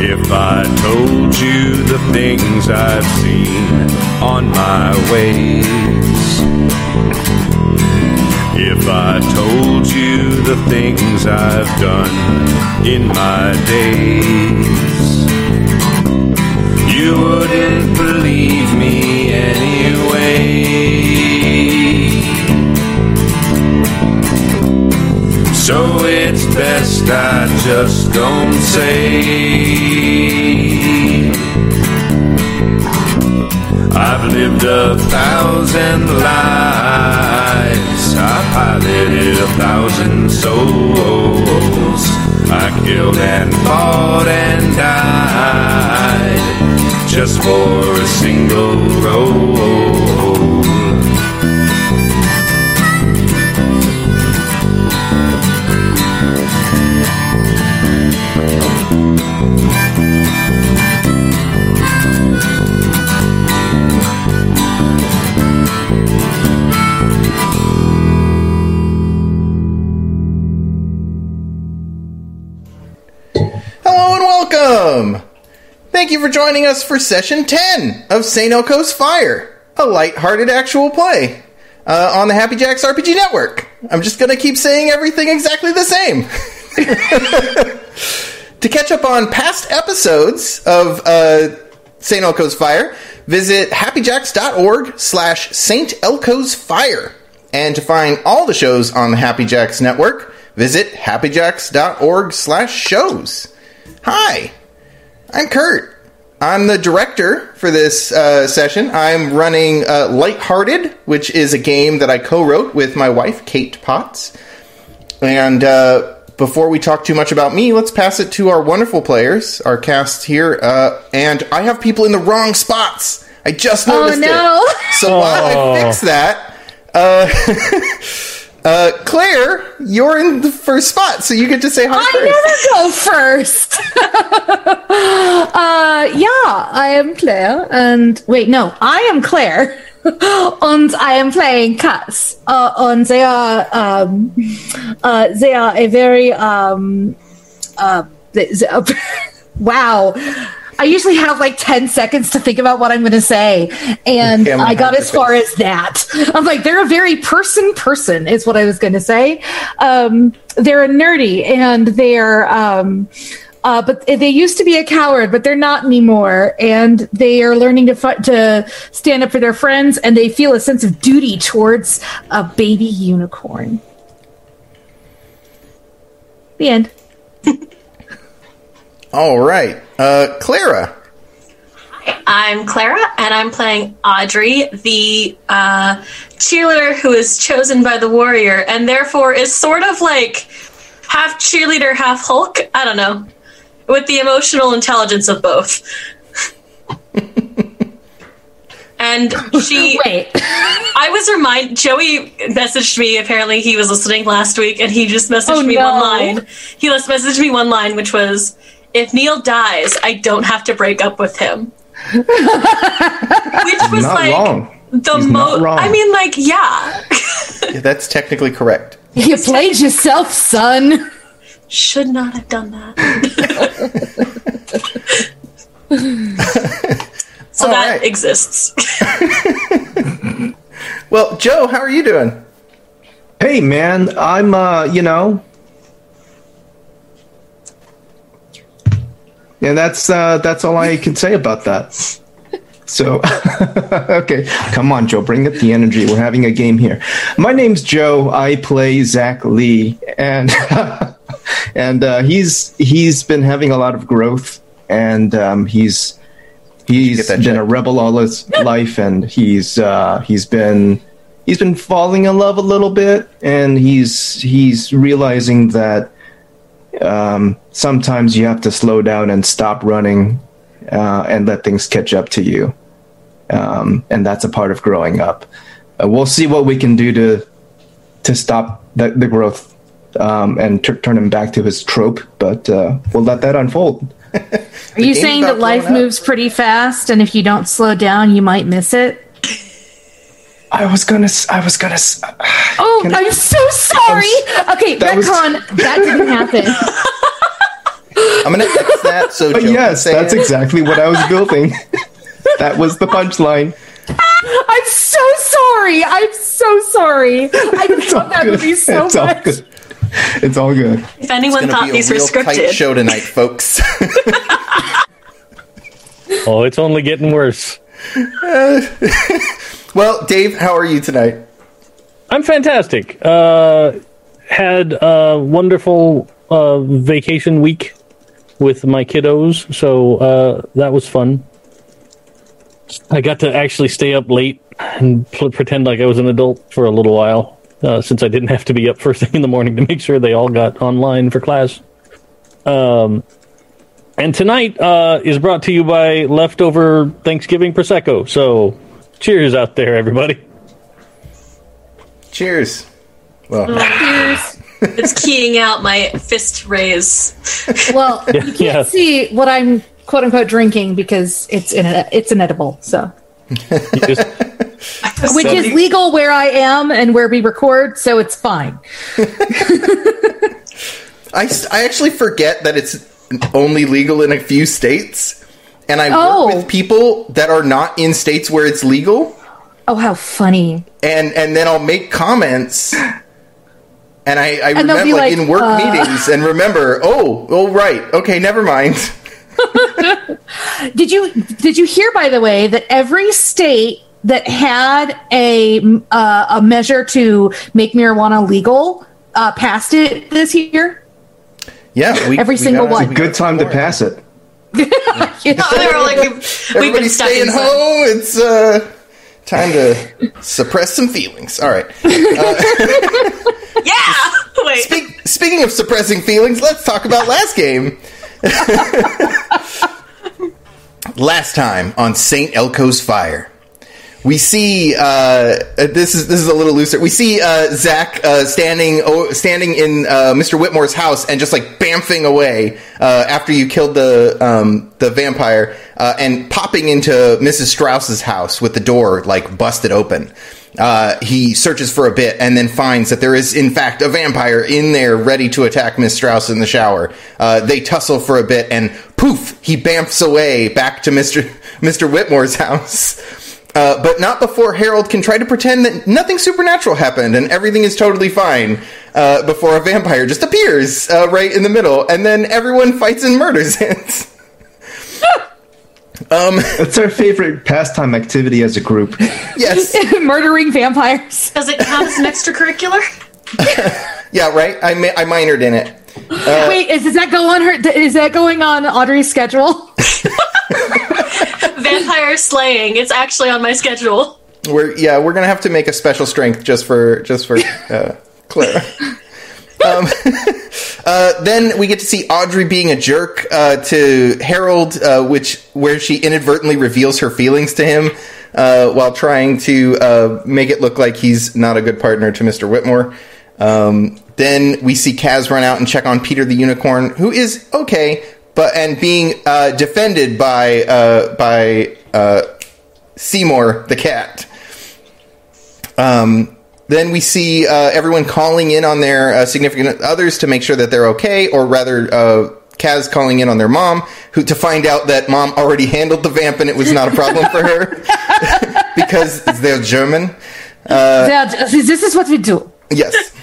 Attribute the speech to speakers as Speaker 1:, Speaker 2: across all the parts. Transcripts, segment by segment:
Speaker 1: If I told you the things I've seen on my ways, if I told you the things I've done in my days, you wouldn't believe me anyway. So it's best I just don't say. I've lived a thousand lives. I piloted a thousand souls. I killed and fought and died just for a single role.
Speaker 2: Hello and welcome! Thank you for joining us for session 10 of St. Elco's Fire, a light-hearted actual play uh, on the Happy Jacks RPG Network. I'm just going to keep saying everything exactly the same. to catch up on past episodes of uh, St. Elco's Fire, visit happyjacks.org slash St. Elco's Fire. And to find all the shows on the Happy Jacks Network, visit happyjacks.org slash shows. Hi, I'm Kurt. I'm the director for this uh, session. I'm running uh, Lighthearted, which is a game that I co wrote with my wife, Kate Potts. And uh, before we talk too much about me, let's pass it to our wonderful players, our cast here. Uh, and I have people in the wrong spots. I just noticed
Speaker 3: Oh, no.
Speaker 2: it. So while I fix that, uh, uh, Claire, you're in the first spot, so you get to say hi
Speaker 3: I
Speaker 2: first.
Speaker 3: never go first. uh, yeah, I am Claire, and wait, no, I am Claire, and I am playing cats. Uh, and they are um, uh, they are a very um, uh, they, they are- wow. I usually have like ten seconds to think about what I'm going to say, and
Speaker 2: Okay, I'm gonna
Speaker 3: I got
Speaker 2: have
Speaker 3: as
Speaker 2: to
Speaker 3: far as that. I'm like, they're a very person person, is what I was going to say. Um, they're a nerdy and they're, um, uh, but they used to be a coward, but they're not anymore. And they are learning to fi- to stand up for their friends, and they feel a sense of duty towards a baby unicorn. The end.
Speaker 2: All right, uh, Clara.
Speaker 4: I'm Clara, and I'm playing Audrey, the uh, cheerleader who is chosen by the warrior, and therefore is sort of like half cheerleader, half Hulk. I don't know, with the emotional intelligence of both. and she,
Speaker 3: Wait,
Speaker 4: I was reminded. Joey messaged me. Apparently, he was listening last week, and he just messaged
Speaker 3: Oh,
Speaker 4: me
Speaker 3: no.
Speaker 4: one line. He just messaged me one line, which was, "If Neil dies, I don't have to break up with him." which was
Speaker 2: Not
Speaker 4: like
Speaker 2: wrong.
Speaker 4: the
Speaker 5: He's not
Speaker 4: most.
Speaker 5: wrong.
Speaker 4: I mean, like, yeah.
Speaker 2: Yeah, that's technically correct.
Speaker 3: you played yourself, son.
Speaker 4: Should not have done that. so
Speaker 2: All
Speaker 4: that
Speaker 2: right.
Speaker 4: exists.
Speaker 2: Well, Joe, how are you doing?
Speaker 5: Hey, man, I'm, uh, you know. And that's uh, that's all I can say about that. So, okay, come on, Joe, bring up the energy. We're having a game here. My name's Joe. I play Zach Lee, and and uh, he's he's been having a lot of growth, and um, he's he's
Speaker 2: that
Speaker 5: been a
Speaker 2: checked?
Speaker 5: rebel all his life, and he's uh, he's been he's been falling in love a little bit, and he's he's realizing that um, sometimes you have to slow down and stop running uh, and let things catch up to you. Um, and that's a part of growing up. Uh, we'll see what we can do to to stop the, the growth um, and tur turn him back to his trope, but uh, we'll let that unfold.
Speaker 3: Are you
Speaker 2: game's
Speaker 3: saying
Speaker 2: not
Speaker 3: that life
Speaker 2: blowing up.
Speaker 3: moves pretty fast, and if you don't slow down, you might miss it?
Speaker 5: I was gonna. s- I was gonna. s-
Speaker 3: Oh, I'm so sorry. Okay,
Speaker 2: That was-
Speaker 3: retcon. That didn't happen.
Speaker 6: I'm gonna X that so Joe
Speaker 2: But
Speaker 6: can
Speaker 2: Oh, yes,
Speaker 6: say
Speaker 2: that's
Speaker 6: it.
Speaker 2: exactly what I was building. that was the punchline.
Speaker 3: I'm so sorry. I'm so sorry. I love that movie so
Speaker 2: it's all
Speaker 3: much.
Speaker 2: good. It's all good.
Speaker 4: If anyone
Speaker 6: gonna
Speaker 4: thought
Speaker 6: be
Speaker 4: these
Speaker 6: a
Speaker 4: were
Speaker 6: real tight
Speaker 4: scripted,
Speaker 6: show tonight, folks.
Speaker 7: Oh, it's only getting worse.
Speaker 6: well, Dave, how are you tonight?
Speaker 7: I'm fantastic. Uh, had a wonderful uh, vacation week with my kiddos, so uh, that was fun. I got to actually stay up late and pl- pretend like I was an adult for a little while, uh, since I didn't have to be up first thing in the morning to make sure they all got online for class. Um, and tonight uh, is brought to you by leftover Thanksgiving prosecco. So, cheers out there, everybody.
Speaker 6: Cheers. Well,
Speaker 3: Mm. Here's-
Speaker 4: it's keying out my fist raise.
Speaker 3: Well, you can't
Speaker 7: yeah.
Speaker 3: see what I'm quote unquote drinking because it's in a, it's an edible. So.
Speaker 7: You just-
Speaker 3: Which is legal where I am and where we record, so it's fine.
Speaker 6: I, s- I actually forget that it's only legal in a few states, and I
Speaker 3: Oh.
Speaker 6: work with people that are not in states where it's legal,
Speaker 3: Oh, how funny!
Speaker 6: and and then I'll make comments, and I, I
Speaker 3: And they'll
Speaker 6: remember
Speaker 3: be
Speaker 6: like,
Speaker 3: like,
Speaker 6: in work
Speaker 3: uh.
Speaker 6: meetings, and remember, oh, oh, right, okay, never mind.
Speaker 3: Did you did you hear by the way that every state that had a uh, a measure to make marijuana legal uh, passed it this year?
Speaker 6: Yeah, we,
Speaker 3: Every
Speaker 6: we
Speaker 3: single
Speaker 6: gotta-
Speaker 3: one.
Speaker 6: we
Speaker 2: Good
Speaker 6: gotta
Speaker 2: time to
Speaker 6: support.
Speaker 2: pass it.
Speaker 4: they were like, we've, we've
Speaker 6: Everybody
Speaker 4: been stuck
Speaker 6: staying
Speaker 4: in
Speaker 6: home. It's uh, time to suppress some feelings. All right.
Speaker 4: Yeah. Wait.
Speaker 6: Speak- speaking of suppressing feelings, let's talk about last game. last time on Saint Elko's Fire, we see uh, uh, this is this is a little looser. We see uh, Zach uh, standing o standing in uh, Mr. Whitmore's house and just like bamfing away uh, after you killed the um, the vampire uh, and popping into Mrs. Strauss's house with the door like busted open. Uh, he searches for a bit and then finds that there is, in fact, a vampire in there ready to attack Miss Strauss in the shower. Uh, they tussle for a bit and poof, he bamfs away back to Mr. Mr. Whitmore's house. Uh, but not before Harold can try to pretend that nothing supernatural happened and everything is totally fine uh, before a vampire just appears uh, right in the middle and then everyone fights and murders it.
Speaker 2: That's our favorite pastime activity as a group.
Speaker 3: Uh,
Speaker 6: yes.
Speaker 3: Murdering vampires.
Speaker 4: Does it count as an extracurricular?
Speaker 6: Yeah, right? I, mi- I minored in it.
Speaker 3: Wait, is, is that go on her? Is that going on Audrey's schedule?
Speaker 4: Vampire slaying. It's actually on my schedule.
Speaker 6: We're yeah, we're gonna have to make a special strength just for just for uh, Clara. um, uh, then we get to see Audrey being a jerk uh, to Harold, uh, which where she inadvertently reveals her feelings to him uh, while trying to uh, make it look like he's not a good partner to Mister Whitmore. Um, then we see Kaz run out and check on Peter the Unicorn, who is okay, but and being uh, defended by uh, by uh, Seymour the cat. Um, then we see uh, everyone calling in on their uh, significant others to make sure that they're okay, or rather, uh, Kaz calling in on their mom, who to find out that mom already handled the vamp and it was not a problem for her because they're German.
Speaker 3: That- this is what we do.
Speaker 6: Yes,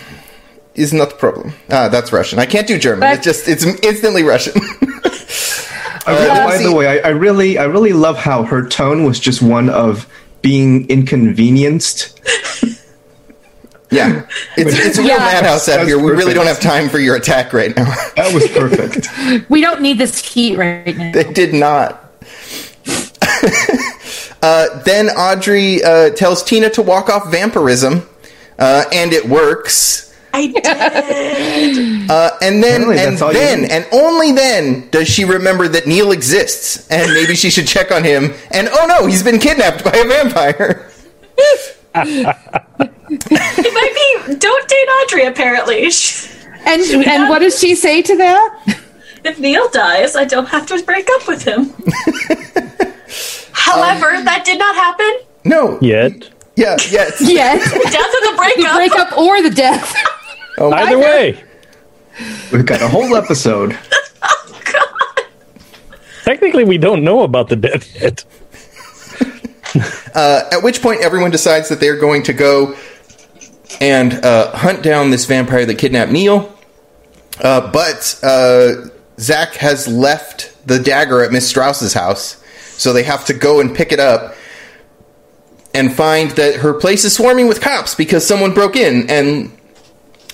Speaker 6: is not a problem. Ah, that's Russian. I can't do German. It's just it's instantly Russian.
Speaker 2: I
Speaker 6: Uh,
Speaker 2: really-
Speaker 6: Yeah.
Speaker 2: by the way, I, I really, I really love how her tone was just one of being inconvenienced.
Speaker 6: yeah, it's it's a real
Speaker 3: Yeah.
Speaker 6: madhouse out
Speaker 2: That's
Speaker 6: here. We
Speaker 2: perfect.
Speaker 6: really don't have time for your attack right now.
Speaker 2: That was perfect.
Speaker 3: We don't need this heat right now.
Speaker 6: They did not. uh, then Audrey uh, tells Tina to walk off vampirism, uh, and it works.
Speaker 4: I did.
Speaker 6: Uh, and then,
Speaker 2: Really?
Speaker 6: and
Speaker 2: That's all you
Speaker 6: then,
Speaker 2: need?
Speaker 6: and only then does she remember that Neil exists, and maybe she should check on him. And oh no, he's been kidnapped by a vampire.
Speaker 4: It might be. Don't date Audrey. Apparently,
Speaker 3: And and what does she say to that?
Speaker 4: if Neil dies, I don't have to break up with him. However, that did not happen.
Speaker 6: No.
Speaker 7: Yet.
Speaker 6: Yeah. Yes.
Speaker 3: Yes,
Speaker 4: Death of the
Speaker 3: the
Speaker 4: breakup.
Speaker 3: breakup or the death.
Speaker 6: Oh, my-
Speaker 7: Either way,
Speaker 2: We've got a whole episode.
Speaker 7: technically, we don't know about the dead yet.
Speaker 6: At which point, everyone decides that they're going to go and uh, hunt down this vampire that kidnapped Neil. Uh, but uh, Zach has left the dagger at Miss Strauss's house, so they have to go and pick it up and find that her place is swarming with cops because someone broke in and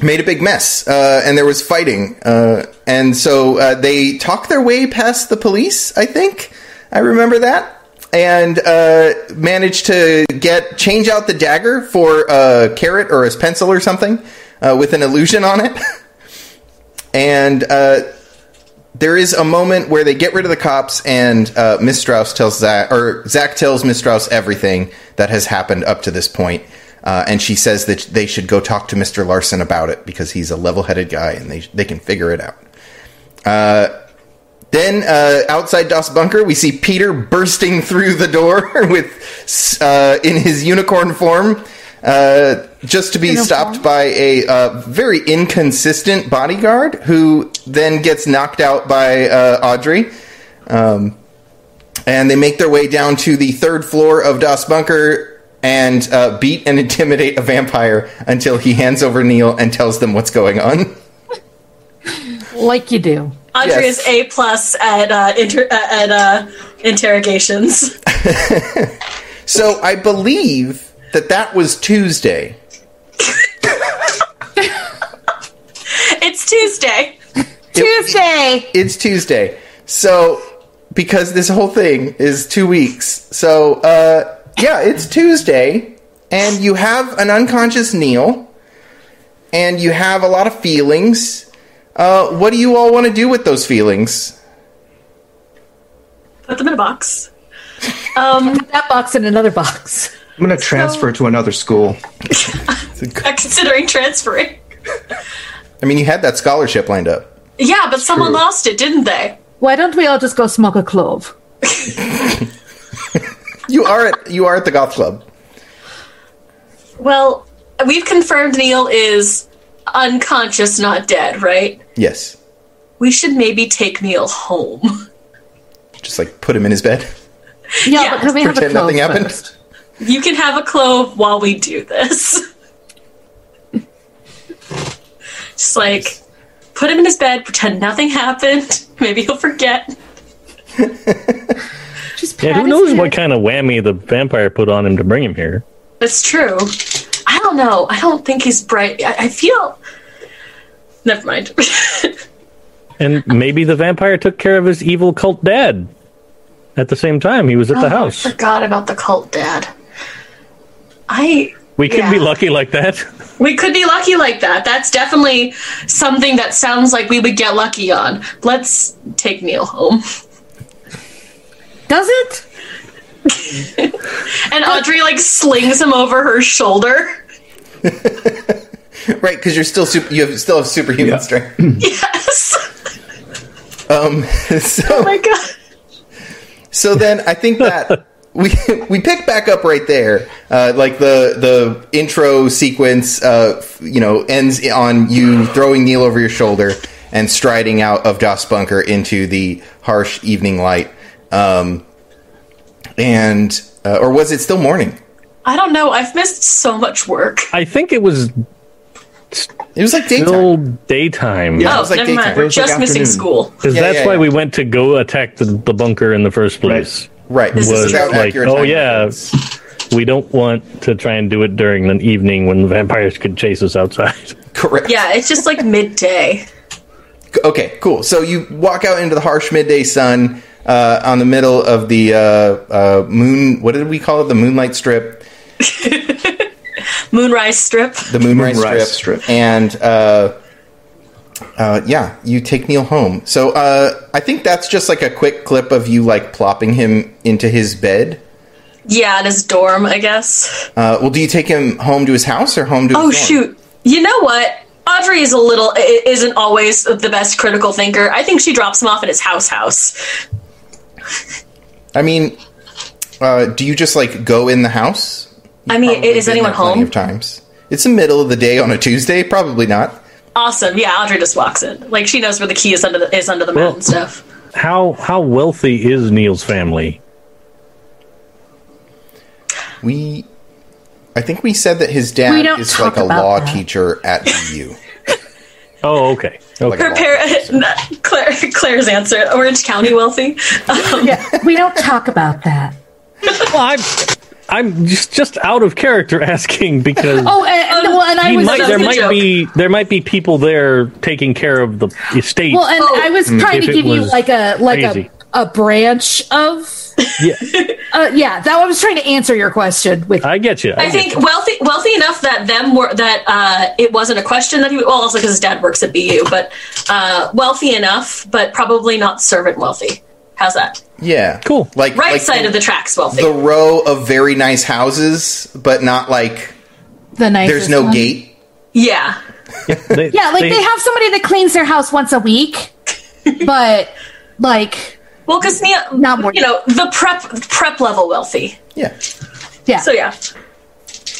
Speaker 6: made a big mess, uh, and there was fighting. Uh, and so uh, they talk their way past the police, I think. I remember that. And uh, manage to get change out the dagger for a carrot or his pencil or something uh, with an illusion on it. and uh, there is a moment where they get rid of the cops, and uh, Miss Strauss tells Zach, or Zach tells Miss Strauss everything that has happened up to this point. Uh, and she says that they should go talk to Mr. Larson about it because he's a level headed guy and they, they can figure it out. Uh, then, uh, outside Das Bunker, we see Peter bursting through the door with uh, in his unicorn form, uh, just to be
Speaker 8: Uniform.
Speaker 6: stopped by a uh, very inconsistent bodyguard who then gets knocked out by uh, Audrey. Um, and they make their way down to the third floor of Das Bunker and uh, beat and intimidate a vampire until he hands over Neil and tells them what's going on.
Speaker 8: like you do.
Speaker 4: Audrey
Speaker 6: Yes.
Speaker 4: is a plus at uh, inter- uh, at uh, interrogations.
Speaker 6: So I believe that that was Tuesday.
Speaker 4: it's Tuesday.
Speaker 8: Tuesday.
Speaker 6: It's Tuesday. So because this whole thing is two weeks. So uh, yeah, it's Tuesday, and you have an unconscious Neil, and you have a lot of feelings. Uh, what do you all want to do with those feelings?
Speaker 4: Put them in a box. Um,
Speaker 8: That box in another box.
Speaker 2: I'm going to transfer to another school.
Speaker 4: I'm Uh, considering transferring.
Speaker 6: I mean, you had that scholarship lined up.
Speaker 4: Yeah, but someone
Speaker 6: true.
Speaker 4: lost it, didn't they?
Speaker 8: Why don't we all just go smoke a clove?
Speaker 6: You are at you are at the golf club.
Speaker 4: Well, we've confirmed Neil is unconscious, not dead, right?
Speaker 6: Yes,
Speaker 4: We should maybe take Neil home.
Speaker 6: just like put him in his bed,
Speaker 8: Yeah,
Speaker 4: Yeah.
Speaker 8: but can we have a
Speaker 6: pretend
Speaker 8: clove
Speaker 6: nothing happened.
Speaker 8: first?
Speaker 4: You can have a clove while we do this. Just like put him in his bed, pretend nothing happened. Maybe he'll forget.
Speaker 8: Just
Speaker 7: Yeah,
Speaker 8: pat
Speaker 7: who
Speaker 8: his
Speaker 7: knows
Speaker 8: head.
Speaker 7: what kind of whammy the vampire put on him to bring him here?
Speaker 4: That's true. I don't know. I don't think he's bright. I, I feel. Never mind.
Speaker 7: And maybe the vampire took care of his evil cult dad. At the same time, he was
Speaker 6: Oh.
Speaker 7: at the house.
Speaker 4: Forgot about the cult dad. I.
Speaker 7: We could be
Speaker 4: yeah.
Speaker 7: lucky like that.
Speaker 4: We could be lucky like that. That's definitely something that sounds like we would get lucky on. Let's take Neil home.
Speaker 8: Does it?
Speaker 4: And Audrey like slings him over her shoulder.
Speaker 6: right? Because you're still super, you have, still have superhuman
Speaker 2: Yeah.
Speaker 6: strength.
Speaker 4: Yes.
Speaker 6: Um, so
Speaker 4: Oh my god.
Speaker 6: So then I think that we we pick back up right there, uh, like the the intro sequence, uh, f- you know, ends on you throwing Neil over your shoulder and striding out of Das Bunker into the harsh evening light, um, and uh, or was it still morning?
Speaker 4: I don't know. I've missed so much work.
Speaker 7: I think it was
Speaker 6: It was like daytime.
Speaker 7: still daytime.
Speaker 6: Yeah. it
Speaker 4: oh,
Speaker 6: was like
Speaker 4: never
Speaker 6: daytime.
Speaker 4: mind.
Speaker 2: It
Speaker 4: We're
Speaker 2: was like
Speaker 4: just missing
Speaker 2: afternoon.
Speaker 4: school.
Speaker 7: Because
Speaker 6: Yeah,
Speaker 7: that's
Speaker 6: yeah,
Speaker 7: why
Speaker 6: yeah.
Speaker 7: we went to go attack the, the bunker in the first place.
Speaker 6: Right.
Speaker 4: This is
Speaker 6: Without
Speaker 4: true.
Speaker 6: accurate
Speaker 7: Like, oh,
Speaker 6: time
Speaker 7: yeah.
Speaker 6: reference.
Speaker 7: We don't want to try and do it during the evening when the vampires could chase us outside.
Speaker 6: Correct.
Speaker 4: Yeah, it's just like midday.
Speaker 6: Okay, cool. So you walk out into the harsh midday sun uh, on the middle of the uh, uh, moon. What did we call it? The moonlight strip,
Speaker 4: Moonrise strip.
Speaker 6: the moonrise,
Speaker 2: Moonrise
Speaker 6: strip.
Speaker 2: strip.
Speaker 6: and uh, uh, yeah, you take Neil home. So uh, I think that's just like a quick clip of you like plopping him into his bed.
Speaker 4: Yeah, at his dorm, I guess.
Speaker 6: Uh, well, do you take him home to his house or home to?
Speaker 4: Oh
Speaker 6: his dorm?
Speaker 4: shoot! You know what? Audrey is a little i- isn't always the best critical thinker. I think she drops him off at his house house.
Speaker 6: I mean, uh, do you just like go in the house?
Speaker 4: I mean,
Speaker 6: Probably
Speaker 4: is
Speaker 6: been
Speaker 4: anyone
Speaker 6: there plenty
Speaker 4: home?
Speaker 6: Of times, it's the middle of the day on a Tuesday. Probably not.
Speaker 4: Awesome. Yeah, Audrey just walks in. Like she knows where the key is under the is under the mat
Speaker 7: Well-
Speaker 4: and stuff.
Speaker 7: How how wealthy is Neil's family?
Speaker 6: We, I think we said that his dad
Speaker 3: We don't
Speaker 6: is like
Speaker 3: talk
Speaker 6: a
Speaker 3: about
Speaker 6: law
Speaker 3: that.
Speaker 6: teacher at VU.
Speaker 7: Oh, okay.
Speaker 6: Like a
Speaker 7: Okay.
Speaker 4: Her
Speaker 6: law
Speaker 4: parent,
Speaker 6: professor.
Speaker 4: Claire, Claire's answer: Orange County wealthy. Um,
Speaker 3: we don't talk about that.
Speaker 7: Well, I'm I'm just just out of character asking because
Speaker 3: Oh, and, and- well, and I
Speaker 7: he
Speaker 3: was
Speaker 7: might,
Speaker 4: that's
Speaker 7: there
Speaker 4: the
Speaker 7: might
Speaker 4: joke.
Speaker 7: be there might be people there taking care of the estate.
Speaker 3: well, and
Speaker 4: Oh.
Speaker 3: I was trying
Speaker 7: Mm, If
Speaker 3: to
Speaker 7: it
Speaker 3: give you
Speaker 7: was
Speaker 3: like a like
Speaker 7: crazy.
Speaker 3: a a branch of.
Speaker 7: Yeah.
Speaker 3: Uh, yeah, that I was trying to answer your question with.
Speaker 7: I get you.
Speaker 4: I think wealthy wealthy enough that them were that uh, it wasn't a question that he well also because his dad works at BU, but uh, wealthy enough, but probably not servant wealthy. How's that?
Speaker 6: yeah,
Speaker 7: Cool.
Speaker 6: Like
Speaker 4: Right
Speaker 6: like
Speaker 4: side
Speaker 6: the,
Speaker 4: of the tracks wealthy.
Speaker 6: the row of very nice houses, but not like
Speaker 3: the nicest
Speaker 6: there's no
Speaker 3: one.
Speaker 6: gate.
Speaker 4: yeah,
Speaker 7: They,
Speaker 3: Yeah, like they, have somebody that cleans their house once a week, but like
Speaker 4: well, because Neil,
Speaker 3: Not more.
Speaker 4: you know, the prep prep level wealthy.
Speaker 6: Yeah,
Speaker 3: yeah,
Speaker 4: So yeah,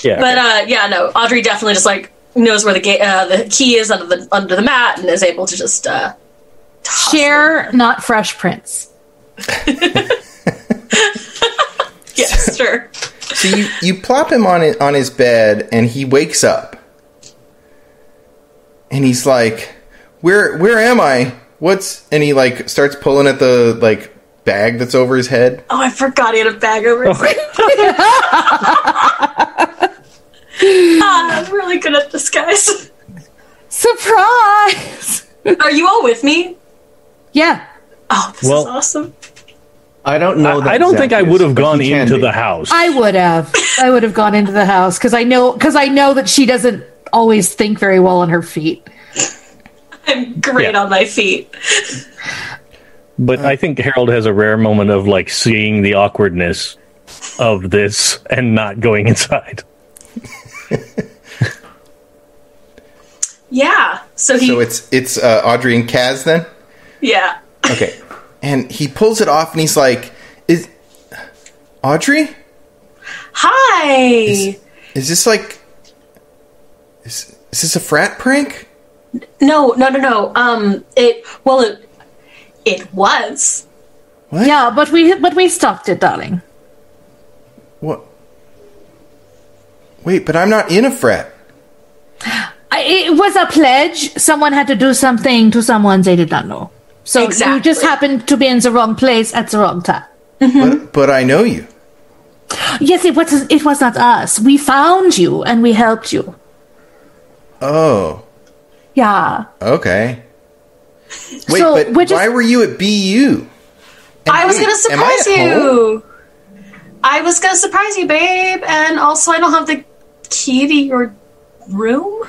Speaker 7: yeah.
Speaker 4: but uh, yeah, no, Audrey definitely just like knows where the gate uh, the key is under the under the mat and is able to just uh,
Speaker 3: share not Fresh Prince.
Speaker 4: yeah, sure.
Speaker 6: so you you plop him on it on his bed, and he wakes up, and he's like, "Where where am I? What's?" And he like starts pulling at the like bag that's over his head.
Speaker 4: Oh, I forgot he had a bag over
Speaker 7: Oh.
Speaker 4: his head. Ah, I'm really good at this, guys.
Speaker 3: Surprise!
Speaker 4: Are you all with me?
Speaker 3: Yeah,
Speaker 4: Oh, this
Speaker 7: Well-
Speaker 4: is awesome.
Speaker 2: I don't know. That
Speaker 7: I don't
Speaker 2: Zach
Speaker 7: think I
Speaker 2: is,
Speaker 7: would have
Speaker 2: but
Speaker 7: gone
Speaker 2: he can
Speaker 7: into
Speaker 2: be.
Speaker 7: the house.
Speaker 3: I would have. I would have gone into the house because I know because I know that she doesn't always think very well on her feet.
Speaker 4: I'm great
Speaker 7: Yeah.
Speaker 4: on my feet.
Speaker 7: but I think Harold has a rare moment of like seeing the awkwardness of this and not going inside.
Speaker 4: Yeah. So he.
Speaker 6: So it's it's uh, Audrey and Kaz then.
Speaker 4: yeah.
Speaker 6: Okay. And he pulls it off and he's like, Is Audrey?
Speaker 4: Hi.
Speaker 6: Is this like is, is this a frat prank?
Speaker 4: no, no, no, no. Um, it. Well, it. It was.
Speaker 3: Yeah, but we but we stopped it, darling.
Speaker 6: What Wait, but I'm not in a frat.
Speaker 3: I, it was a pledge. Someone had to do something to someone they did not know. So you just
Speaker 4: Exactly.
Speaker 3: happened to be in the wrong place at the wrong time. Hmm.
Speaker 6: But but I know you.
Speaker 3: Yes, it was. It was not us. We found you and we helped you.
Speaker 6: Oh,
Speaker 3: Yeah.
Speaker 6: okay. Wait,
Speaker 3: So,
Speaker 6: but
Speaker 3: we're just-
Speaker 6: why were you at BU? And
Speaker 4: I was
Speaker 6: wait,
Speaker 4: gonna
Speaker 6: am I
Speaker 4: surprise
Speaker 6: at home?
Speaker 4: you. I was gonna surprise you, babe. And also, I don't have the key to your room.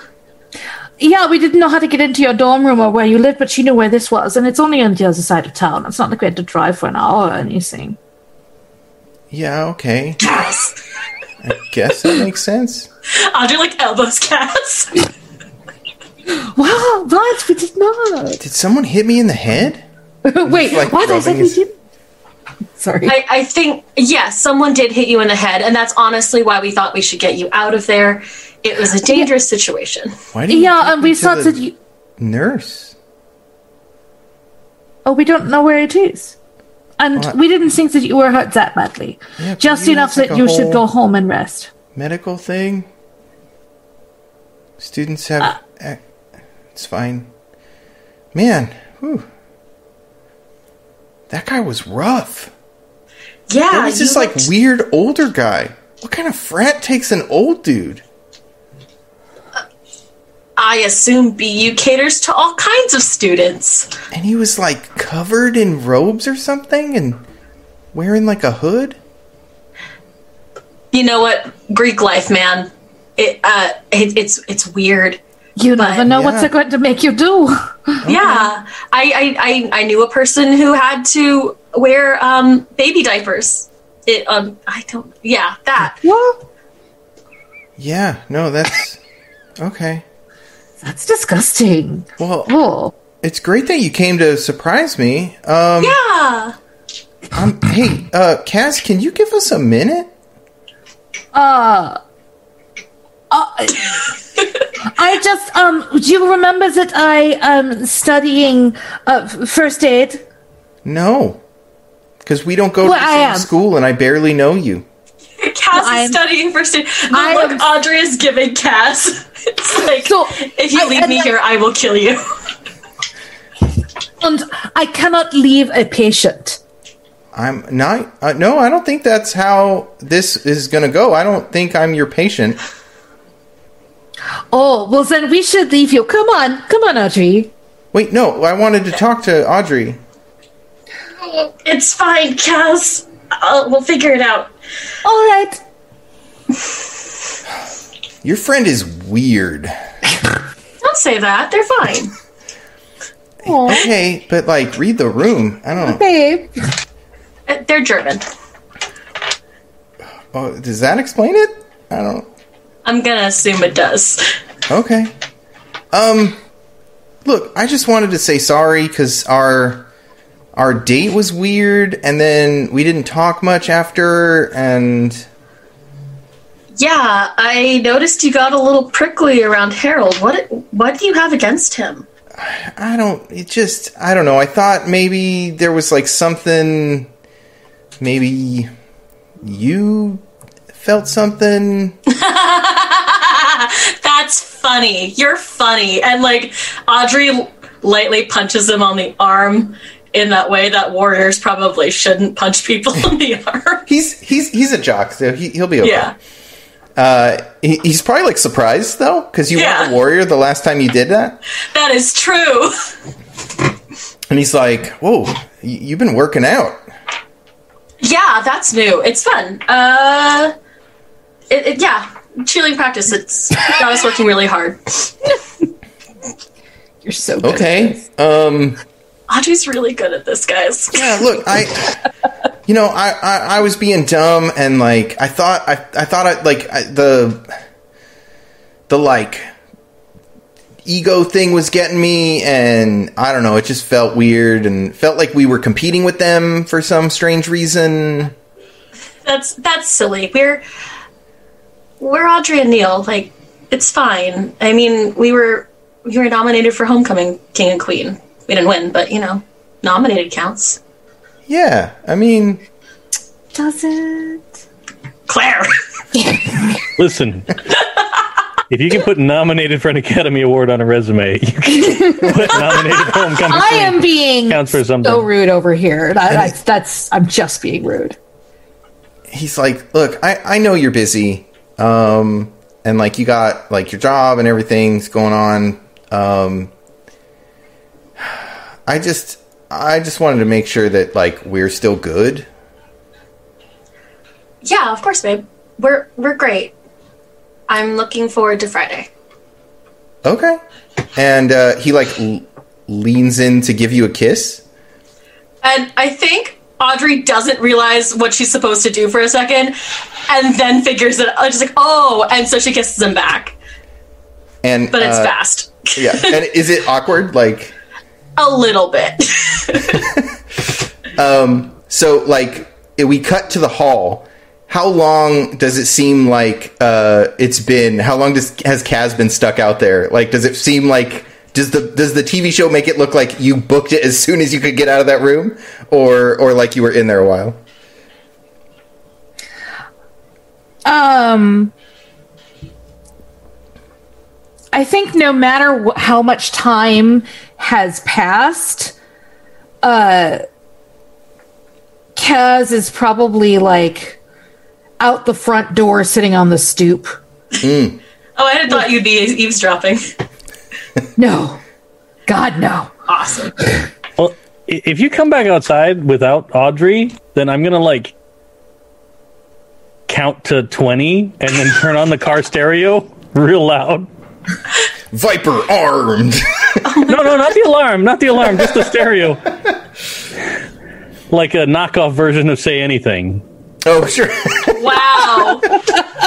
Speaker 3: Yeah, we didn't know how to get into your dorm room or where you lived, but she knew where this was, and it's only on the other side of town. It's not like we had to drive for an hour or anything.
Speaker 6: Yeah, okay.
Speaker 4: Yes.
Speaker 6: Guess that makes sense.
Speaker 4: Audrey like elbows cats.
Speaker 3: Wow, what? We did not.
Speaker 6: Did someone hit me in the head?
Speaker 3: Wait,
Speaker 6: Like
Speaker 3: what? I said
Speaker 6: rubbing
Speaker 3: we
Speaker 6: his-
Speaker 3: didn't. Sorry.
Speaker 4: I, I think yes, someone did hit you in the head, and that's honestly why we thought we should get you out of there. It was a dangerous situation.
Speaker 6: Why did you
Speaker 3: yeah,
Speaker 6: take
Speaker 3: and
Speaker 6: me
Speaker 3: we
Speaker 6: to
Speaker 3: thought
Speaker 6: the
Speaker 3: that you.
Speaker 6: nurse?
Speaker 3: Oh, we don't know where it is. And
Speaker 6: What?
Speaker 3: we didn't think that you were hurt that badly.
Speaker 6: Yeah,
Speaker 3: Just
Speaker 6: but you
Speaker 3: enough
Speaker 6: look like
Speaker 3: that
Speaker 6: a
Speaker 3: you should
Speaker 6: whole-
Speaker 3: go home and rest.
Speaker 6: medical thing. Students have.
Speaker 3: Uh.
Speaker 6: ac- it's fine. Man, whew. that guy was rough.
Speaker 4: Yeah,
Speaker 6: That was
Speaker 4: you
Speaker 6: this like
Speaker 4: looked-
Speaker 6: weird older guy. What kind of frat takes an old dude?
Speaker 4: I assume BU caters to all kinds of students.
Speaker 6: And he was like covered in robes or something, and wearing like a hood.
Speaker 4: You know what? Greek life, man. It, uh, it, it's it's weird.
Speaker 3: You never know what
Speaker 6: Yeah.
Speaker 3: they're going to make you do.
Speaker 4: Yeah, I, I, I I knew a person who had to wear um, baby diapers. It um I don't yeah that
Speaker 3: What?
Speaker 6: Yeah, no, that's okay.
Speaker 3: That's disgusting.
Speaker 6: Well,
Speaker 3: Oh.
Speaker 6: it's great that you came to surprise me. Um,
Speaker 4: yeah
Speaker 6: I'm, hey, uh, Cass, can you give us a minute?
Speaker 3: Uh. Uh, I just um. Do you remember that I um studying uh, f- first aid?
Speaker 6: No. Because we don't go
Speaker 3: Well,
Speaker 6: to the
Speaker 3: I
Speaker 6: same
Speaker 3: am.
Speaker 6: school and I barely know you.
Speaker 4: Cass
Speaker 3: I'm-
Speaker 4: is studying first aid. The
Speaker 3: I
Speaker 4: look
Speaker 3: am-
Speaker 4: Audrey is giving Cass. It's like,
Speaker 3: So,
Speaker 4: if you
Speaker 3: I-
Speaker 4: leave
Speaker 3: and
Speaker 4: me
Speaker 3: I-
Speaker 4: here, I will kill you.
Speaker 3: And I cannot leave a patient.
Speaker 6: I'm not. Uh, no, I don't think that's how this is going to go. I don't think I'm your patient.
Speaker 3: Oh well, then we should leave you. Come on, come on, Audrey.
Speaker 6: Wait, no. I wanted to talk to Audrey.
Speaker 4: It's fine, Cass. Uh, we'll figure it out.
Speaker 3: All right.
Speaker 6: Your friend is weird.
Speaker 4: Don't say that. They're fine.
Speaker 3: Oh,
Speaker 6: Okay, but like, read the room. I don't.
Speaker 3: babe.
Speaker 4: Uh, They're German.
Speaker 6: Oh, does that explain it? I don't.
Speaker 4: I'm gonna assume it does.
Speaker 6: Okay. Um, look, I just wanted to say sorry because our our date was weird, and then we didn't talk much after, and
Speaker 4: Yeah, I noticed you got a little prickly around Harold. What what do you have against him?
Speaker 6: I don't. It just. I don't know. I thought maybe there was like something. Maybe you felt something.
Speaker 4: That's funny. You're funny. And like Audrey lightly punches him on the arm in that way that warriors probably shouldn't punch people in the arm.
Speaker 6: He's he's he's a jock, so he, he'll be okay. Uh,
Speaker 4: Yeah.
Speaker 6: He, he's probably like surprised though, because you
Speaker 4: Yeah.
Speaker 6: weren't a warrior the last time you did that.
Speaker 4: That is true.
Speaker 6: And he's like, "Whoa, y- you've been working out."
Speaker 4: Yeah, that's new. It's fun. Uh it, it- yeah. Cheerleading practice. It's got us working really hard.
Speaker 8: You're so good.
Speaker 6: Okay. Um.
Speaker 4: Audrey's really good at this, guys.
Speaker 6: Yeah. Look, I. You know, I, I I was being dumb and like I thought I I thought I like I, the the like ego thing was getting me and I don't know it just felt weird and felt like we were competing with them for some strange reason.
Speaker 4: That's that's silly. We're we're Audrey and Neil. Like it's fine. I mean, we were we were nominated for Homecoming King and Queen. We didn't win, but you know, nominated counts.
Speaker 6: Yeah, I mean,
Speaker 3: Does it?
Speaker 4: Claire,
Speaker 7: Listen, if you can put nominated for an Academy Award on a resume, you can put nominated for homecoming.
Speaker 8: I am being
Speaker 7: Counts for something.
Speaker 8: so rude over here. That, I, that's I'm just being rude.
Speaker 6: he's like, look, I, I know you're busy, um, and like you got like your job and everything's going on. Um, I just I just wanted to make sure that like we're still good.
Speaker 4: yeah, of course, babe. We're we're great. I'm looking forward to Friday.
Speaker 6: Okay, and uh, he like l- leans in to give you a kiss.
Speaker 4: And I think Audrey doesn't realize what she's supposed to do for a second, and then figures it out. She's like, oh, and so she kisses him back,
Speaker 6: And
Speaker 4: but it's
Speaker 6: uh,
Speaker 4: fast.
Speaker 6: yeah, and is it awkward? Like
Speaker 4: A little bit.
Speaker 6: so, like if we cut to the hall. How long does it seem like uh, it's been? How long does has Kaz been stuck out there? Like, does it seem like does the does the TV show make it look like you booked it as soon as you could get out of that room, or or like you were in there a while?
Speaker 8: Um, I think no matter wh- how much time has passed, uh, Kaz is probably like out the front door, sitting on the stoop.
Speaker 4: Oh, I had thought you'd be eavesdropping.
Speaker 8: No, God, no.
Speaker 4: Awesome.
Speaker 7: Well, i- if you come back outside without Audrey, then I'm gonna like count to twenty and then turn on the car stereo real loud.
Speaker 6: Viper armed.
Speaker 7: No, no, not the alarm, not the alarm, just the stereo. Like a knockoff version of Say Anything.
Speaker 6: oh sure,
Speaker 4: Wow.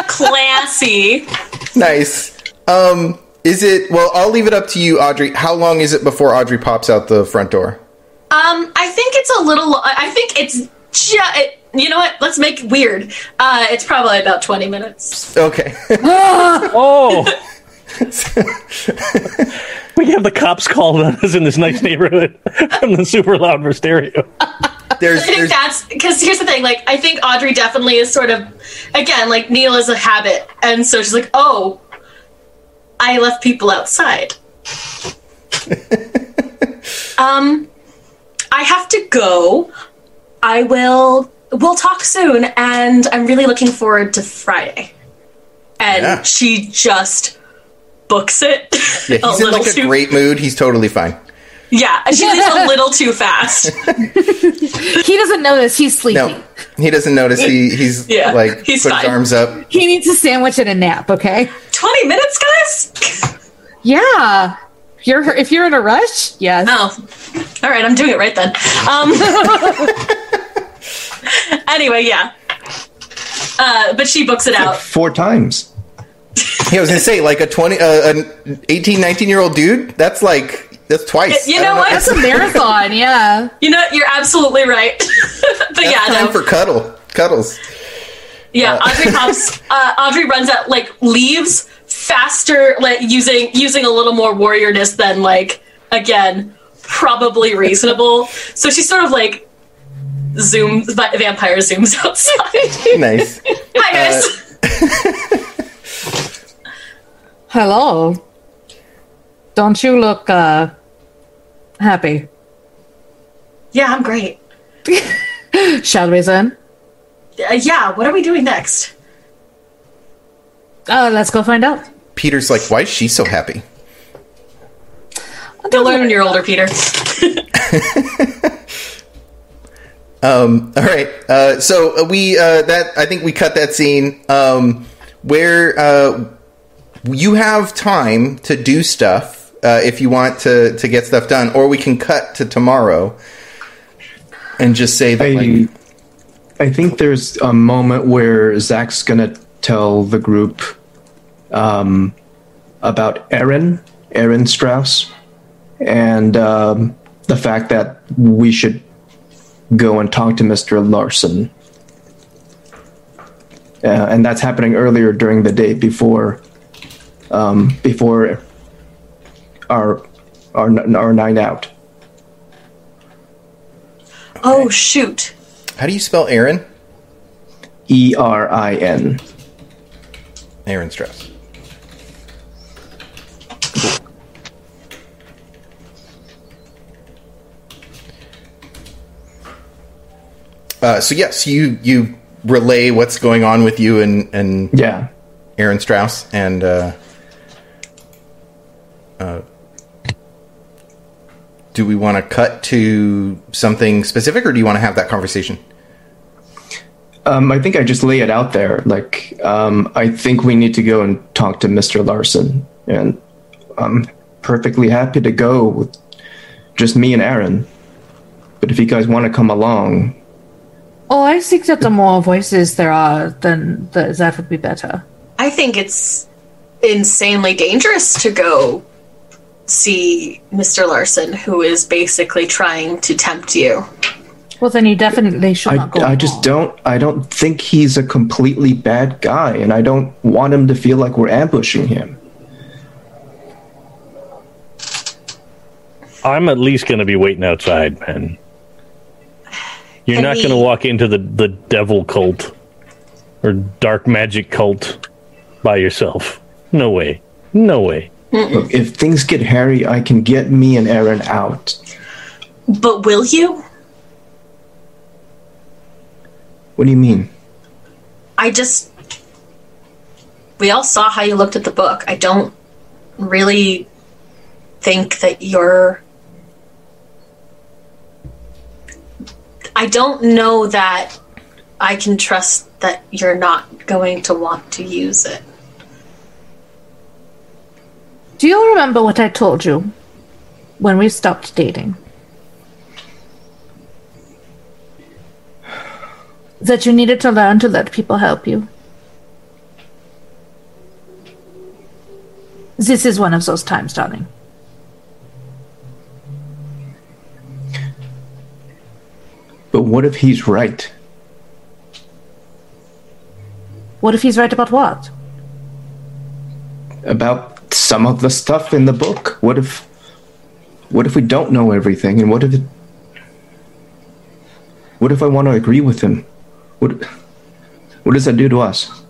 Speaker 4: Classy.
Speaker 6: nice. Um, is it? Well, I'll leave it up to you, Audrey. How long is it before Audrey pops out the front door?
Speaker 4: Um, I think it's a little. I think it's. Ju- it, you know what? Let's make it weird. Uh, it's probably about twenty minutes.
Speaker 6: Okay.
Speaker 7: Oh, We have the cops called on us in this nice neighborhood from the super loud for stereo.
Speaker 6: There's,
Speaker 4: I think
Speaker 6: there's
Speaker 4: that's because here's the thing. Like, I think Audrey definitely is sort of, again, like Neil is a habit, and so she's like, "Oh, I left people outside." um, I have to go. I will. We'll talk soon, and I'm really looking forward to Friday. And
Speaker 6: Yeah.
Speaker 4: she just books it.
Speaker 6: yeah, he's in like a
Speaker 4: too,
Speaker 6: great mood. He's totally fine.
Speaker 4: yeah. She leaves a little too fast.
Speaker 3: He doesn't know this. He's sleepy.
Speaker 6: No, he doesn't notice. He he's
Speaker 4: Yeah,
Speaker 6: like
Speaker 4: he's
Speaker 6: put
Speaker 4: fine.
Speaker 6: his arms up.
Speaker 3: He needs a sandwich and a nap. Okay.
Speaker 4: Twenty minutes, guys.
Speaker 3: Yeah. You're if you're in a rush. Yes.
Speaker 8: Uh.
Speaker 4: Oh, all right. I'm doing it right then. Um, anyway, yeah. Uh, but she books it out.
Speaker 2: Four times.
Speaker 6: Yeah, I was gonna say like a twenty, uh, an 18, 19 year old dude. That's like that's twice.
Speaker 4: You
Speaker 6: I
Speaker 4: know
Speaker 6: don't
Speaker 4: what?
Speaker 6: That's,
Speaker 3: It's a marathon. Yeah.
Speaker 4: You know, you're absolutely right. but
Speaker 6: that's
Speaker 4: yeah,
Speaker 6: time
Speaker 4: no.
Speaker 6: for cuddle cuddles.
Speaker 4: yeah. Audrey pops. Uh, Audrey runs out, like leaves faster, like using using a little more warriorness than like again probably reasonable. so she sort of like zooms, but vampire zooms outside.
Speaker 6: Nice.
Speaker 4: Hi guys.
Speaker 3: Hello. Don't you look uh happy?
Speaker 4: yeah, I'm great.
Speaker 3: Shall we then?
Speaker 4: Uh, yeah, what are we doing next?
Speaker 3: Uh, let's go find out.
Speaker 6: Peter's like, why is she so happy?
Speaker 4: You'll learn when you're older, Peter.
Speaker 6: Um, all right. Uh, so uh, we uh, that I think we cut that scene um, where uh, you have time to do stuff uh, if you want to to get stuff done, or we can cut to tomorrow and just say that.
Speaker 2: I,
Speaker 6: like,
Speaker 2: I think there's a moment where Zach's gonna tell the group um, about Aaron, Aaron Strauss, and um, the fact that we should go and talk to Mr. Larson. Uh, and that's happening earlier during the day before, um, before our our our night out.
Speaker 4: Oh shoot.
Speaker 6: how do you spell Aaron?
Speaker 2: E R I N.
Speaker 6: Aaron Strauss. Uh, so yes, you you relay what's going on with you and and
Speaker 2: Yeah.
Speaker 6: Aaron Strauss and uh, uh, do we want to cut to something specific or do you want to have that conversation?
Speaker 2: Um, I think I just lay it out there. Like, um, I think we need to go and talk to Mr. Larson, and I'm perfectly happy to go with just me and Aaron. But if you guys want to come along,
Speaker 3: Oh, I think that the more voices there are, then the, that would be better.
Speaker 4: I think it's insanely dangerous to go see Mr. Larson, who is basically trying to tempt you.
Speaker 3: Well, then you definitely should
Speaker 2: I,
Speaker 3: not go.
Speaker 2: I just
Speaker 3: along.
Speaker 2: don't. I don't think he's a completely bad guy, and I don't want him to feel like we're ambushing him.
Speaker 7: I'm at least going to be waiting outside, man. You're
Speaker 4: Can
Speaker 7: not going to
Speaker 4: we-
Speaker 7: walk into the, the devil cult or dark magic cult by yourself. No way. No way.
Speaker 2: Look, if things get hairy, I can get me and Aaron out.
Speaker 4: But will you?
Speaker 2: What do you mean?
Speaker 4: I just. We all saw how you looked at the book. I don't really think that you're. I don't know that I can trust that you're not going to want to use it.
Speaker 3: Do you remember what I told you when we stopped dating? That you needed to learn to let people help you. This is one of those times, darling.
Speaker 2: But what if he's right?
Speaker 3: What if he's right about what?
Speaker 2: about some of the stuff in the book. What if what if we don't know everything and what if it What if I want to agree with him? What what does that do to us?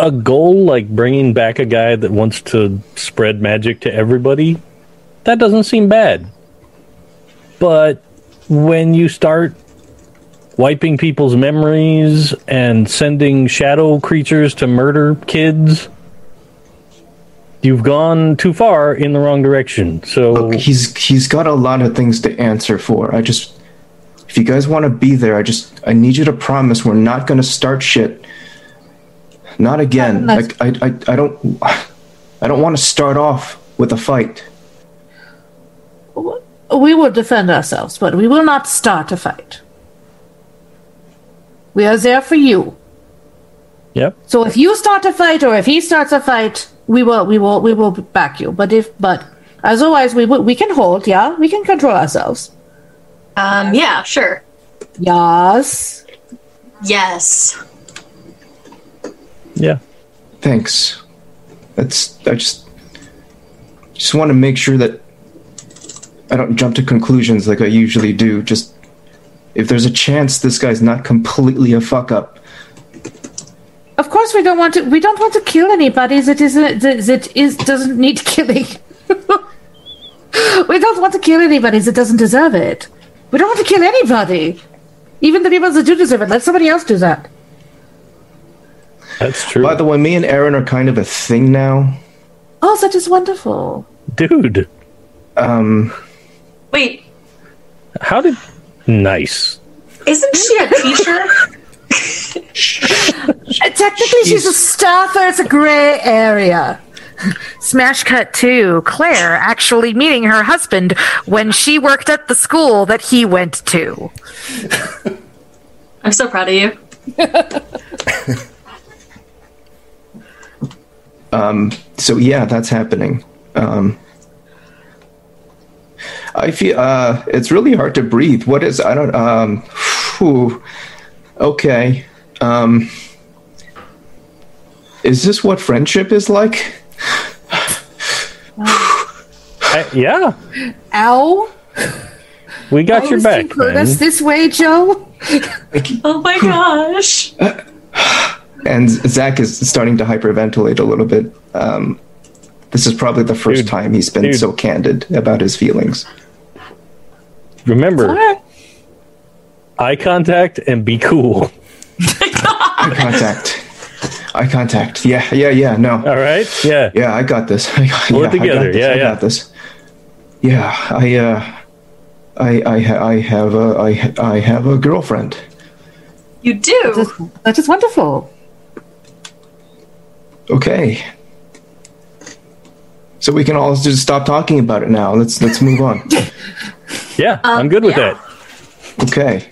Speaker 7: a goal like bringing back a guy that wants to spread magic to everybody, that doesn't seem bad. But when you start wiping people's memories and sending shadow creatures to murder kids, you've gone too far in the wrong direction. So
Speaker 2: Look, he's he's got a lot of things to answer for. I just if you guys want to be there, I just I need you to promise we're not going to start shit. Not again.
Speaker 3: That's-
Speaker 2: Like I, I I don't I don't want to start off with a fight.
Speaker 3: We will defend ourselves, but we will not start a fight. We are there for you.
Speaker 7: yep.
Speaker 3: So if you start a fight or if he starts a fight, we will we will we will back you. But if but as always we will, we can hold, yeah? We can control ourselves.
Speaker 4: Um, yeah, sure.
Speaker 3: Yes.
Speaker 4: Yes.
Speaker 7: Yeah.
Speaker 2: Thanks. That's I just just want to make sure that I don't jump to conclusions like I usually do. Just if there's a chance this guy's not completely a fuck up,
Speaker 3: Of course we don't want to we don't want to kill anybody that isn't that, that is doesn't need killing. we don't want to kill anybody that doesn't deserve it. We don't want to kill anybody. Even the people that do deserve it. Let somebody else do that.
Speaker 7: That's true.
Speaker 2: By the way, me and Aaron are kind of a thing now.
Speaker 3: Oh, that is wonderful.
Speaker 7: Dude,
Speaker 4: Wait,
Speaker 7: how did nice.
Speaker 4: isn't she a teacher?
Speaker 3: Uh, Technically, she's, a staffer. It's a gray area.
Speaker 9: Smash cut to Claire actually meeting her husband when she worked at the school that he went to.
Speaker 4: I'm so proud of you.
Speaker 2: So yeah, that's happening. Um, I feel uh, it's really hard to breathe. What is I don't um, phew. okay. Um, is this what friendship is like?
Speaker 7: I, yeah.
Speaker 3: Ow.
Speaker 7: We got your
Speaker 3: Always
Speaker 7: back.
Speaker 3: include us
Speaker 7: man.
Speaker 3: this way, Joe.
Speaker 4: Oh my gosh.
Speaker 2: And Zach is starting to hyperventilate a little bit. Um, this is probably the first
Speaker 7: Dude.
Speaker 2: time he's been
Speaker 7: Dude.
Speaker 2: so candid about his feelings.
Speaker 7: Remember, eye contact and be cool.
Speaker 2: Eye contact. Eye contact. Yeah, yeah, yeah. No.
Speaker 7: All right. Yeah.
Speaker 2: yeah, I got this. I got,
Speaker 7: Pull it
Speaker 2: yeah, I
Speaker 7: together.
Speaker 2: got this.
Speaker 7: Yeah,
Speaker 2: I
Speaker 7: yeah.
Speaker 2: got this. Yeah, I, uh, I, I, ha- I have a, I, ha- I have a girlfriend.
Speaker 4: You do.
Speaker 3: That is wonderful.
Speaker 2: Okay. So we can all just stop talking about it now. Let's let's move on.
Speaker 7: Yeah. I'm good with
Speaker 4: Um, yeah.
Speaker 7: that.
Speaker 2: Okay.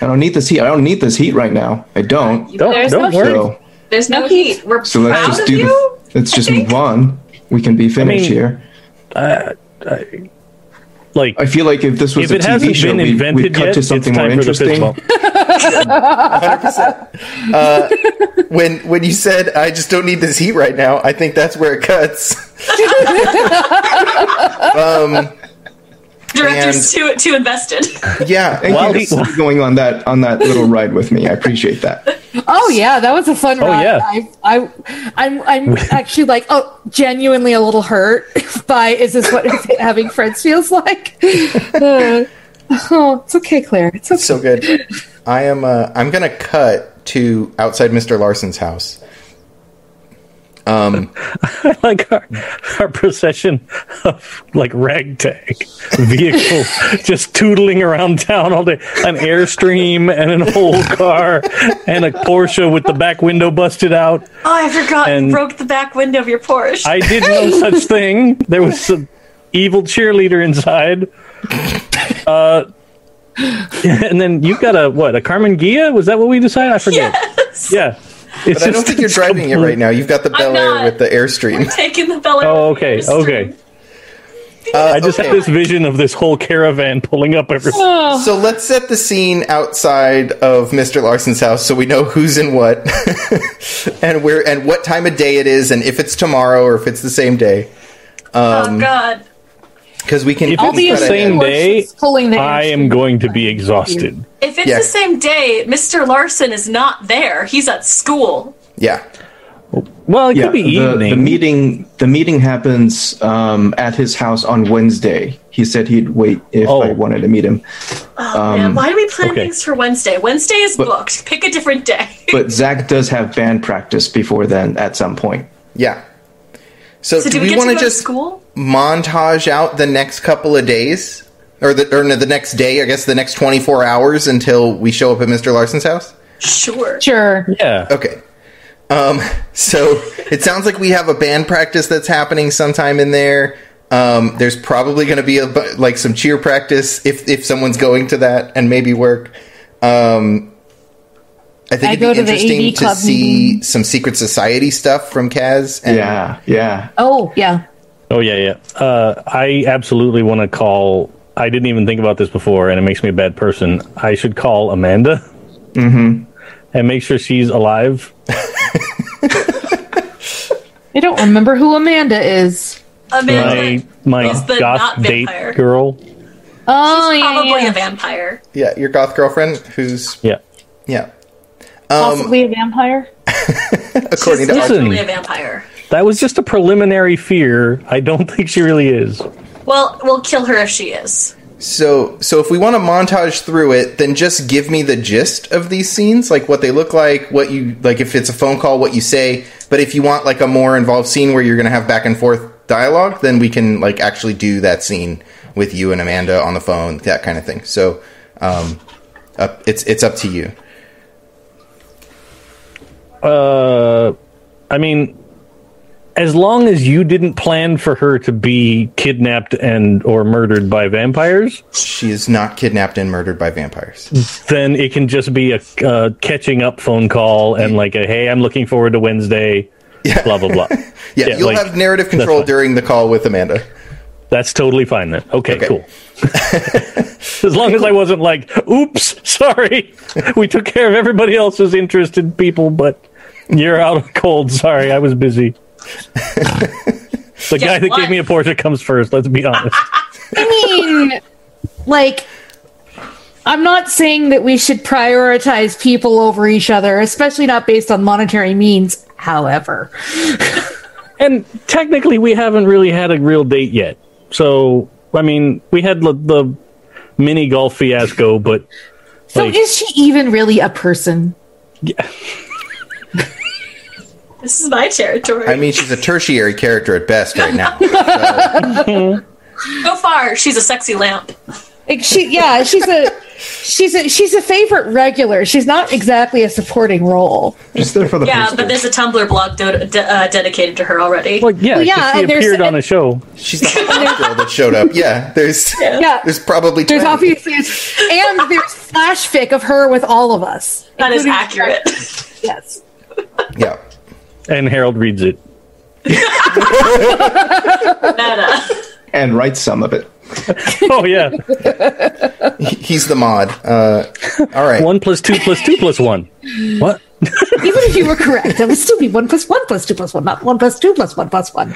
Speaker 2: I don't need this heat. I don't need this heat right now. I don't.
Speaker 7: Don't,
Speaker 4: There's
Speaker 7: don't
Speaker 4: no
Speaker 7: worry.
Speaker 2: So
Speaker 4: There's no heat. We're
Speaker 2: so let's
Speaker 4: proud
Speaker 2: just
Speaker 4: of
Speaker 2: do.
Speaker 4: you.
Speaker 2: The, let's just
Speaker 4: think.
Speaker 2: move on. We can be finished
Speaker 7: mean-
Speaker 2: here.
Speaker 7: Like,
Speaker 2: I feel like if this was
Speaker 7: if
Speaker 2: a
Speaker 7: it
Speaker 2: TV
Speaker 7: hasn't
Speaker 2: show,
Speaker 7: been
Speaker 2: we,
Speaker 7: invented
Speaker 2: would cut
Speaker 7: yet,
Speaker 2: to something
Speaker 7: it's
Speaker 2: more
Speaker 7: time for the fist
Speaker 2: interesting.
Speaker 7: bump.
Speaker 6: When when you said I just don't need this heat right now, I think that's where it cuts.
Speaker 4: Directors too too invested.
Speaker 6: Yeah,
Speaker 2: Thank
Speaker 7: While
Speaker 2: you
Speaker 7: he-
Speaker 2: for going on that on that little ride with me. I appreciate that.
Speaker 3: Oh yeah, that was a fun ride.
Speaker 7: yeah.
Speaker 3: I, I, I'm, I'm actually like, oh, genuinely a little hurt by is this what having friends feels like? Uh, oh, it's okay, Claire. It's okay.
Speaker 6: so good. I am. Uh, I'm gonna cut to outside Mr. Larson's house. Um,
Speaker 7: like our, our procession of like ragtag vehicle just tootling around town all day. An airstream and an old car and a Porsche with the back window busted out.
Speaker 4: Oh, I forgot
Speaker 7: And-
Speaker 4: you broke the back window of your Porsche.
Speaker 7: I did no such thing. There was some evil cheerleader inside. Uh, and then you've got a what? A Carmen Gia? Was that what we decided? I forget. Yeah. It's
Speaker 6: but I don't think you're driving it right now. You've got the Bel Air
Speaker 4: not.
Speaker 6: with the Airstream.
Speaker 4: Taking the Bel Air.
Speaker 7: Oh, okay,
Speaker 4: Stream.
Speaker 7: okay.
Speaker 6: Uh,
Speaker 7: I just
Speaker 6: okay.
Speaker 7: had this vision of this whole caravan pulling up everywhere.
Speaker 3: Oh,
Speaker 6: So let's set the scene outside of Mr. Larson's house so we know who's in what and where and what time of day it is and if it's tomorrow or if it's the same day Um,
Speaker 4: oh God.
Speaker 6: because we can
Speaker 7: If
Speaker 6: we
Speaker 7: it's
Speaker 6: can
Speaker 7: the
Speaker 6: cut it
Speaker 7: same
Speaker 6: in.
Speaker 7: day,
Speaker 3: she's pulling the
Speaker 7: I am going to be exhausted.
Speaker 4: If it's
Speaker 6: Yeah.
Speaker 4: the same day, Mr. Larson is not there. He's at school.
Speaker 6: Yeah.
Speaker 7: Well, it
Speaker 2: Yeah,
Speaker 7: could be
Speaker 2: the,
Speaker 7: evening.
Speaker 2: the meeting the meeting happens um, at his house on Wednesday. He said he'd wait if
Speaker 7: Oh.
Speaker 2: I wanted to meet him.
Speaker 4: Oh,
Speaker 6: Um,
Speaker 4: man. Why do we plan
Speaker 7: okay.
Speaker 4: things for Wednesday? Wednesday is booked. Pick a different day.
Speaker 2: But Zach does have band practice before then at some point.
Speaker 6: Yeah. So,
Speaker 4: so
Speaker 6: do
Speaker 4: do we,
Speaker 6: we,
Speaker 4: get to
Speaker 6: want
Speaker 4: go
Speaker 6: to
Speaker 4: to
Speaker 6: just
Speaker 4: school?
Speaker 6: montage out the next couple of days or the or no, the next day, I guess the next 24 hours until we show up at Mr. Larson's house?
Speaker 4: Sure.
Speaker 3: sure.
Speaker 7: yeah.
Speaker 6: Okay. Um, so it sounds like we have a band practice that's happening sometime in there. Um, there's probably going to be a bu- like some cheer practice if if someone's going to that and maybe work. Um, I think
Speaker 3: I
Speaker 6: it'd
Speaker 3: go
Speaker 6: be
Speaker 3: to the
Speaker 6: interesting
Speaker 3: AV
Speaker 6: to
Speaker 3: club
Speaker 6: see some secret society stuff from Kaz. And
Speaker 2: Yeah, yeah.
Speaker 3: Oh, yeah.
Speaker 7: Oh yeah, yeah. Uh, I absolutely want to call. I didn't even think about this before, and it makes me a bad person. I should call Amanda and make sure she's alive.
Speaker 3: I don't remember who Amanda is.
Speaker 4: Amanda
Speaker 7: My my
Speaker 4: Is the
Speaker 7: goth
Speaker 4: not
Speaker 7: date
Speaker 4: vampire.
Speaker 7: girl.
Speaker 3: Oh, yeah,
Speaker 4: probably
Speaker 3: yeah.
Speaker 4: a vampire.
Speaker 6: yeah, your goth girlfriend, who's
Speaker 7: Yeah.
Speaker 6: yeah,
Speaker 3: possibly a vampire.
Speaker 6: according
Speaker 4: She's
Speaker 6: to
Speaker 4: definitely a vampire.
Speaker 7: That was just a preliminary fear. I don't think she really is.
Speaker 4: Well, we'll kill her if she is.
Speaker 6: So, so if we want to montage through it, then just give me the gist of these scenes, like what they look like, what you like, if it's a phone call, what you say. But if you want like a more involved scene where you're going to have back and forth dialogue, then we can like actually do that scene with you and Amanda on the phone, that kind of thing. So, um, up, it's it's up to you.
Speaker 7: Uh, I mean, as long as you didn't plan for her to be kidnapped and or murdered by vampires,
Speaker 6: She is not kidnapped and murdered by vampires.
Speaker 7: Mm. then it can just be a uh, catching up phone call and like a hey, I'm looking forward to Wednesday. Blah blah blah.
Speaker 6: Yeah,
Speaker 7: Yeah,
Speaker 6: you'll
Speaker 7: like,
Speaker 6: have narrative control
Speaker 7: fine.
Speaker 6: during the call with Amanda.
Speaker 7: That's totally fine then. Okay,
Speaker 6: Okay.
Speaker 7: cool. as long as I wasn't like, oops, sorry, we took care of everybody else's interested people, but you're out of cold. Sorry, I was busy. the guy that
Speaker 4: what?
Speaker 7: gave me a Porsche comes first. Let's be honest.
Speaker 3: I mean, like, I'm not saying that we should prioritize people over each other, especially not based on monetary means. However,
Speaker 7: and technically, we haven't really had a real date yet. So, I mean, we had the, the mini golf fiasco, but
Speaker 3: so
Speaker 7: Like-
Speaker 3: is she even really a person?
Speaker 4: This is my territory.
Speaker 6: I mean, she's a tertiary character at best right now.
Speaker 4: so far, she's a sexy lamp.
Speaker 3: Like she, yeah, she's a, she's a, she's a favorite regular. She's not exactly a supporting role.
Speaker 2: Just there for the
Speaker 4: Yeah,
Speaker 2: first
Speaker 4: but there's a Tumblr blog do- de- uh, dedicated to her already.
Speaker 7: like, yeah,
Speaker 3: Well,
Speaker 7: 'cause
Speaker 3: yeah,
Speaker 7: she
Speaker 3: and there's-
Speaker 7: appeared on a show.
Speaker 6: She's the hot girl that showed up. Yeah, there's
Speaker 3: Yeah,
Speaker 6: there's probably
Speaker 3: there's
Speaker 6: 20.
Speaker 3: obviously, and there's flash fic of her with all of us.
Speaker 4: that is
Speaker 3: including-
Speaker 4: accurate.
Speaker 3: Yes.
Speaker 6: Yeah.
Speaker 7: And Harold reads it.
Speaker 4: Meta.
Speaker 2: and write some of it.
Speaker 7: Oh, yeah.
Speaker 6: He's the mod. Uh, all right.
Speaker 7: One plus two plus two plus one. What?
Speaker 3: Even if you were correct, it would still be one plus one plus two plus one, not one plus two plus one plus one.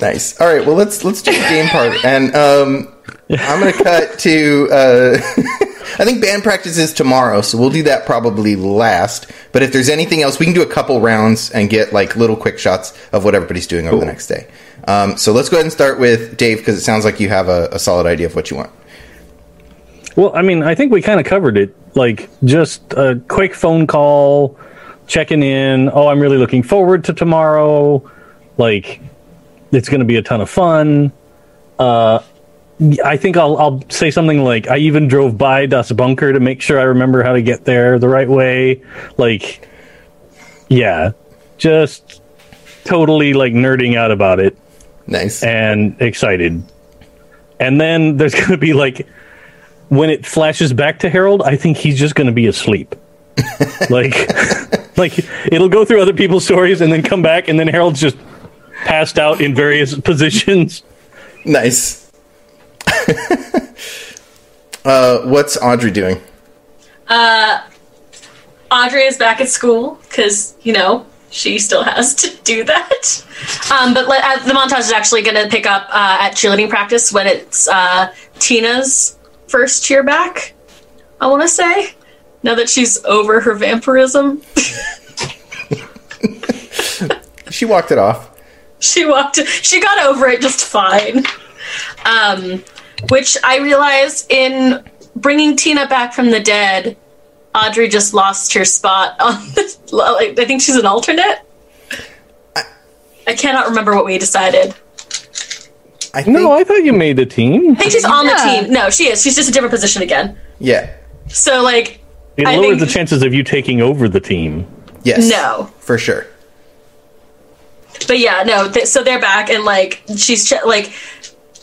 Speaker 6: Nice. All right. Well, let's let's do the game part, and um, I'm gonna cut to. Uh, I think band practice is tomorrow, so we'll do that probably last. But if there's anything else, we can do a couple rounds and get like little quick shots of what everybody's doing over the next day. Um, so let's go ahead and start with Dave because it sounds like you have a, a solid idea of what you want.
Speaker 7: Well, I mean, I think we kind of covered it. Like, just a quick phone call, checking in. Oh, I'm really looking forward to tomorrow. Like, it's going to be a ton of fun. Uh, I think I'll, I'll say something like, I even drove by Das Bunker to make sure I remember how to get there the right way. Like, yeah, just totally like nerding out about it.
Speaker 6: Nice.
Speaker 7: and excited. And then there's going to be like when it flashes back to Harold, I think he's just going to be asleep. like like it'll go through other people's stories and then come back and then Harold's just passed out in various positions
Speaker 6: Nice. uh, what's Audrey doing?
Speaker 4: Audrey is back at school because you know she still has to do that. Um, but let, uh, the montage is actually going to pick up uh, at cheerleading practice when it's uh, Tina's first cheer back. I want to say now that she's over her vampirism,
Speaker 6: She walked it off.
Speaker 4: she walked. She got over it just fine. Um, which I realized in bringing Tina back from the dead, Audrey just lost her spot on. The, like, I think she's an alternate. I cannot remember what we decided.
Speaker 6: I think,
Speaker 7: No, I thought you made the team.
Speaker 4: I think she's on
Speaker 3: Yeah.
Speaker 4: the team. No, she is. She's just a different position again.
Speaker 6: yeah.
Speaker 4: So like,
Speaker 7: It
Speaker 4: I
Speaker 7: lowers
Speaker 4: think-
Speaker 7: the chances of you taking over the team.
Speaker 6: Yes.
Speaker 4: No.
Speaker 6: For sure.
Speaker 4: but yeah, no. Th- so they're back, and like, she's ch- like,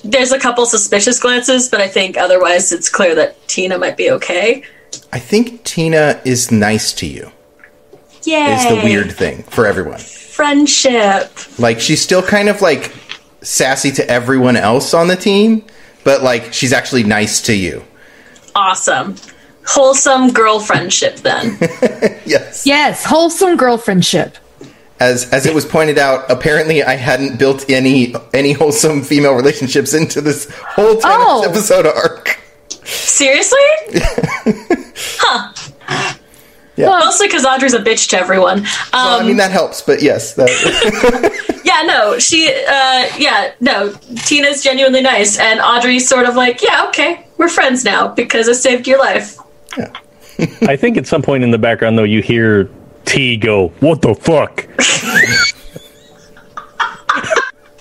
Speaker 4: there's a couple suspicious glances, but I think otherwise it's clear that Tina might be okay.
Speaker 6: I think Tina is nice to you.
Speaker 4: Yeah,
Speaker 6: Is the weird thing for everyone.
Speaker 4: friendship.
Speaker 6: Like she's still kind of like sassy to everyone else on the team, but like she's actually nice to you.
Speaker 4: Awesome, wholesome girl friendship. Then
Speaker 6: Yes.
Speaker 3: Yes, wholesome girlfriendship.
Speaker 6: As as it was pointed out, apparently I hadn't built any any wholesome female relationships into this whole 10
Speaker 3: Oh.
Speaker 6: episode arc.
Speaker 4: seriously,
Speaker 6: Yeah.
Speaker 4: mostly because Audrey's a bitch to everyone. Um,
Speaker 6: Well, I mean that helps, but yes, that,
Speaker 4: yeah, no, she, uh, yeah, no, Tina's genuinely nice, and Audrey's sort of like, yeah, okay, we're friends now because I saved your life.
Speaker 7: I think at some point in the background, though, you hear T go, "What the fuck?"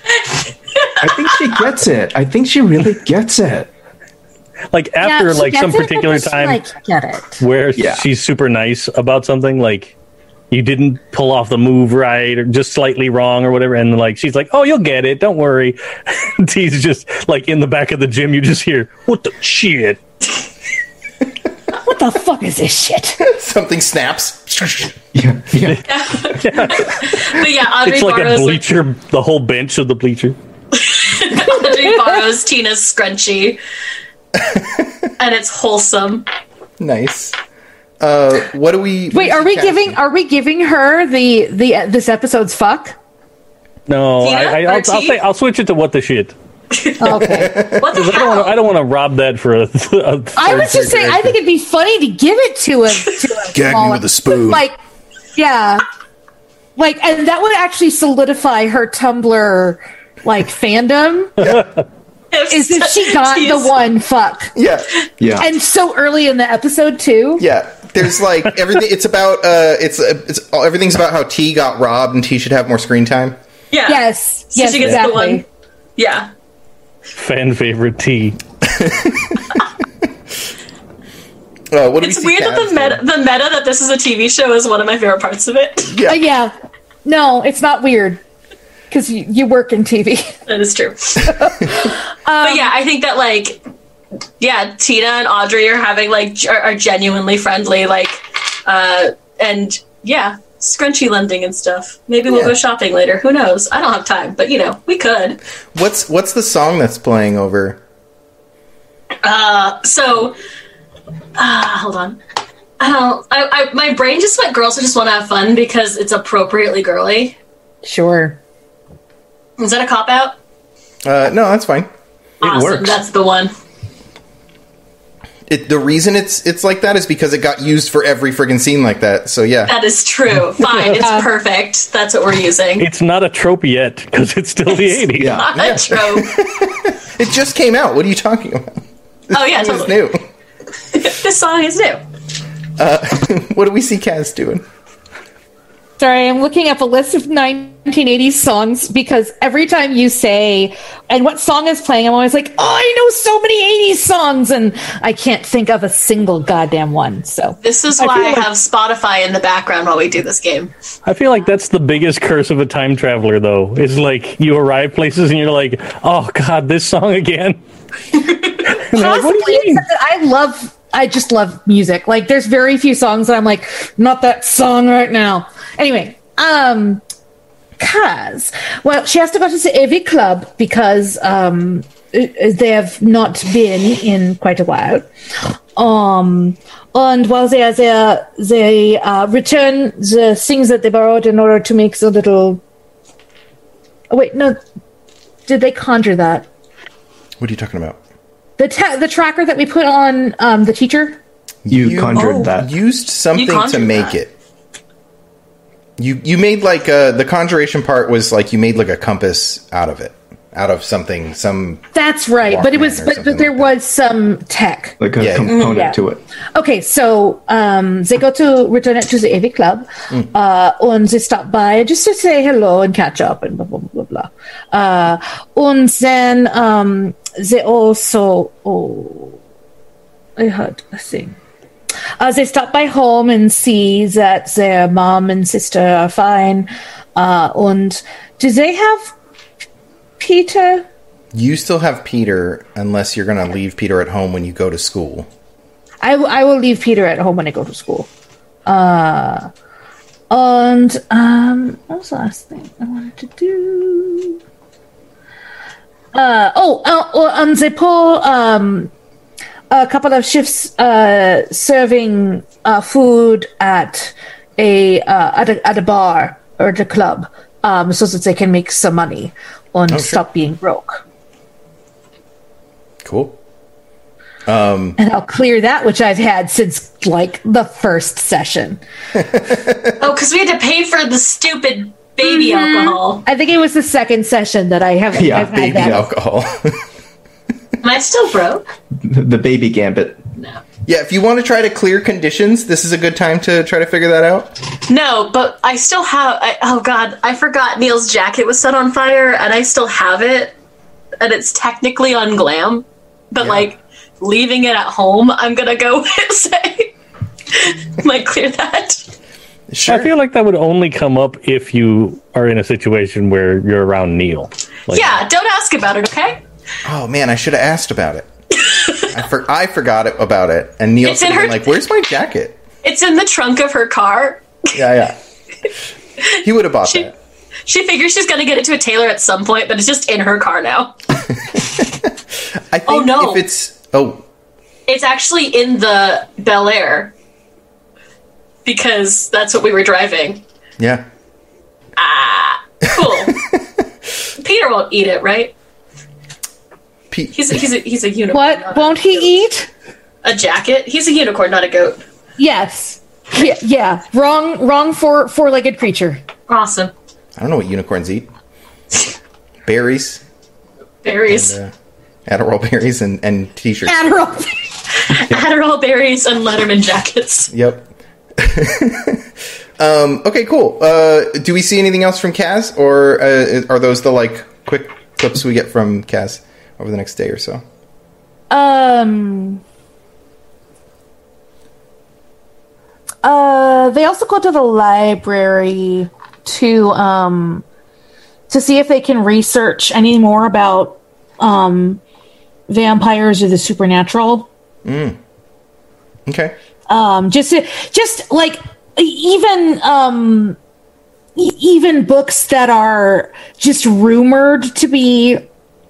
Speaker 2: I think she gets it. I think she really gets it.
Speaker 7: Like after like some particular time
Speaker 9: like, get it.
Speaker 7: where
Speaker 2: Yeah.
Speaker 7: she's super nice about something, like you didn't pull off the move right or just slightly wrong or whatever, and like she's like, "Oh, you'll get it. Don't worry." T's just like in the back of the gym. You just hear, "What the shit."
Speaker 3: What the fuck is this shit?
Speaker 6: something snaps.
Speaker 2: Yeah, yeah.
Speaker 4: But yeah, Audrey
Speaker 7: It's like a
Speaker 4: borrows,
Speaker 7: bleacher, the whole bench of the bleacher.
Speaker 4: Audrey borrows Tina's scrunchie, and it's wholesome.
Speaker 6: Nice. Uh, what do we?
Speaker 3: Wait, are we giving are we giving her the the uh, this episode's fuck?
Speaker 7: No,
Speaker 4: Tina
Speaker 7: I, I,
Speaker 4: or
Speaker 7: I'll, I'll
Speaker 4: T?
Speaker 7: say I'll switch it to what the shit.
Speaker 3: Okay.
Speaker 4: What the
Speaker 7: I don't
Speaker 4: hell?
Speaker 7: want I don't want to rob that for a. a
Speaker 3: I was just saying I think it'd be funny to give it to a to a
Speaker 6: Gag me
Speaker 3: small-
Speaker 6: with a spoon.
Speaker 3: Like yeah. Like and that would actually solidify her Tumblr like fandom is if she got the
Speaker 4: Tina's-
Speaker 3: one fuck.
Speaker 6: Yeah,
Speaker 2: yeah.
Speaker 3: And so early in the episode too.
Speaker 6: yeah. There's like everything. It's about uh, it's it's all, everything's about how T got robbed and T should have more screen time.
Speaker 4: Yeah.
Speaker 3: Yes.
Speaker 4: So
Speaker 3: yes,
Speaker 4: she gets
Speaker 3: exactly.
Speaker 4: the one. Yeah.
Speaker 7: fan favorite T.
Speaker 6: Uh, what do we
Speaker 4: It's
Speaker 6: see
Speaker 4: weird that
Speaker 6: Kaz
Speaker 4: the meta, the meta that this is a TV show is one of my favorite parts of it.
Speaker 6: doing?
Speaker 3: Uh,
Speaker 6: Yeah.
Speaker 3: yeah. No, it's not weird. Because you, you work in TV.
Speaker 4: That is true.
Speaker 6: Um,
Speaker 4: but yeah, I think that like, yeah, Tina and Audrey are having like g- are, are genuinely friendly, like, uh, and yeah, scrunchy lending and stuff. Maybe we'll
Speaker 6: Yeah.
Speaker 4: go shopping later. Who knows? I don't have time, but you know, we could.
Speaker 6: What's what's the song that's playing over?
Speaker 4: So, uh, hold on. I don't. I, I my brain just went girls who just want to have fun because it's appropriately girly.
Speaker 3: Sure.
Speaker 4: Is that a cop out?
Speaker 6: Uh, no, that's fine.
Speaker 4: awesome.
Speaker 7: works.
Speaker 4: That's the one.
Speaker 6: It, the reason it's it's like that is because it got used for every friggin' scene like that. So yeah,
Speaker 4: That is true. Fine. It's perfect. That's what we're using.
Speaker 7: It's not a trope yet because it's still the '80s.
Speaker 2: yeah.
Speaker 4: Not a trope.
Speaker 6: it just came out. What are you talking about?
Speaker 4: Oh yeah,
Speaker 6: It's
Speaker 4: totally.
Speaker 6: new.
Speaker 4: This song is new.
Speaker 6: What do we see Kaz doing?
Speaker 3: Sorry, I'm looking up a list of 1980s songs because every time you say, and what song is playing, I'm always like, oh, I know so many 80s songs, and I can't think of a single goddamn one. So,
Speaker 4: This is
Speaker 7: I
Speaker 4: why
Speaker 7: feel
Speaker 4: I,
Speaker 7: like-
Speaker 4: have Spotify in the background while we do this game.
Speaker 7: I feel like that's the biggest curse of a time traveler, though. Is like you arrive places and you're like, "Oh God, this song again." And they're
Speaker 3: possibly,
Speaker 7: like, what do you mean?
Speaker 3: except that I love, I just love music. Like, there's very few songs that I'm like, not that song right now. Anyway, um, because well she has to go to every club because um they have not been in quite a while um and while they are there they uh, return the things that they borrowed in order to make the little oh wait no did they conjure that
Speaker 6: What are you talking about?
Speaker 3: the ta- the tracker that we put on um the teacher
Speaker 2: You, conjured that.
Speaker 6: Used something to
Speaker 4: conjured
Speaker 6: make
Speaker 4: that.
Speaker 6: it. You you made like uh the conjuration part was like you made like a compass out of it, out of something. Some
Speaker 3: That's right, but it
Speaker 6: Walkman
Speaker 3: was
Speaker 6: or
Speaker 3: but,
Speaker 6: something
Speaker 3: but there
Speaker 6: like
Speaker 3: was some tech.
Speaker 2: like a
Speaker 6: Yeah.
Speaker 2: component
Speaker 3: Yeah.
Speaker 2: to it.
Speaker 3: Okay, so um, they go to return it to the AV club, uh, and they stop by just to say hello and catch up and blah blah blah blah. blah. Uh, and then um, they also oh, I heard a thing. Uh, they stop by home and see that their mom and sister are fine. Uh, and do they have Peter?
Speaker 6: you still have Peter unless you're gonna leave Peter at home when you go to school.
Speaker 3: I, w- I will leave Peter at home when I go to school. Uh, and um, what was the last thing I wanted to do? Uh, oh, uh, oh, and they pull um, a couple of shifts uh, serving uh, food at a, uh, at a at a bar or at a club, um, so that they can make some money and stop being broke.
Speaker 6: Cool.
Speaker 3: And I'll clear that which I've had since like the first session.
Speaker 4: Oh, because we had to pay for the stupid baby
Speaker 7: Mm-hmm.
Speaker 4: alcohol.
Speaker 3: I think it was the second session that I have.
Speaker 2: Yeah,
Speaker 3: I've had
Speaker 6: Baby
Speaker 3: that.
Speaker 6: alcohol.
Speaker 4: Am I still broke?
Speaker 2: The, the baby gambit.
Speaker 6: yeah, if you want to try to clear conditions, this is a good time to try to figure that out.
Speaker 4: No, but I still have. I, oh God, I forgot Neil's jacket was set on fire, and I still have it, and it's technically on glam, but like leaving it at home, I'm gonna go with say, like clear that.
Speaker 6: Sure.
Speaker 7: I feel like that would only come up if you are in a situation where you're around Neil. Like,
Speaker 4: Yeah, don't ask about it, okay?
Speaker 6: Oh man, I should have asked about it. I, for- I forgot it- about it, and Neil
Speaker 4: It's in
Speaker 6: said,
Speaker 4: her-
Speaker 6: "Like, where's my jacket?"
Speaker 4: It's in the trunk of her car.
Speaker 6: Yeah, yeah. He would have bought
Speaker 4: She,
Speaker 6: that.
Speaker 4: she figures she's gonna get it to a tailor at some point, but it's just in her car now.
Speaker 6: I think
Speaker 4: oh, no.
Speaker 6: if it's oh
Speaker 4: It's actually in the Bel Air because that's what we were driving.
Speaker 6: yeah,
Speaker 4: Cool. Peter won't eat it, right?
Speaker 6: Pe-
Speaker 4: He's a, he's a, he's a unicorn.
Speaker 3: What
Speaker 4: not a-
Speaker 3: won't he eat?
Speaker 4: A jacket. He's a unicorn, not a goat.
Speaker 3: Yes. Yeah, yeah. Wrong. Wrong. Four. Four-legged creature.
Speaker 4: Awesome.
Speaker 6: I don't know what unicorns eat. Berries,
Speaker 4: Berries.
Speaker 6: Adderall berries, and and t-shirts.
Speaker 3: Adderall.
Speaker 4: Adderall berries and Letterman jackets.
Speaker 6: Yep. um. Okay. Cool. Uh. Do we see anything else from Kaz, or uh, are those the like quick clips we get from Kaz over the next day or so?
Speaker 3: Um. Uh, they also go to the library to um to see if they can research any more about um vampires or the supernatural.
Speaker 6: Okay.
Speaker 3: um just just like even um e- even books that are just rumored to be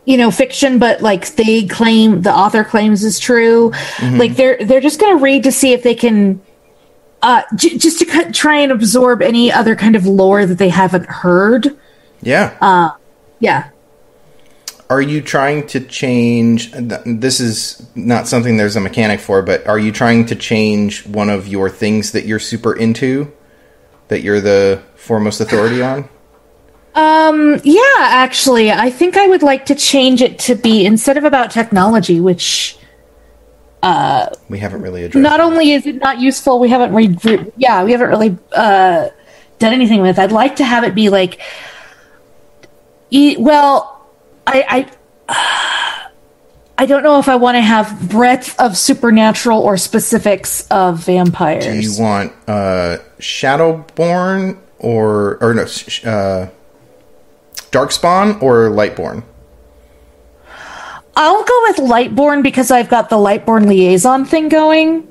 Speaker 3: you know fiction but like they claim the author claims is true like they're they're just going to read to see if they can uh j- just to cut, try and absorb any other kind of lore that they haven't heard
Speaker 6: Yeah.
Speaker 3: yeah
Speaker 6: Are you trying to change? th- This is not something there's a mechanic for, but are you trying to change one of your things that you're super into, that you're the foremost authority on?
Speaker 3: Um, yeah, actually, I think I would like to change it to be instead of about technology, which
Speaker 6: We haven't really addressed.
Speaker 3: not only is it not useful, we haven't read. Re- yeah, we haven't really uh, done anything with. I'd like to have it be like, e- well, I, I, I don't know if I want to have breadth of supernatural or specifics of vampires.
Speaker 6: Do you want uh, Shadowborn or or no, sh- sh- uh, Darkspawn or Lightborn?
Speaker 3: I'll go with Lightborn because I've got the Lightborn liaison thing going.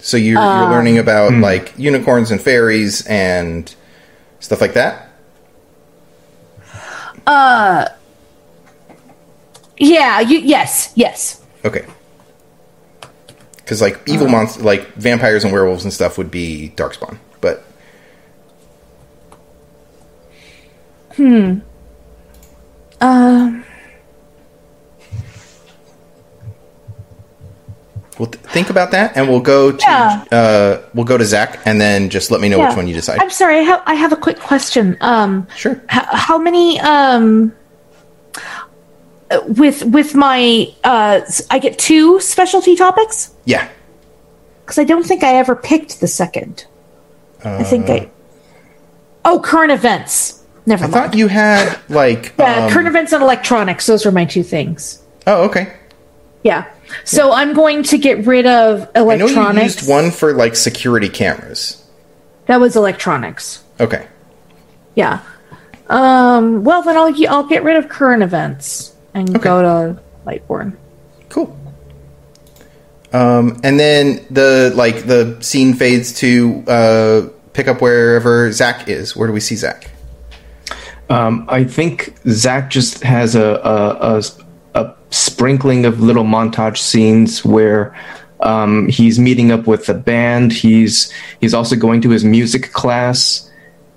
Speaker 6: So you're, you're learning about like unicorns and fairies and stuff like that.
Speaker 3: Yeah, you yes, yes.
Speaker 6: Okay. Because like evil
Speaker 3: Uh.
Speaker 6: monster, like vampires and werewolves and stuff would be darkspawn, but
Speaker 3: Hmm.
Speaker 6: hmm. Um. We'll th- think about that, and we'll go to
Speaker 3: Yeah.
Speaker 6: uh, we'll go to Zach, and then just let me know
Speaker 3: Yeah.
Speaker 6: which one you decide.
Speaker 3: I'm sorry, I have I have a quick question. Um
Speaker 6: sure.
Speaker 3: h- how many um uh, with with my uh s- I get two specialty topics
Speaker 6: Yeah.
Speaker 3: cuz I don't think I ever picked the second. I think I Oh, current events. Never
Speaker 6: I
Speaker 3: mind.
Speaker 6: thought you had like.
Speaker 3: Yeah,
Speaker 6: um,
Speaker 3: current events and electronics, those were my two things.
Speaker 6: oh, okay.
Speaker 3: Yeah. So I'm going to get rid of
Speaker 6: I know
Speaker 3: electronics.
Speaker 6: you used one for like security cameras.
Speaker 3: That was electronics.
Speaker 6: Okay.
Speaker 3: Yeah. Um, well, then I'll I'll get rid of current events and go to Lightborn.
Speaker 6: Cool. Um, and then the like the scene fades to uh, pick up wherever Zach is. Where do we see Zach?
Speaker 2: Um, I think Zach just has a a, a a sprinkling of little montage scenes where um, he's meeting up with the band. He's he's also going to his music class,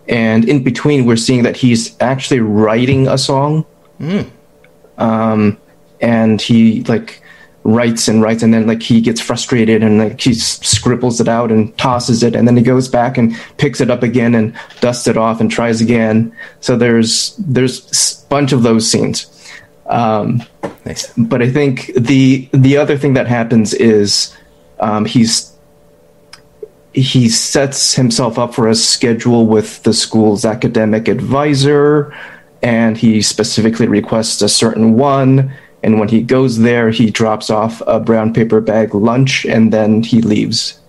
Speaker 2: and in between, we're seeing that he's actually writing a song. Mm. Um, and he like writes and writes, and then like he gets frustrated and like he s- scribbles it out and tosses it, and then he goes back and picks it up again and dusts it off and tries again. So there's there's a bunch of those scenes. Um,
Speaker 6: Nice.
Speaker 2: but I think the the other thing that happens is um, he's he sets himself up for a schedule with the school's academic advisor, and he specifically requests a certain one. And when he goes there, he drops off a brown paper bag lunch, and then he leaves.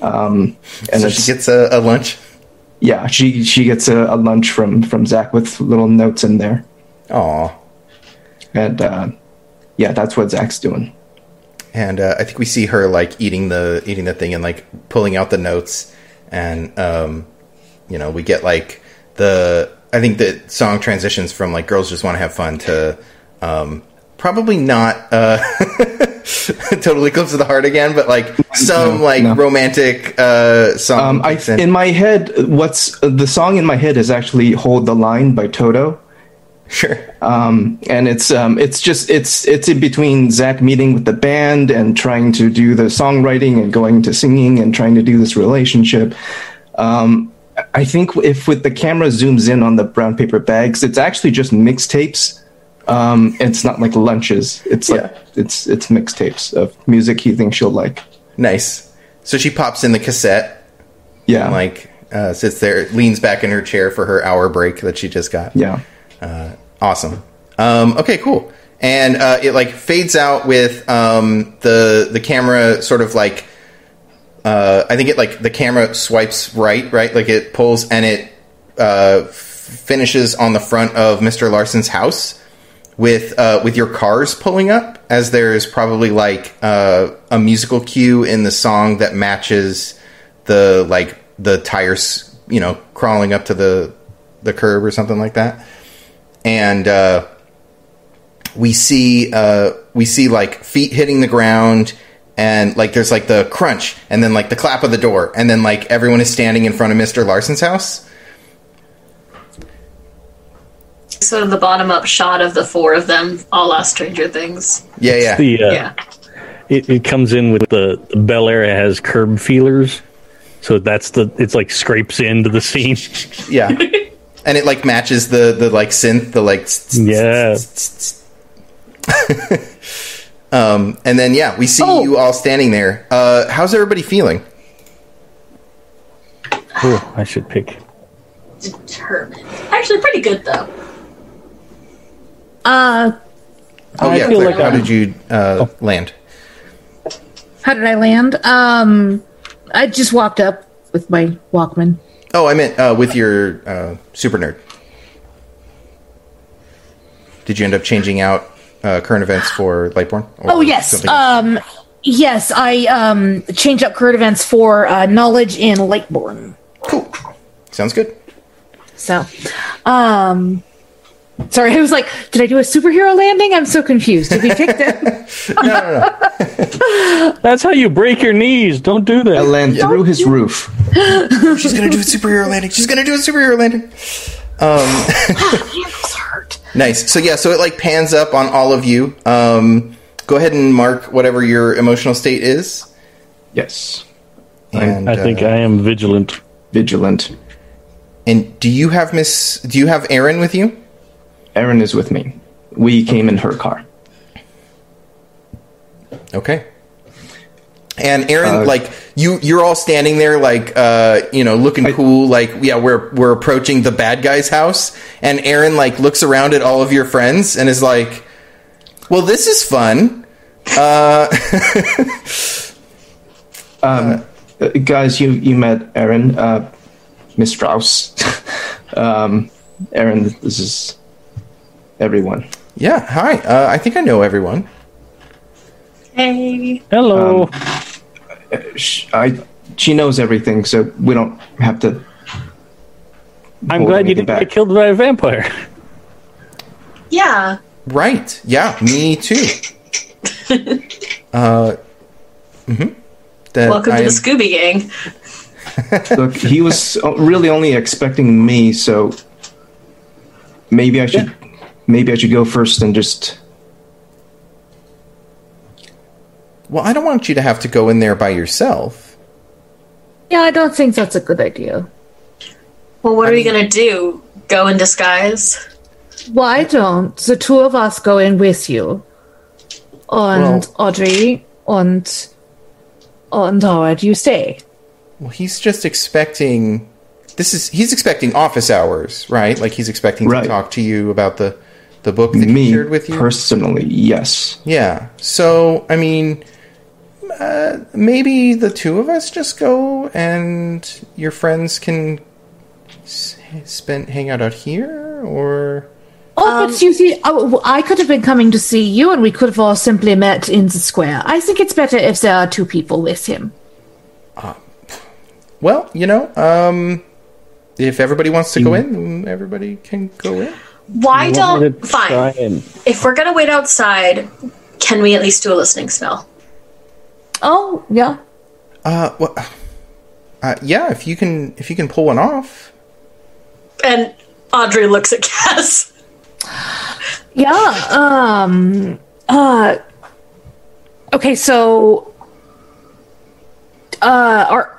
Speaker 2: Um, and
Speaker 6: so
Speaker 2: it's-
Speaker 6: she gets a, a lunch.
Speaker 2: yeah, she she gets a, a lunch from from Zach with little notes in there,
Speaker 6: Aw.
Speaker 2: and uh, yeah, that's what Zach's doing.
Speaker 6: And uh, I think we see her like eating the eating the thing and like pulling out the notes, and um, you know we get like the I think the song transitions from like girls just want to have fun to um, probably not uh, totally eclipse of the heart again, but like some like
Speaker 2: no.
Speaker 6: romantic uh, song.
Speaker 2: Um, I
Speaker 6: kicks in.
Speaker 2: in my head, what's the song in my head is actually "Hold the Line" by Toto,
Speaker 6: sure.
Speaker 2: and it's um, it's just it's it's in between Zach meeting with the band and trying to do the songwriting and going to singing and trying to do this relationship. Um, I think if with the camera zooms in on the brown paper bags, it's actually just mixtapes. Um, it's not like lunches. It's like it's it's mixtapes of music he thinks she'll like.
Speaker 6: Nice. So she pops in the cassette
Speaker 2: Yeah,
Speaker 6: and like uh, sits there, leans back in her chair for her hour break that she just got.
Speaker 2: yeah.
Speaker 6: Awesome. Um, okay, cool. And uh, it like fades out with um, the the camera sort of like uh, I think it like the camera swipes right, right? Like it pulls and it uh, f- finishes on the front of Mr. Larson's house with uh, with your cars pulling up as there's probably like uh, a musical cue in the song that matches the like the tires, you know, crawling up to the the curb or something like that and uh, we see uh, we see like feet hitting the ground and like there's like the crunch and then like the clap of the door and then like everyone is standing in front of mr larson's house
Speaker 4: Sort of the bottom up shot of the four of them, all la Stranger Things.
Speaker 6: yeah yeah
Speaker 7: The, uh,
Speaker 4: Yeah.
Speaker 7: it, it comes in with the, the Bel Air has curb feelers, so that's the it's like scrapes into the scene.
Speaker 6: yeah and it like matches the the like synth the like tss, tss,
Speaker 7: Yeah.
Speaker 6: tss, tss.
Speaker 7: Mm.
Speaker 6: um and then yeah we see
Speaker 7: Oh!
Speaker 6: you all standing there uh how's everybody feeling
Speaker 7: Ooh, I should pick.
Speaker 4: Determined. Actually, pretty good though.
Speaker 6: oh
Speaker 7: I
Speaker 6: yeah
Speaker 7: feel
Speaker 6: Claire,
Speaker 7: like
Speaker 6: how
Speaker 7: I'm- Oh.
Speaker 6: did you uh land
Speaker 9: How did I land? Um, I just walked up with my Walkman.
Speaker 6: Oh, I meant uh, with your uh, super nerd. Did you end up changing out uh, current events for Lightborn? Or
Speaker 3: Oh yes,
Speaker 6: something?
Speaker 3: um, yes, I um change up current events for uh, knowledge in Lightborn.
Speaker 6: cool. Sounds good.
Speaker 3: So, um, Sorry, I was like, did I do a superhero landing? I'm so confused. Did we pick that?
Speaker 7: That's how you break your knees. Don't do that.
Speaker 2: I land through his roof.
Speaker 6: She's gonna do a superhero landing. She's gonna do a superhero landing. Um, Nice. So yeah, so it like pans up on all of you. Um, go ahead and mark whatever your emotional state is.
Speaker 2: Yes.
Speaker 6: And,
Speaker 7: I think
Speaker 6: uh,
Speaker 7: I am vigilant.
Speaker 2: Vigilant.
Speaker 6: and do you have Miss? Do you have Aaron with you?
Speaker 2: Erin is with me. We came in her car.
Speaker 6: Okay. And Aaron,
Speaker 2: Uh,
Speaker 6: like you, you're all standing there, like uh, you know, looking cool. Like, yeah, we're we're approaching the bad guy's house, and Aaron like looks around at all of your friends and is like, "Well, this is fun."
Speaker 2: Uh, guys, you you met Erin, uh, Miss Strauss. um, Erin, this is everyone.
Speaker 6: Yeah. Hi. Uh, I think I know everyone.
Speaker 4: Hey.
Speaker 7: Hello.
Speaker 4: Um,
Speaker 2: She, I she knows everything, so we don't have to. hold
Speaker 7: I'm glad you
Speaker 2: anything
Speaker 7: didn't get
Speaker 2: back.
Speaker 7: killed by a vampire.
Speaker 4: Yeah.
Speaker 6: Right. Yeah. Me too. uh. Mm-hmm. mm-hmm. That
Speaker 4: Welcome to
Speaker 6: I'm-
Speaker 4: the Scooby Gang.
Speaker 2: Look, he was o- really only expecting me, so maybe I should maybe I should go first and just.
Speaker 6: Well, I don't want you to have to go in there by yourself.
Speaker 3: yeah, I don't think that's a good idea.
Speaker 4: Well, what are we gonna do? Go in disguise?
Speaker 3: Why don't the two of us go in with you? And Audrey and and Howard, you stay.
Speaker 6: Well, he's just expecting. This is he's expecting office hours, right? Like he's expecting
Speaker 2: Right.
Speaker 6: to talk to you about the the book that he
Speaker 2: me
Speaker 6: shared with you.
Speaker 2: personally yes
Speaker 6: yeah. So I mean, uh, maybe the two of us just go, and your friends can s- spend hang out out here, or
Speaker 3: Oh, but you see, oh, I could have been coming to see you, and we could have all simply met in the square. I think it's better if there are two people with him.
Speaker 6: well, you know, um, if everybody wants to go
Speaker 2: Mm.
Speaker 6: in, then everybody can go in.
Speaker 4: Why
Speaker 7: Want me
Speaker 4: don't?
Speaker 7: to
Speaker 4: Fine.
Speaker 7: try and-
Speaker 4: If we're gonna wait outside, can we at least do a listening spell?
Speaker 3: Oh, yeah.
Speaker 6: Uh, well, uh, yeah. If you can, if you can pull one off.
Speaker 4: And Audrey looks at Cass.
Speaker 3: Yeah. Um. Uh. Okay. So. Uh. Are,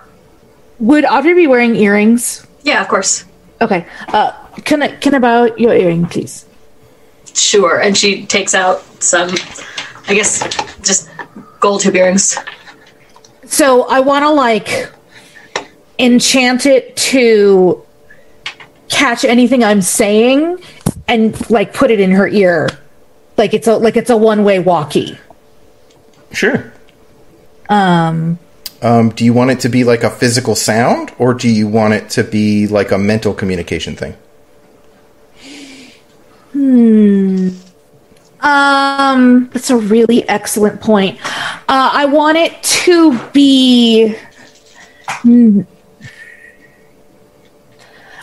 Speaker 3: would Audrey be wearing earrings?
Speaker 4: Yeah, of course.
Speaker 3: Okay. Uh. Can I can I borrow your earring, please?
Speaker 4: Sure. And she takes out some, I guess, just gold hoop earrings.
Speaker 3: So I want to like enchant it to catch anything I'm saying and like put it in her ear, like it's a like it's a one way walkie.
Speaker 6: Sure. Um. Um. Do you want it to be like a physical sound, or do you want it to be like a mental communication thing?
Speaker 3: Um, that's a really excellent point. Uh, I want it to be. Hmm.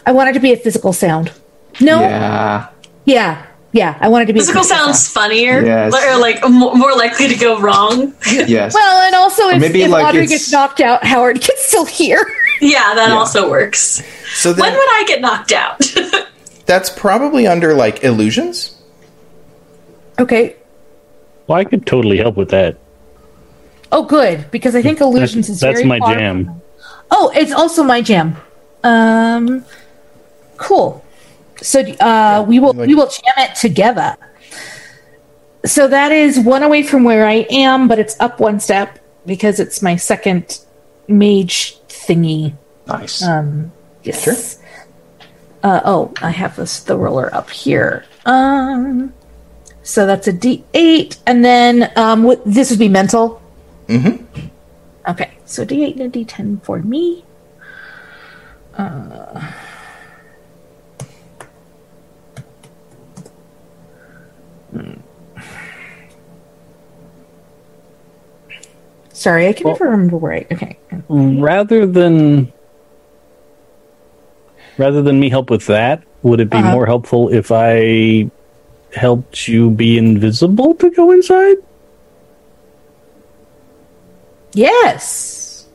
Speaker 3: I want it to be a physical sound. No, yeah,
Speaker 2: yeah
Speaker 3: yeah, I want it to be a
Speaker 4: Physical sounds funnier,
Speaker 2: Yes.
Speaker 4: or like mo- more likely to go wrong.
Speaker 2: yes
Speaker 3: Well, and also if,
Speaker 2: maybe,
Speaker 3: if
Speaker 2: like,
Speaker 3: Audrey
Speaker 2: it's-
Speaker 3: gets knocked out, Howard can still hear.
Speaker 4: yeah, that also works.
Speaker 6: So
Speaker 4: When
Speaker 6: then,
Speaker 4: would I get knocked out?
Speaker 6: that's probably under like illusions.
Speaker 3: Okay.
Speaker 7: Well, I could totally help with that.
Speaker 3: Oh, good, because I think illusions is
Speaker 7: That's
Speaker 3: very
Speaker 7: my
Speaker 3: far-
Speaker 7: jam.
Speaker 3: Oh, it's also my jam. Um, cool. So uh, we will we will jam it together. So that is one away from where I am, but it's up one step because it's my second mage thingy.
Speaker 2: nice
Speaker 3: Yes. Uh, oh, I have this the roller up here. Um, so that's a D eight, and then um, what, this would be mental. Mm-hmm. Okay, so D eight and a D ten for me. Uh, hmm. Uh, sorry, I can never remember where I. Okay,
Speaker 7: Rather than rather than me help with that, Would it be
Speaker 3: Uh-huh.
Speaker 7: more helpful if I helped you be invisible to go inside?
Speaker 3: Yes.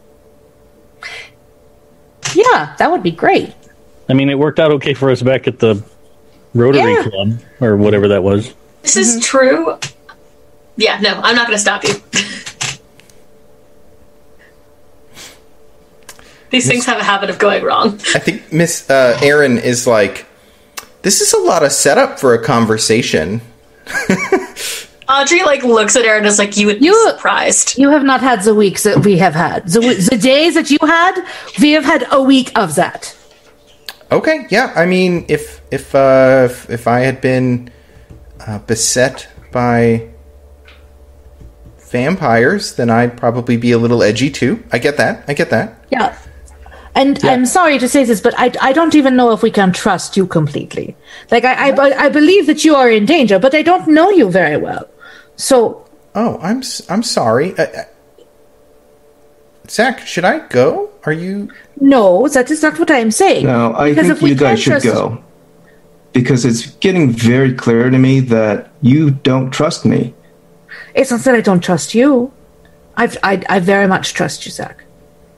Speaker 3: Yeah, that would be great.
Speaker 7: I mean, it worked out okay for us back at the Rotary
Speaker 3: Yeah.
Speaker 7: Club or whatever that was.
Speaker 4: This is true. Yeah, no, I'm not going to stop you. These things have a habit of going wrong.
Speaker 6: I think Miss uh, Aaron is like, this is a lot of setup for a conversation.
Speaker 4: Audrey like looks at her and is like, "You would be
Speaker 3: You-
Speaker 4: surprised."
Speaker 3: You have not had the weeks that we have had. The, w- the days that you had, we have had a week of that.
Speaker 6: Okay, yeah. I mean, if if uh, if, if I had been uh, beset by vampires, then I'd probably be a little edgy too. I get that. I get that.
Speaker 3: Yeah. And I'm sorry to say this, but I, I don't even know if we can trust you completely. Like, I, I, I believe that you are in danger, but I don't know you very well. So,
Speaker 6: Oh, I'm s- I'm sorry. Uh, uh, Zach, should I go? Are you?
Speaker 3: no, that is not what I am saying.
Speaker 2: No, I
Speaker 3: Because
Speaker 2: think
Speaker 3: if we
Speaker 2: you
Speaker 3: can
Speaker 2: guys should
Speaker 3: trust-
Speaker 2: go. Because it's getting very clear to me that you don't trust me.
Speaker 3: It's not that I don't trust you. I've, I, I very much trust you, Zach.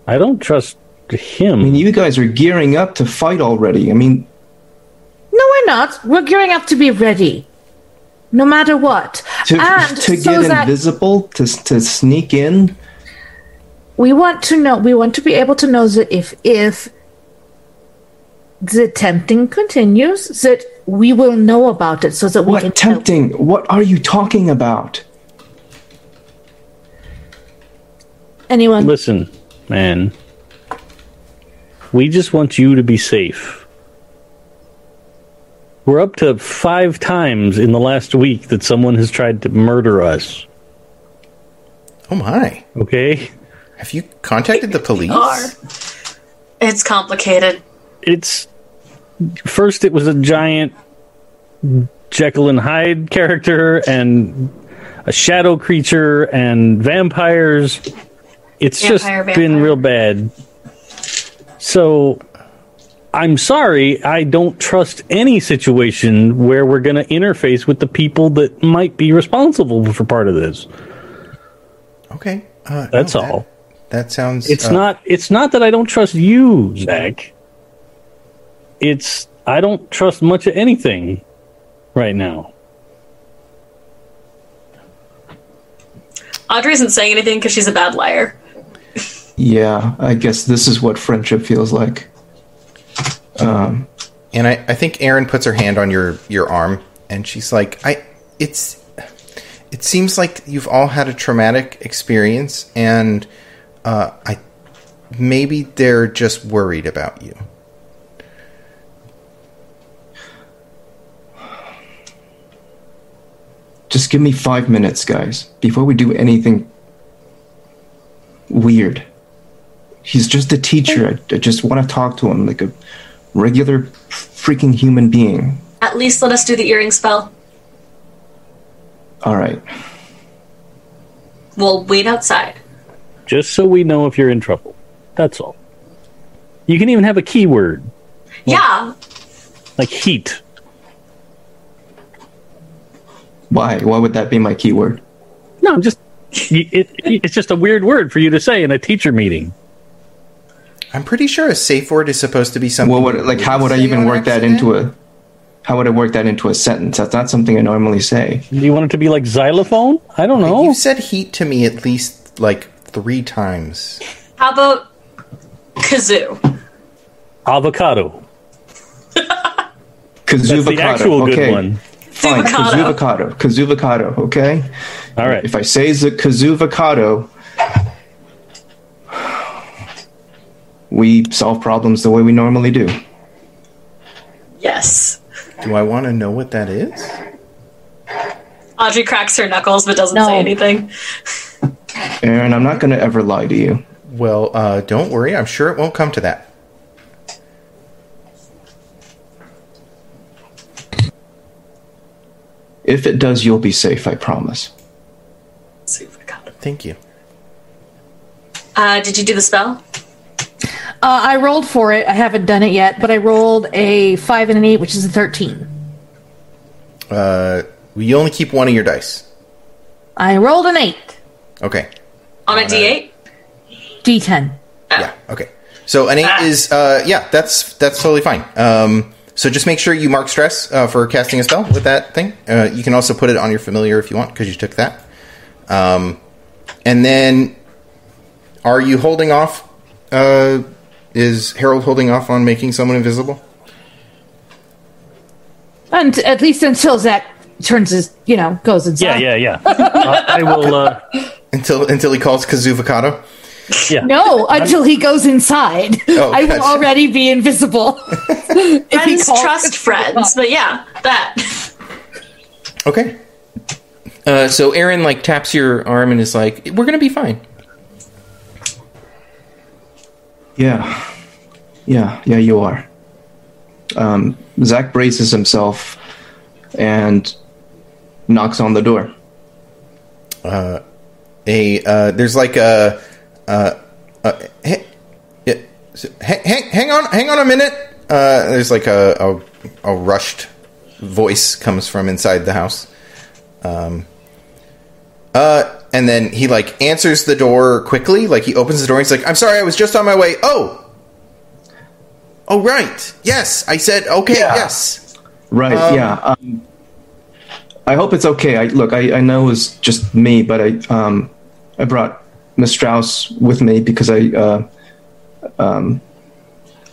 Speaker 7: I don't trust him.
Speaker 2: And you guys are gearing up to fight already. I mean,
Speaker 3: No, we're not. We're gearing up to be ready. No matter what.
Speaker 2: to,
Speaker 3: and
Speaker 2: to
Speaker 3: so
Speaker 2: get
Speaker 3: that
Speaker 2: invisible, to, to sneak in.
Speaker 3: we want to know, we want to be able to know that if, if the tempting continues, that we will know about it so that we can
Speaker 2: What
Speaker 3: help.
Speaker 2: tempting? What are you talking about?
Speaker 3: anyone.
Speaker 7: Listen, man. We just want you to be safe. We're up to five times in the last week that someone has tried to murder us.
Speaker 6: Oh my!
Speaker 7: Okay?
Speaker 6: Have you contacted the police?
Speaker 4: Are it's complicated.
Speaker 7: It's. First, it was a giant Jekyll and Hyde character and a shadow creature and vampires. It's just
Speaker 4: Vampire,
Speaker 7: been
Speaker 4: vampire.
Speaker 7: real bad. So I'm sorry, I don't trust any situation where we're going to interface with the people that might be responsible for part of this.
Speaker 6: Okay, uh,
Speaker 7: That's
Speaker 6: no, that-
Speaker 7: all.
Speaker 6: That, sounds.
Speaker 7: It's
Speaker 6: uh,
Speaker 7: not it's not that I don't trust you, Zach. It's I don't trust much of anything right now.
Speaker 4: Audrey isn't saying anything because she's a bad liar.
Speaker 2: Yeah, I guess this is what friendship feels like.
Speaker 6: And I, I think Erin puts her hand on your your arm, and she's like, "I, it's, it seems like you've all had a traumatic experience, and uh, I, maybe they're just worried about you."
Speaker 2: Just give me five minutes, guys, before we do anything weird. He's just a teacher. I, I just want to talk to him like a regular freaking human being.
Speaker 4: At least let us do the earring spell.
Speaker 2: All right.
Speaker 4: We'll wait outside.
Speaker 7: Just so we know if you're in trouble. That's all. You can even have a keyword
Speaker 4: Yeah,
Speaker 7: like heat.
Speaker 2: Why? Why would that be my keyword?
Speaker 7: No, I'm just you- it, it, it's just a weird word for you to say in a teacher meeting.
Speaker 6: I'm pretty sure a safe word is supposed to be something.
Speaker 2: Well, what, like, how would I
Speaker 6: Say
Speaker 2: even
Speaker 6: on
Speaker 2: work that
Speaker 6: accident?
Speaker 2: into a? How would I work that into a sentence? That's not something I normally say.
Speaker 7: Do you want it to be like xylophone? I don't know.
Speaker 6: You've said heat to me at least like three times.
Speaker 4: how about kazoo?
Speaker 7: Avocado. That's
Speaker 2: Kazuvocado.
Speaker 7: the actual
Speaker 2: okay.
Speaker 7: good one.
Speaker 2: Fine.
Speaker 4: Zuvocado.
Speaker 2: Kazuvocado. Kazuvocado. Okay.
Speaker 7: All right.
Speaker 2: If I say the kazuvocado, we solve problems the way we normally do.
Speaker 4: Yes.
Speaker 6: Do I want to know what that is?
Speaker 4: Audrey cracks her knuckles but doesn't
Speaker 3: No.
Speaker 4: say anything.
Speaker 2: Aaron, I'm not going to ever lie to you.
Speaker 6: Well, uh, don't worry. I'm sure it won't come to that.
Speaker 2: If it does, you'll be safe, I promise.
Speaker 4: Zuvocado.
Speaker 6: Thank you.
Speaker 4: Uh, did you do the spell?
Speaker 3: Uh, I rolled for it. I haven't done it yet, but I rolled a five and an eight, which is a thirteen.
Speaker 6: Uh, you only keep one of your dice.
Speaker 3: I rolled an eight,
Speaker 6: Okay.
Speaker 4: On a D8?
Speaker 3: d10.
Speaker 6: Yeah. Okay. So an eight is uh, yeah. That's that's totally fine. Um, so just make sure you mark stress uh, for casting a spell with that thing. Uh, you can also put it on your familiar if you want because you took that. Um, and then, are you holding off? Uh, is Harold holding off on making someone invisible?
Speaker 3: And at least until Zach turns his, you know, goes
Speaker 7: Yeah,
Speaker 3: inside.
Speaker 7: yeah, yeah. Uh, I will. Uh,
Speaker 6: Until until he calls Kazoo Vicado?
Speaker 7: yeah.
Speaker 3: No, until he goes inside.
Speaker 6: Oh,
Speaker 3: I will
Speaker 6: gotcha.
Speaker 3: already be invisible. If he
Speaker 4: Friends
Speaker 3: calls-
Speaker 4: trust friends, but yeah, that.
Speaker 6: Okay. Uh, so Aaron like taps your arm and is like, "We're gonna be fine."
Speaker 2: Yeah. Yeah, yeah, you are. Um, Zach braces himself and knocks on the door.
Speaker 6: a uh, there's like a uh, uh, hey, yeah, so- hang, hang hang on hang on a minute. Uh, there's like a, a a rushed voice comes from inside the house. Um, uh, and then he like answers the door quickly. Like he opens the door. And he's like, "I'm sorry, I was just on my way." Oh, oh right, yes. I said okay,
Speaker 2: Yeah.
Speaker 6: yes.
Speaker 2: Right, yeah. Um, I hope it's okay. I look, I, I know it was just me, but I um I brought Miss Strauss with me because I uh um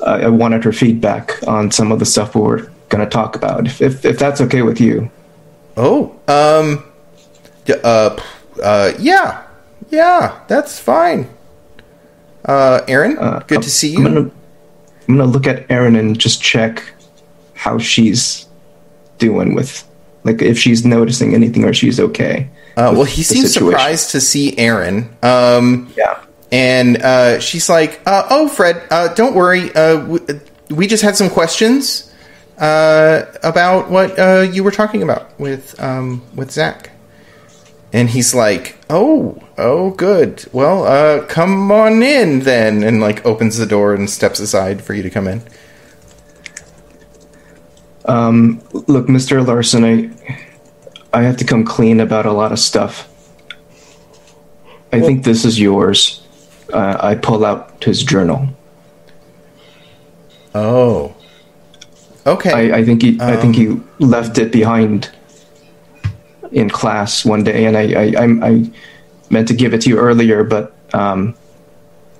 Speaker 2: I, I wanted her feedback on some of the stuff we were gonna talk about. If if, if that's okay with you.
Speaker 6: Oh, um, y- uh, uh, yeah, yeah, that's fine. Uh, Aaron, good to see you.
Speaker 2: I'm gonna, I'm gonna look at Erin and just check how she's doing with, like, if she's noticing anything or she's okay.
Speaker 6: uh,
Speaker 2: with
Speaker 6: well, he
Speaker 2: the
Speaker 6: seems
Speaker 2: situation.
Speaker 6: surprised to see Aaron. Um,
Speaker 2: Yeah.
Speaker 6: and uh, she's like, uh, "Oh, Fred, uh, don't worry. Uh, we, we just had some questions uh, about what uh, you were talking about with um, with Zach." And he's like, "Oh, oh, good. Well, uh, come on in then." And like opens the door and steps aside for you to come in.
Speaker 2: Look, Mr. Larson, I, I have to come clean about a lot of stuff. I think this is yours. Uh, I pull out his journal.
Speaker 6: Oh, okay.
Speaker 2: I, I think he, I think he left it behind in class one day, and I, I, I, I meant to give it to you earlier, but um,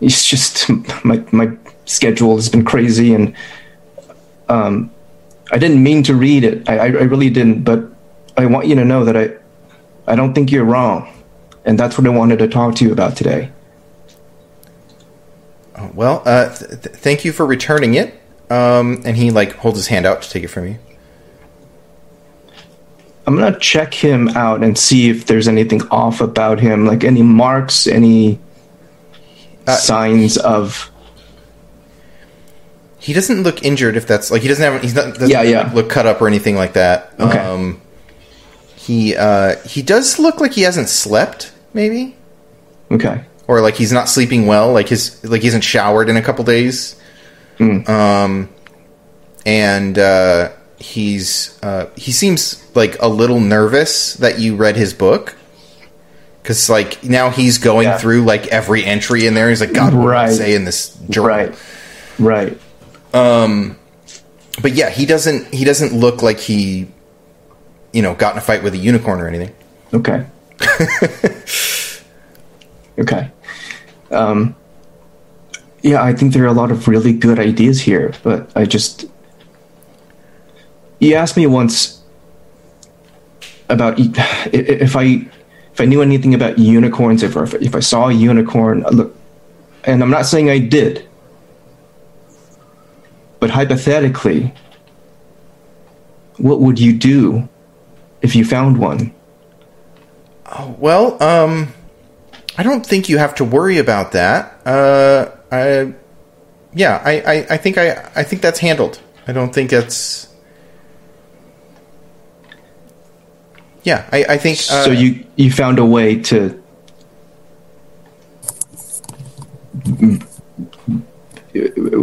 Speaker 2: it's just my my schedule has been crazy, and um, I didn't mean to read it. I, I, I really didn't, but I want you to know that I, I don't think you're wrong, and that's what I wanted to talk to you about today.
Speaker 6: well, uh, th- th- thank you for returning it. Um, and he like holds his hand out to take it from you.
Speaker 2: I'm gonna check him out and see if there's anything off about him, like any marks, any signs of.
Speaker 6: He doesn't look injured. If that's like he doesn't have he's not doesn't
Speaker 2: Yeah, yeah.
Speaker 6: look cut up or anything like that.
Speaker 2: Okay.
Speaker 6: Um, he uh, he does look like he hasn't slept maybe
Speaker 2: Okay,
Speaker 6: or like he's not sleeping well. Like his like he hasn't showered in a couple days.
Speaker 2: Hmm.
Speaker 6: Um, and uh, he's uh, he seems like a little nervous that you read his book. Because like now he's going
Speaker 2: Yeah.
Speaker 6: through like every entry in there. He's like, God, what did I
Speaker 2: Right.
Speaker 6: say in this journal?
Speaker 2: right, right.
Speaker 6: but yeah, he doesn't he doesn't look like he, you know, got in a fight with a unicorn or anything.
Speaker 2: Okay. okay. Um, yeah, I think there are a lot of really good ideas here, but I just. You asked me once about e- i- i- if I if I knew anything about unicorns, if or if, if I saw a unicorn. uh, Look, and I'm not saying I did, but hypothetically, what would you do if you found one?
Speaker 6: Well, um I don't think you have to worry about that. Uh I yeah, I, I, I think I I think that's handled. I don't think it's Yeah, I, I think uh,
Speaker 2: so you you found a way to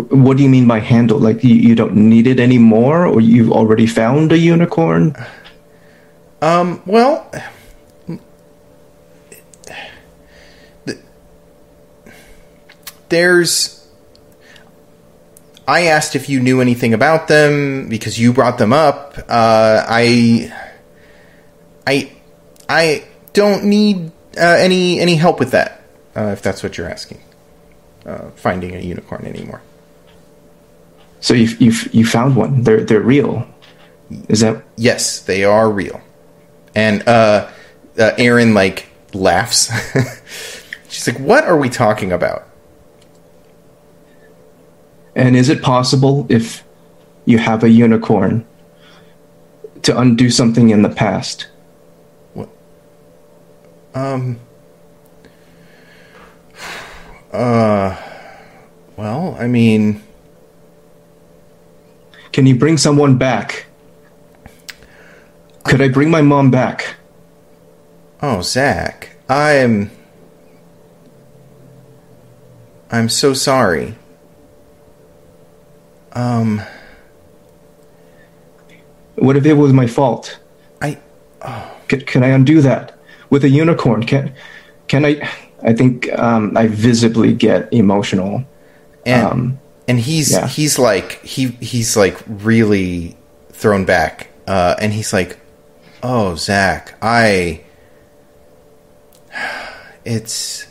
Speaker 2: what do you mean by handle? Like you, you don't need it anymore, or you've already found a unicorn?
Speaker 6: Well, th- there's. I asked if you knew anything about them because you brought them up. Uh, I, I, I don't need uh, any any help with that. Uh, if that's what you're asking, uh, finding a unicorn anymore.
Speaker 2: So you you you found one. They're they're real. Is that
Speaker 6: Yes, they are real. And uh, uh Aaron like laughs. She's like, "What are we talking about?"
Speaker 2: And is it possible if you have a unicorn to undo something in the past?
Speaker 6: Well, I mean,
Speaker 2: Can you bring someone back? Could I bring my mom back?
Speaker 6: oh Zach, I'm I'm so sorry. Um,
Speaker 2: What if it was my fault?
Speaker 6: I
Speaker 2: Could, can I undo that with a unicorn? Can can I? I think um, I visibly get emotional.
Speaker 6: and
Speaker 2: Um,
Speaker 6: and he's
Speaker 2: yeah.
Speaker 6: he's like he he's like really thrown back, uh, and he's like, "Oh Zach, I." It's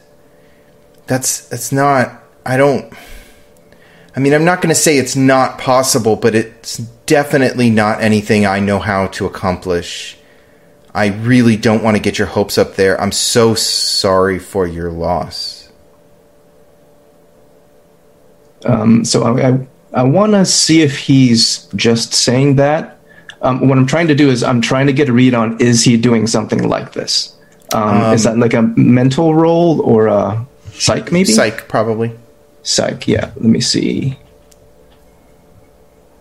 Speaker 6: that's that's not. I don't. I mean, I'm not going to say it's not possible, but it's definitely not anything I know how to accomplish. I really don't want to get your hopes up there. I'm so sorry for your loss.
Speaker 2: Um, So I I, I want to see if he's just saying that. Um, what I'm trying to do is I'm trying to get a read on is he doing something like this? Um, is that like a mental role or a psych maybe?
Speaker 6: Psych, probably.
Speaker 2: Psych. Yeah. Let me see.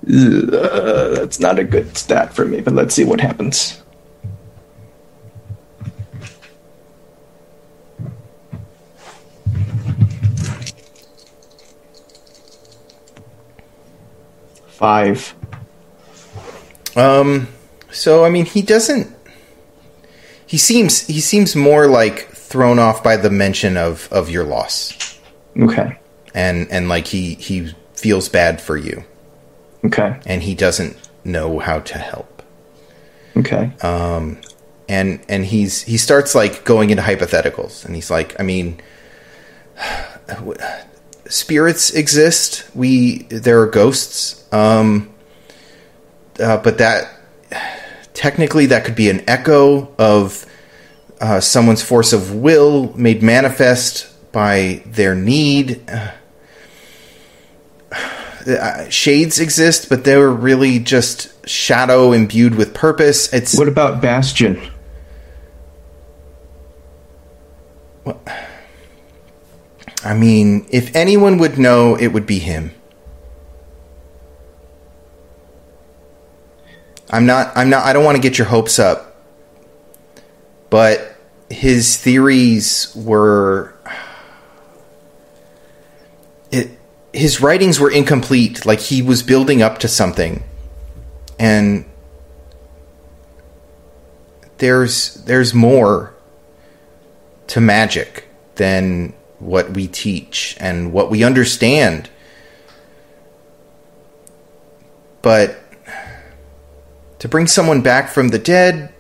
Speaker 2: Uh, that's not a good stat for me, but let's see what happens. Five.
Speaker 6: Um, so I mean, he doesn't. He seems he seems more like thrown off by the mention of of your loss,
Speaker 2: Okay.
Speaker 6: and and like he he feels bad for you,
Speaker 2: Okay.
Speaker 6: and he doesn't know how to help,
Speaker 2: Okay.
Speaker 6: and and he's he starts like going into hypotheticals, and he's like, I mean. Spirits exist. We there are ghosts. Um, uh, but that technically that could be an echo of uh, someone's force of will made manifest by their need. Uh, uh, shades exist, but they're really just shadow imbued with purpose. It's
Speaker 2: what about Bastion?
Speaker 6: I mean, if anyone would know, it would be him. I'm not I'm not I don't want to get your hopes up. But his theories were it his writings were incomplete, like he was building up to something. And there's there's more to magic than what we teach and what we understand. But to bring someone back from the dead,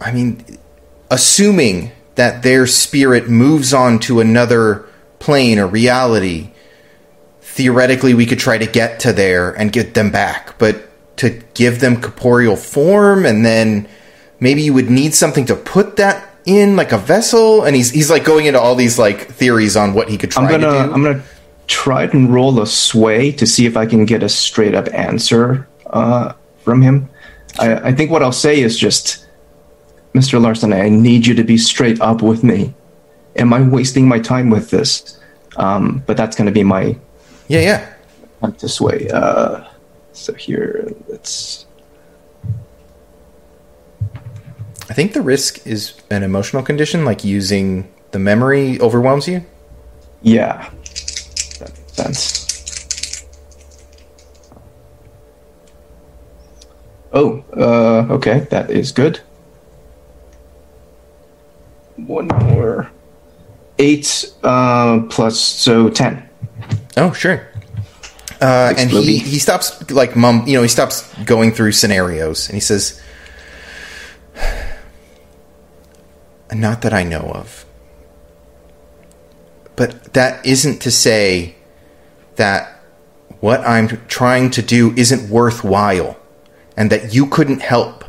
Speaker 6: I mean, assuming that their spirit moves on to another plane or reality, theoretically we could try to get to there and get them back. But to give them corporeal form and then maybe you would need something to put that in like a vessel and he's he's like going into all these like theories on what he could try
Speaker 2: I'm gonna
Speaker 6: to do.
Speaker 2: I'm gonna try and roll a sway to see if I can get a straight up answer uh, from him. I, I think what I'll say is just, Mr. Larson, I need you to be straight up with me. Am I wasting my time with this? Um, but that's gonna be my
Speaker 6: yeah, yeah.
Speaker 2: attempt to sway. Uh, so here, let's.
Speaker 6: I think the risk is an emotional condition, like using the memory overwhelms you.
Speaker 2: Yeah. sense. Oh, uh, okay, that is good. One more. Eight uh, plus, so ten.
Speaker 6: Oh, sure. Uh, and he,
Speaker 2: Libby.
Speaker 6: he stops like mum, you know, he stops going through scenarios, and he says, "Not that I know of, but that isn't to say that what I'm trying to do isn't worthwhile, and that you couldn't help."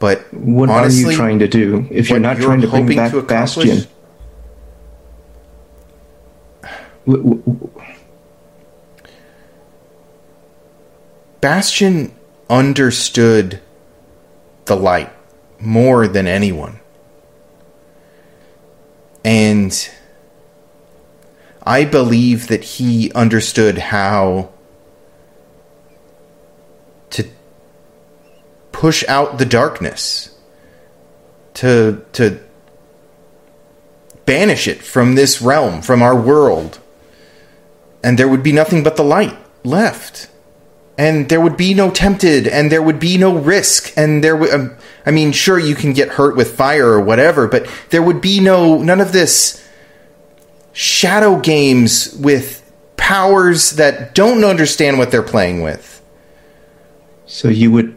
Speaker 6: But
Speaker 2: What
Speaker 6: honestly,
Speaker 2: are you trying to do if you're
Speaker 6: what
Speaker 2: not
Speaker 6: you're
Speaker 2: trying to bring
Speaker 6: hoping
Speaker 2: back
Speaker 6: to accomplish-
Speaker 2: Bastion? W- w- w-
Speaker 6: Bastion understood the light more than anyone. And I believe that he understood how to push out the darkness to to banish it from this realm, from our world. And there would be nothing but the light left and there would be no tempted and there would be no risk and there would um, i mean sure you can get hurt with fire or whatever but there would be no none of this shadow games with powers that don't understand what they're playing with
Speaker 2: So you would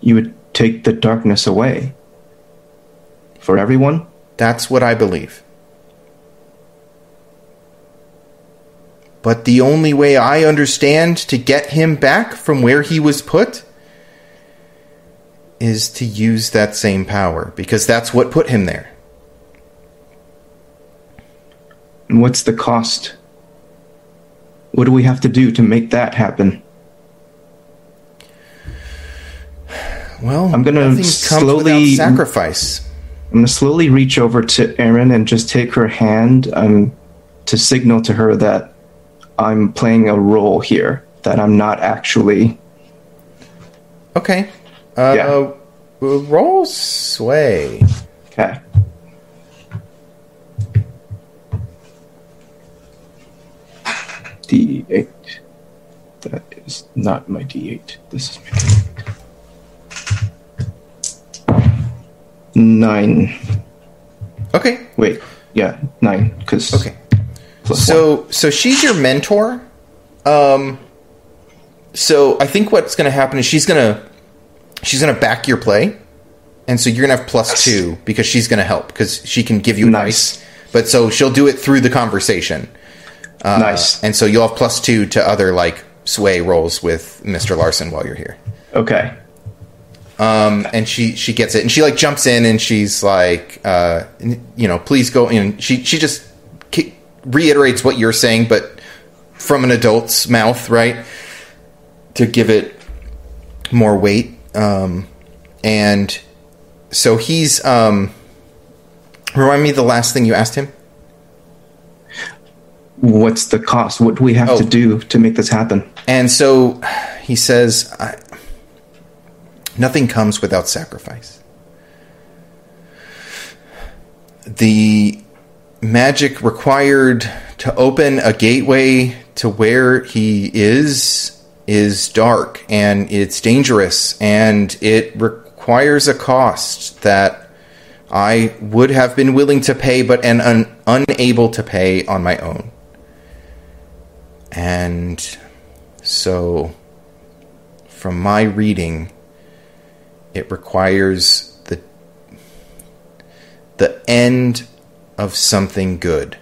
Speaker 2: you would take the darkness away for everyone?
Speaker 6: that's what i believe but the only way i understand to get him back from where he was put is to use that same power because that's what put him there
Speaker 2: And what's the cost? What do we have to do to make that happen?
Speaker 6: Well,
Speaker 2: I'm gonna
Speaker 6: nothing comes
Speaker 2: slowly-
Speaker 6: without sacrifice.
Speaker 2: I'm gonna slowly reach over to Erin and just take her hand um, to signal to her that I'm playing a role here, that I'm not actually.
Speaker 6: Okay. Uh,
Speaker 2: Yeah.
Speaker 6: uh, roll sway.
Speaker 2: Okay. D8. That is not my D8. This is my D8. Nine.
Speaker 6: Okay.
Speaker 2: Wait, yeah, nine. Because
Speaker 6: Okay. So so she's your mentor. Um so I think what's going to happen is she's going to she's going to back your play. And so you're going to have plus 2 because she's going to help cuz she can give you
Speaker 2: Nice.
Speaker 6: advice. But so she'll do it through the conversation.
Speaker 2: nice.
Speaker 6: Uh, And so you'll have plus 2 to other like sway rolls with Mr. Larson while you're here.
Speaker 2: okay.
Speaker 6: and she she gets it and she like jumps in and she's like uh n- you know please go and she she just ki- reiterates what you're saying but from an adult's mouth right to give it more weight um and so he's um remind me the last thing you asked him
Speaker 2: What's the cost? What do we have
Speaker 6: Oh.
Speaker 2: to do to make this happen?
Speaker 6: And so he says, I, Nothing comes without sacrifice. The magic required to open a gateway to where he is is dark and it's dangerous and it requires a cost that I would have been willing to pay but am un- unable to pay on my own. And so, from my reading, it requires the the end of something good.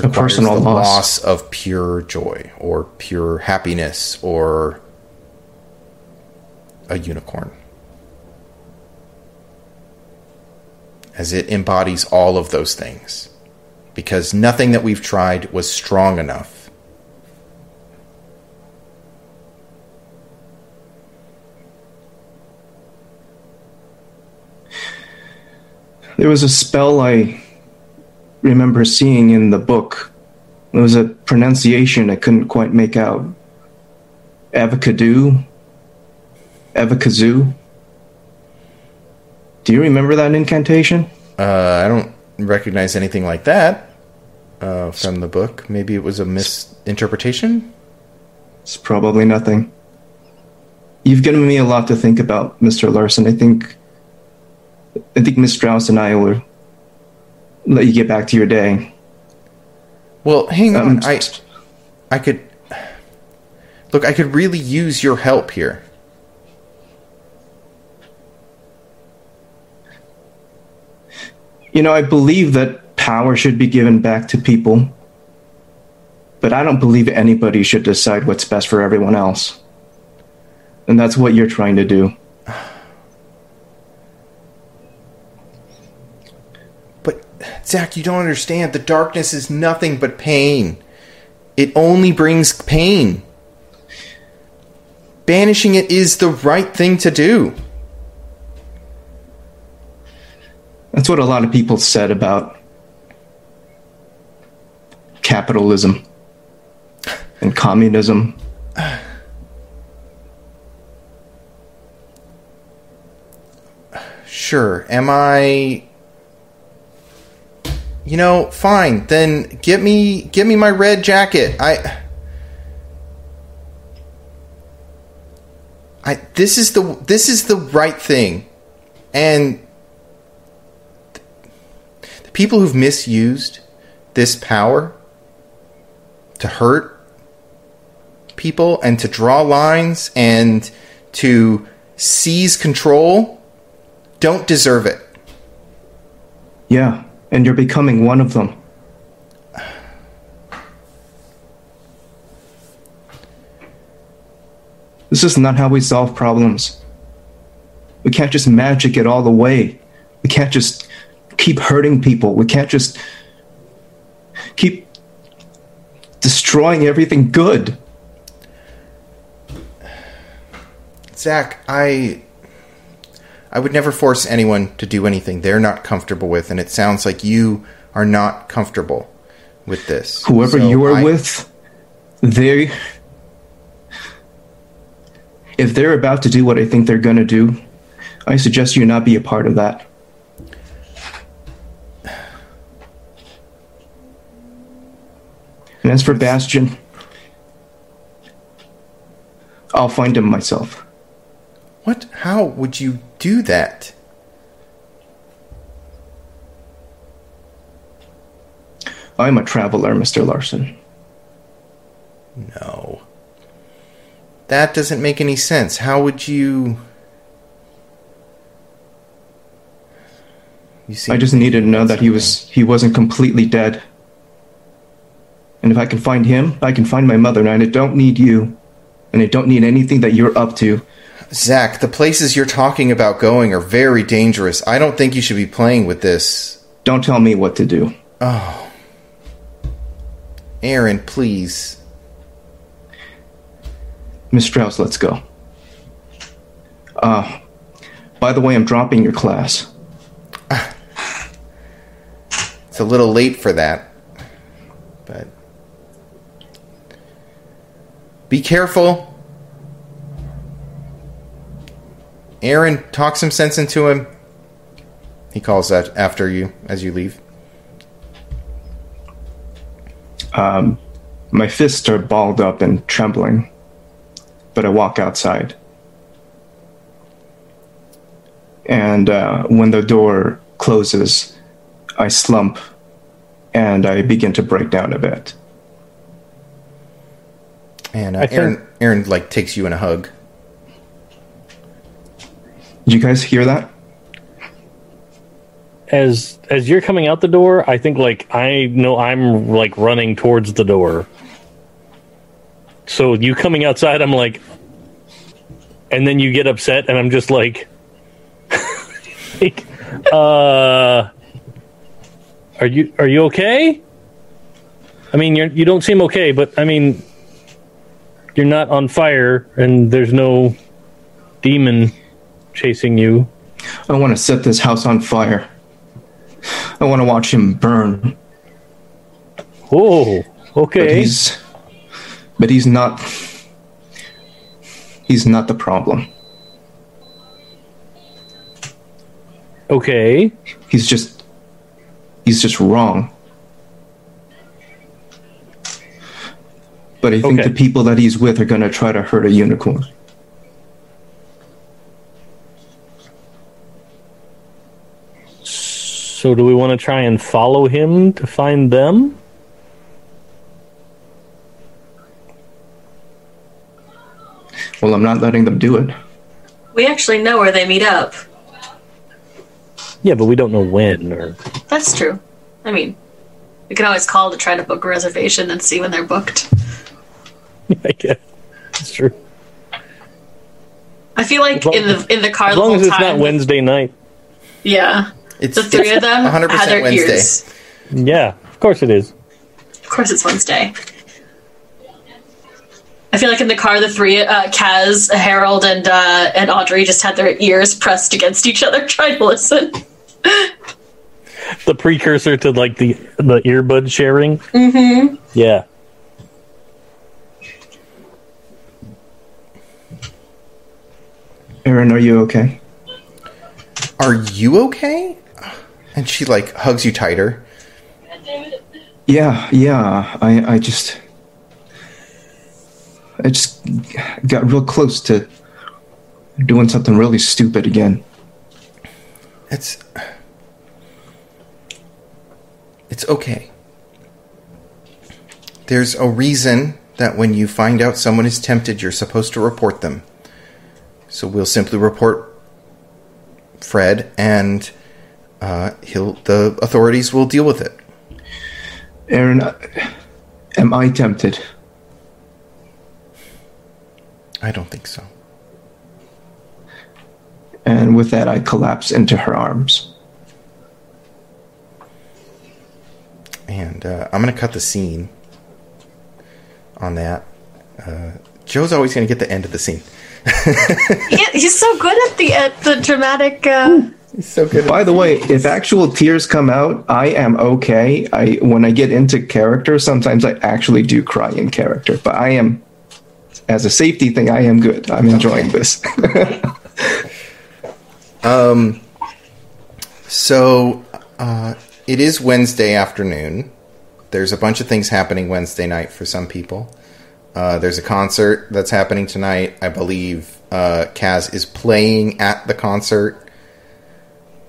Speaker 6: Requires
Speaker 2: personal
Speaker 6: the
Speaker 2: loss.
Speaker 6: loss of pure joy or pure happiness or a unicorn. As it embodies all of those things because nothing that we've tried was strong enough.
Speaker 2: There was a spell I remember seeing in the book. There was a pronunciation I couldn't quite make out. Avocado? Avocazoo? Do you remember that incantation?
Speaker 6: Uh, I don't recognize anything like that uh, from the book. Maybe it was a misinterpretation.
Speaker 2: It's probably nothing. You've given me a lot to think about, Mr. Larson. I think I think Miss Strauss and I will let you get back to your day.
Speaker 6: Well, hang
Speaker 2: Um,
Speaker 6: on. I I could look. I could really use your help here.
Speaker 2: you know, I believe that power should be given back to people. But I don't believe anybody should decide what's best for everyone else. And that's what you're trying to do.
Speaker 6: But Zach, you don't understand. The darkness is nothing but pain. It only brings pain. Banishing it is the right thing to do.
Speaker 2: That's what a lot of people said about capitalism and communism.
Speaker 6: Sure. Am I You know, fine. Then get me get me my red jacket. I I this is the this is the right thing. And the people who've misused this power to hurt people and to draw lines and to seize control don't deserve it.
Speaker 2: Yeah, and you're becoming one of them. This is not how we solve problems. We can't just magic it all the way. We can't just keep hurting people. We can't just keep destroying everything good.
Speaker 6: Zach, I I would never force anyone to do anything they're not comfortable with, and it sounds like you are not comfortable with this.
Speaker 2: Whoever
Speaker 6: So
Speaker 2: you are
Speaker 6: I-
Speaker 2: with, they. If they're about to do what I think they're going to do, I suggest you not be a part of that. And as for Bastion, I'll find him myself.
Speaker 6: what? How would you do that?
Speaker 2: I'm a traveler, Mr. Larson.
Speaker 6: No, that doesn't make any sense. How would you? You see,
Speaker 2: I just needed to know that he was he wasn't completely dead. And if I can find him, I can find my mother, and I don't need you. And I don't need anything that you're up to.
Speaker 6: Zach, the places you're talking about going are very dangerous. I don't think you should be playing with this.
Speaker 2: Don't tell me what to do.
Speaker 6: Aaron, please.
Speaker 2: Miss Strauss, let's go. Uh by the way, I'm dropping your class.
Speaker 6: It's a little late for that. But be careful. Aaron, talk some sense into him. He calls out after you as you leave.
Speaker 2: My fists are balled up and trembling. But I walk outside. And uh, when the door closes, I slump and I begin to break down a bit.
Speaker 6: And uh,
Speaker 7: think-
Speaker 6: Aaron, Aaron like takes you in a hug.
Speaker 2: Did you guys hear that?
Speaker 7: as as you're coming out the door, I think like I know I'm like running towards the door. So you coming outside, I'm like, and then you get upset, and I'm just like, like, uh, are you are you okay? I mean, you you don't seem okay, but I mean, you're not on fire, and there's no demon chasing you.
Speaker 2: I want to set this house on fire. I want to watch him burn.
Speaker 7: Oh,
Speaker 2: But
Speaker 7: okay.
Speaker 2: he's but he's not he's not the problem.
Speaker 7: Okay.
Speaker 2: He's just he's just wrong. But I think
Speaker 7: Okay.
Speaker 2: the people that he's with are going to try to hurt a unicorn.
Speaker 7: So, do we want to try and follow him to find them?
Speaker 2: Well, I'm not letting them do it.
Speaker 4: We actually know where they meet up.
Speaker 7: Yeah, but we don't know when. Or
Speaker 4: That's true. I mean, we can always call to try to book a reservation and see when they're booked.
Speaker 7: I guess that's true.
Speaker 4: I feel like
Speaker 7: As long-
Speaker 4: in the in the car
Speaker 7: As
Speaker 4: the
Speaker 7: long
Speaker 4: whole
Speaker 7: as it's
Speaker 4: time.
Speaker 7: not Wednesday night.
Speaker 4: yeah,
Speaker 6: It's
Speaker 4: the three
Speaker 6: it's
Speaker 4: of them
Speaker 6: 100%
Speaker 4: had their
Speaker 6: Wednesday.
Speaker 4: ears.
Speaker 7: Yeah, of course it is.
Speaker 4: Of course, it's Wednesday. I feel like in the car, the three uh, Kaz, Harold, and uh, and Audrey just had their ears pressed against each other, trying to listen.
Speaker 7: The precursor to like the the earbud sharing. Mm-hmm. Yeah.
Speaker 2: Aaron, are you okay?
Speaker 6: Are you okay? And she like hugs you tighter.
Speaker 2: Yeah, yeah. I, I just, I just got real close to doing something really stupid again.
Speaker 6: It's It's okay. There's a reason that when you find out someone is tempted, you're supposed to report them. So we'll simply report Fred and uh, he'll the authorities will deal with it.
Speaker 2: Aaron, uh, am I tempted?
Speaker 6: I don't think so.
Speaker 2: And with that, I collapse into her arms.
Speaker 6: And uh, I'm going to cut the scene on that. Uh, Joe's always going to get the end of the scene.
Speaker 4: Yeah, he's so good at the at the dramatic. Uh,
Speaker 6: He's so good.
Speaker 2: By the way, if actual tears come out, I am okay. I when I get into character, sometimes I actually do cry in character, but I am as a safety thing, I am good. I'm enjoying this.
Speaker 6: So uh, it is Wednesday afternoon. There's a bunch of things happening Wednesday night for some people. Uh, there's a concert that's happening tonight. I believe uh, Kaz is playing at the concert.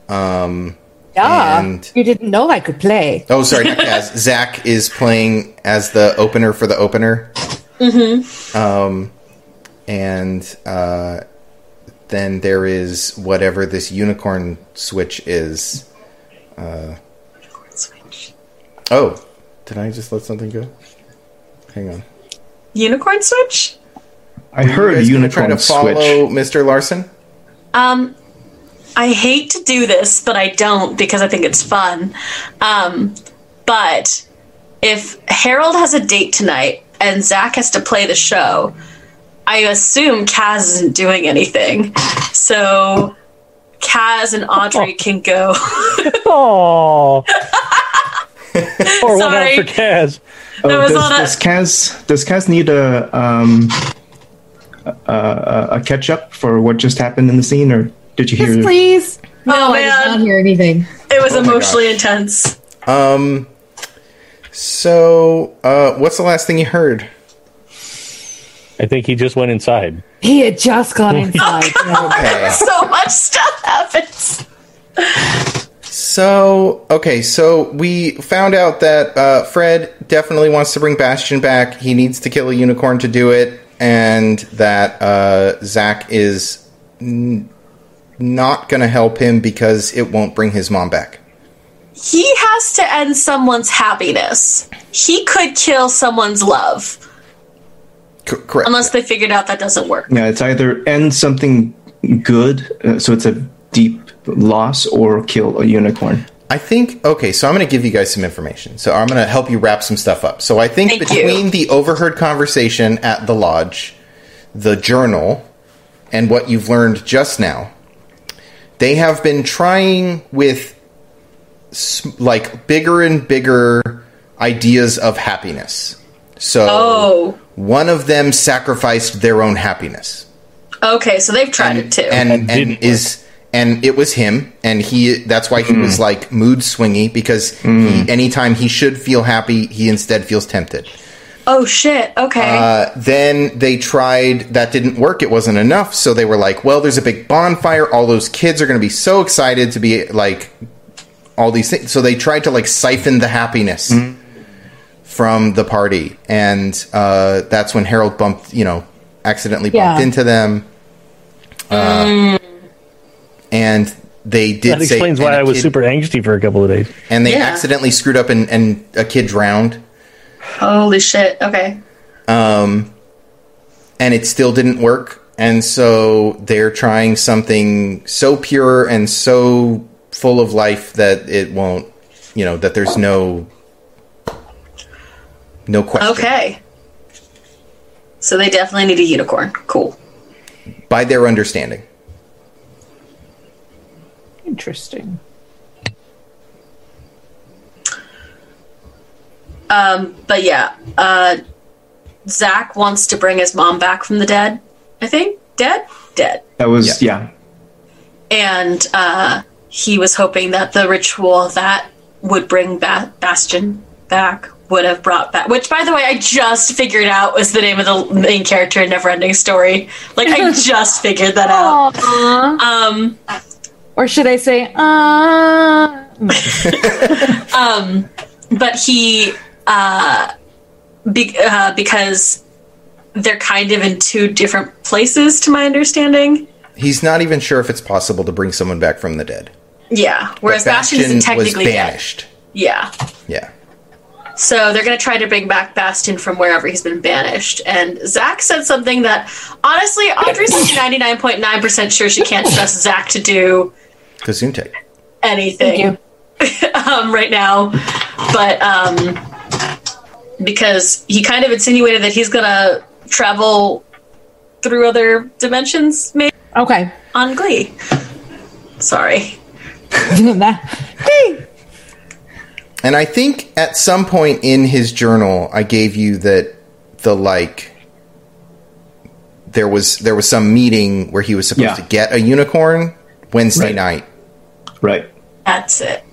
Speaker 3: Yeah.
Speaker 6: And-
Speaker 3: you didn't know I could play.
Speaker 6: Oh, sorry, not Kaz. Zach is playing as the opener for the opener. Mm-hmm. Um, and uh, then there is whatever this unicorn switch is. uh, Oh, did I just let something go? Hang on.
Speaker 4: Unicorn switch.
Speaker 2: I
Speaker 6: You
Speaker 2: heard
Speaker 6: guys gonna
Speaker 2: unicorn
Speaker 6: try to follow
Speaker 2: switch.
Speaker 6: Mr. Larson.
Speaker 4: Um, I hate to do this, but I don't because I think it's fun. Um, but if Harold has a date tonight and Zach has to play the show, I assume Kaz isn't doing anything. So Kaz and Audrey can go.
Speaker 7: Oh. or one out
Speaker 4: Sorry.
Speaker 7: for Kaz.
Speaker 2: Oh,
Speaker 4: was
Speaker 2: does,
Speaker 3: Uh,
Speaker 4: all that-
Speaker 2: does Kaz does Kaz need a um a, a catch up for what just happened in the scene, or did you hear?
Speaker 3: Yes, please.
Speaker 4: oh
Speaker 8: I did not
Speaker 4: man,
Speaker 8: hear anything.
Speaker 4: it was
Speaker 6: my
Speaker 4: emotionally intense.
Speaker 6: Um. So, uh, what's the last thing you heard?
Speaker 7: I think he just went inside.
Speaker 3: He had just gone inside.
Speaker 6: Okay.
Speaker 4: So much stuff happens.
Speaker 6: So okay, so we found out that uh, Fred definitely wants to bring Bastion back. He needs to kill a unicorn to do it, and that uh, Zach is n- not going to help him because it won't bring his mom back.
Speaker 4: He has to end someone's happiness. He could kill someone's love.
Speaker 6: C- correct.
Speaker 4: unless they figured out that doesn't work.
Speaker 2: Yeah, it's either end something good, uh, so it's a deep loss, or kill a unicorn.
Speaker 6: I think okay, so I'm going to give you guys some information. So I'm going to help you wrap some stuff up. So I think
Speaker 4: Thank you.
Speaker 6: between the overheard conversation at the lodge, the journal, and what you've learned just now, they have been trying with s- like bigger and bigger ideas of happiness. So
Speaker 4: Oh,
Speaker 6: one of them sacrificed their own happiness
Speaker 4: okay. So they've tried it too.
Speaker 6: and, and
Speaker 7: didn't
Speaker 6: is and it was him and he that's why he was like mood swingy because he, anytime he should feel happy he instead feels tempted
Speaker 4: Oh shit. Okay.
Speaker 6: uh, then they tried that didn't work it wasn't enough so they were like well there's a big bonfire all those kids are going to be so excited to be like all these things so they tried to like siphon the happiness
Speaker 7: Mm-hmm.
Speaker 6: from the party and uh, that's when harold bumped you know accidentally bumped
Speaker 8: Yeah.
Speaker 6: into them uh, and they did
Speaker 7: That
Speaker 6: say
Speaker 7: explains why
Speaker 6: and a
Speaker 7: I was
Speaker 6: kid-
Speaker 7: super angsty for a couple of days.
Speaker 6: and they
Speaker 4: Yeah.
Speaker 6: accidentally screwed up and, and a kid drowned
Speaker 4: Holy shit. Okay.
Speaker 6: and it still didn't work. And so they're trying something so pure and so full of life that it won't, you know, that there's no no question.
Speaker 4: Okay. So they definitely need a unicorn. Cool.
Speaker 6: By their understanding.
Speaker 3: Interesting.
Speaker 4: But yeah, uh, Zach wants to bring his mom back from the dead. I think dead, dead,
Speaker 2: That was yeah.
Speaker 4: and uh, he was hoping that the ritual that would bring ba- Bastion back would have brought back. Which, by the way, I just figured out was the name of the main character in Neverending Story. Like, I just figured that out. Um,
Speaker 3: Or should I say, ah?
Speaker 4: but he uh, be- uh, because they're kind of in two different places to my understanding
Speaker 6: He's not even sure if it's possible to bring someone back from the dead.
Speaker 4: yeah whereas bastion,
Speaker 6: Bastion
Speaker 4: isn't technically
Speaker 6: was
Speaker 4: dead
Speaker 6: banished.
Speaker 4: yeah
Speaker 6: Yeah.
Speaker 4: so they're going to try to bring back bastion from wherever he's been banished and zach said something that honestly audrey's like 99.9% sure she can't trust zach to do
Speaker 6: Kazuntek.
Speaker 4: anything um, right now, but um, because he kind of insinuated that he's gonna travel through other dimensions, maybe
Speaker 3: Okay.
Speaker 4: on Glee. Sorry.
Speaker 3: Hey.
Speaker 6: And I think at some point in his journal, I gave you that the like there was there was some meeting where he was supposed
Speaker 2: Yeah.
Speaker 6: to get a unicorn Wednesday
Speaker 2: Right.
Speaker 6: night.
Speaker 2: Right.
Speaker 4: That's it.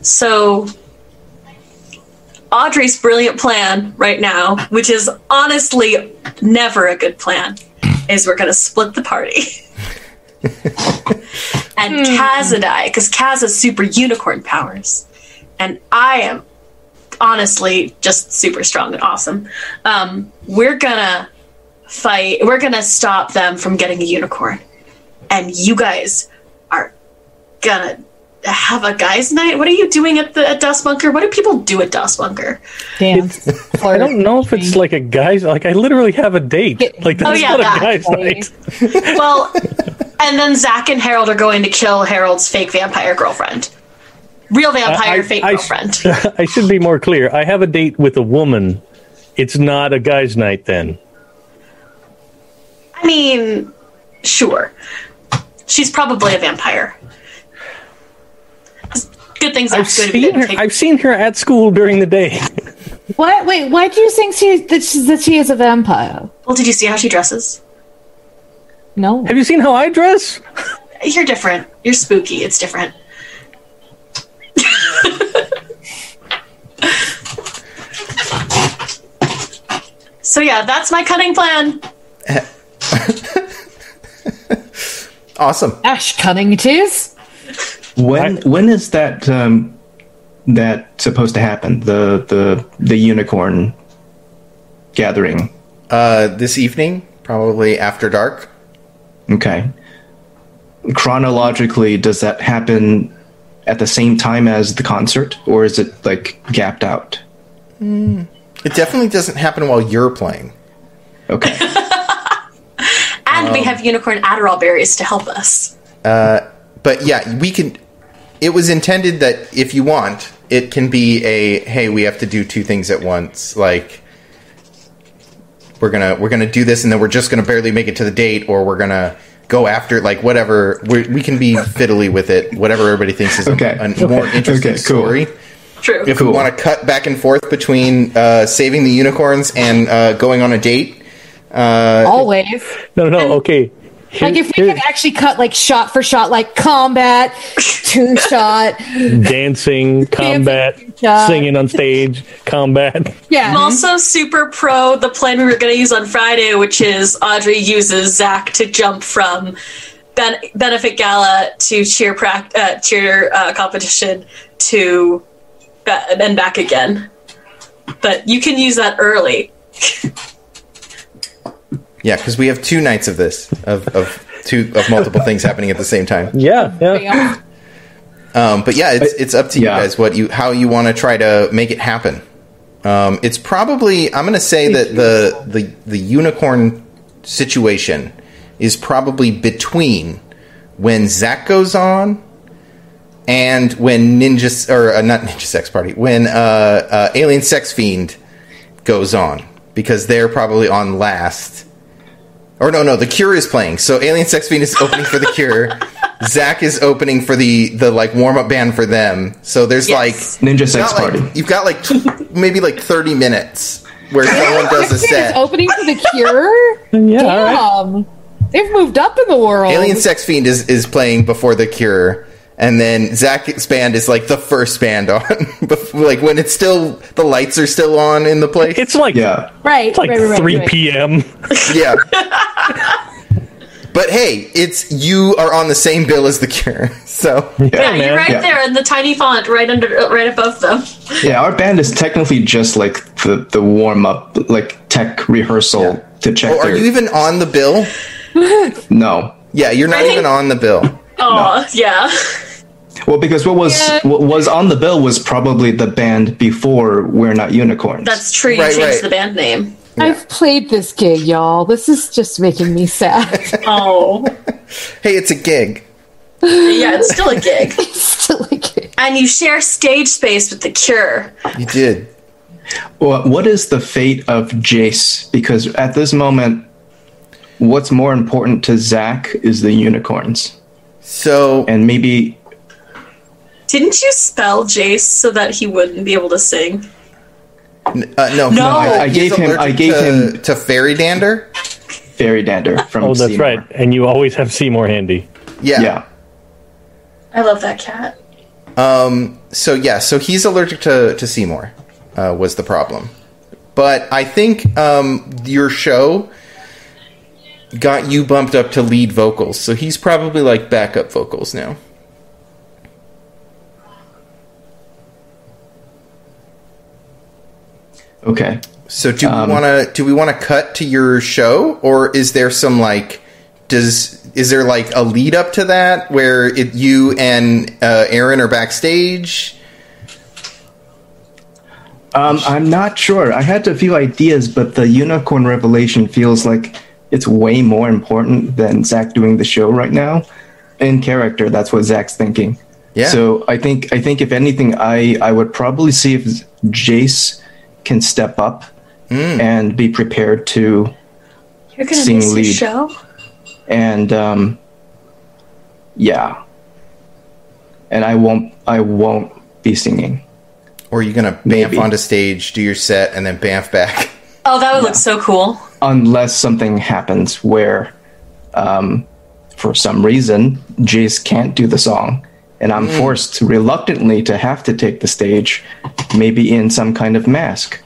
Speaker 4: So, Audrey's brilliant plan right now, which is honestly never a good plan, is we're going to split the party. and Kaz and I, because Kaz has super unicorn powers, and I am honestly just super strong and awesome. Um, we're going to fight, we're going to stop them from getting a unicorn. And you guys are gonna have a guys' night. What are you doing at the at Dust Bunker? What do people do at Dust Bunker?
Speaker 3: Dance.
Speaker 7: I don't know if it's like a guy's. Like I literally have a date. Like that's
Speaker 4: yeah,
Speaker 7: not a
Speaker 4: that.
Speaker 7: guy's night.
Speaker 4: Well, and then Zach and Harold are going to kill Harold's fake vampire girlfriend, real vampire
Speaker 7: I-
Speaker 4: fake
Speaker 7: I-
Speaker 4: girlfriend.
Speaker 7: I should be more clear. I have a date with a woman. It's not a guy's night then.
Speaker 4: I mean, sure, she's probably a vampire. Good things
Speaker 7: I've
Speaker 4: Zach's good. at
Speaker 7: seen her.
Speaker 4: taking-
Speaker 7: I've seen her at school during the day.
Speaker 3: What? Wait. Why do you think she that she, that she is a vampire?
Speaker 4: well, did you see how she dresses?
Speaker 3: No.
Speaker 7: Have you seen how I dress?
Speaker 4: You're different. You're spooky. It's different. so yeah, that's my cunning plan.
Speaker 6: Awesome.
Speaker 3: Ash cunning it is.
Speaker 2: When when is that um, that supposed to happen? The the the unicorn gathering.
Speaker 6: Uh, this evening, probably after dark.
Speaker 2: Okay. Chronologically, does that happen at the same time as the concert, or is it like gapped out?
Speaker 6: It definitely doesn't happen while you're playing.
Speaker 2: Okay.
Speaker 4: And
Speaker 6: Um,
Speaker 4: we have unicorn Adderall berries to help us.
Speaker 6: But yeah, we can. It was intended that if you want, it can be a hey, we have to do two things at once. Like we're gonna we're gonna do this, and then we're just gonna barely make it to the date, or we're gonna go after like whatever. we we can be fiddly with it, whatever everybody thinks is a-
Speaker 2: Okay.
Speaker 6: a, more interesting
Speaker 2: Okay, cool.
Speaker 6: story.
Speaker 4: True.
Speaker 6: If
Speaker 2: Cool.
Speaker 6: we want to cut back and forth between uh, saving the unicorns and uh, going on a date,
Speaker 3: Always.
Speaker 7: No, no. Okay.
Speaker 3: Like if we
Speaker 7: Here-
Speaker 3: could actually cut like shot for shot, like combat, two shot.
Speaker 7: dancing, combat,
Speaker 3: shot.
Speaker 7: singing on stage, combat.
Speaker 3: Yeah.
Speaker 4: I'm also super pro the plan we were going to use on Friday, which is Audrey uses Zach to jump from ben- benefit gala to cheer prac- uh, cheer uh, competition to ba- and then back again. But you can use that early.
Speaker 6: Yeah, because we have two nights of this of, of two of multiple things happening at the same time.
Speaker 7: Yeah, yeah.
Speaker 3: Yeah.
Speaker 6: Um, but yeah, it's it's up to
Speaker 2: Yeah.
Speaker 6: you guys what you how you want to try to make it happen. Um, it's probably I'm going to say that the the the unicorn situation is probably between when Zach goes on and when Ninja or uh, not Ninja Sex Party when uh, uh, Alien Sex Fiend goes on because they're probably on last. Or no, no, the Cure is playing. So Alien Sex Fiend is opening for the Cure. Zach is opening for the the like warm up band for them. So there's
Speaker 4: Yes.
Speaker 6: like
Speaker 2: Ninja Sex
Speaker 6: got, like-
Speaker 2: Party.
Speaker 6: you've got like tw- maybe like 30 minutes where someone does a
Speaker 3: Is
Speaker 6: set.
Speaker 3: opening for the Cure.
Speaker 7: Yeah, all right.
Speaker 3: Damn, they've moved up in the world.
Speaker 6: Alien Sex Fiend is, is playing before the Cure, and then Zach's band is like the first band on, bef- like when it's still the lights are still on in the place.
Speaker 7: It's like
Speaker 2: Yeah.
Speaker 3: right?
Speaker 7: it's like
Speaker 3: right, right, right,
Speaker 7: 3
Speaker 3: right.
Speaker 7: p.m.
Speaker 6: yeah. But hey, it's you are on the same bill as the Cure, so
Speaker 4: Yeah,
Speaker 7: man.
Speaker 4: you're right
Speaker 2: Yeah.
Speaker 4: there in the tiny font, right under, right above them.
Speaker 2: Yeah, our band is technically just like the, the warm up, like tech rehearsal to check
Speaker 6: Oh, are
Speaker 2: their-
Speaker 6: you even on the bill?
Speaker 2: no.
Speaker 6: Yeah, you're not
Speaker 4: Really?
Speaker 6: even on the bill.
Speaker 4: Oh, yeah.
Speaker 2: Well, because what was
Speaker 3: Yeah.
Speaker 2: what was on the bill was probably the band before We're Not Unicorns.
Speaker 4: That's true. You
Speaker 6: Right,
Speaker 4: changed
Speaker 6: right.
Speaker 4: the band name.
Speaker 3: I've played this gig, y'all. This is just making me sad.
Speaker 4: Oh,
Speaker 6: Hey, it's a gig.
Speaker 4: yeah, it's still a gig.
Speaker 3: Still like it.
Speaker 4: And you share stage space with The Cure.
Speaker 6: You did.
Speaker 2: Well, what is the fate of Jace? Because at this moment, what's more important to Zach is the unicorns,
Speaker 6: So
Speaker 2: and maybe
Speaker 4: Didn't you spell Jace so that he wouldn't be able to sing?
Speaker 6: Uh, no,
Speaker 4: No. I-
Speaker 2: I
Speaker 6: he's
Speaker 2: gave him- I
Speaker 6: allergic
Speaker 2: gave
Speaker 6: to,
Speaker 2: him-
Speaker 6: to fairy dander.
Speaker 2: Fairy Dander from.
Speaker 7: Oh, that's
Speaker 2: Seymour.
Speaker 7: right. And you always have Seymour handy.
Speaker 6: Yeah.
Speaker 2: Yeah.
Speaker 4: I love that cat.
Speaker 6: Um. So yeah. So he's allergic to to Seymour. Uh, was the problem, but I think um your show got you bumped up to lead vocals, so he's probably like backup vocals now.
Speaker 2: Okay.
Speaker 6: So do
Speaker 2: Um,
Speaker 6: we want to do we want to cut to your show, or is there some like does is there like a lead up to that where it, you and uh, Aaron are backstage?
Speaker 2: Um, I'm not sure. I had a few ideas, but the unicorn revelation feels like it's way more important than Zach doing the show right now. In character, that's what Zach's thinking.
Speaker 6: Yeah.
Speaker 2: So I think I think if anything, I I would probably see if Jace can step up and be prepared to
Speaker 4: You're gonna
Speaker 2: Sing
Speaker 4: miss your
Speaker 2: lead.
Speaker 4: show?
Speaker 2: and um, yeah. And I won't I won't be singing.
Speaker 6: Or are you gonna bamf
Speaker 2: Maybe.
Speaker 6: onto stage, do your set, and then bamf back?
Speaker 4: Oh, that would look so cool.
Speaker 2: unless something happens where, um, for some reason, Jace can't do the song, and
Speaker 7: Mm.
Speaker 2: I'm forced reluctantly to have to take the stage, maybe in some kind of mask.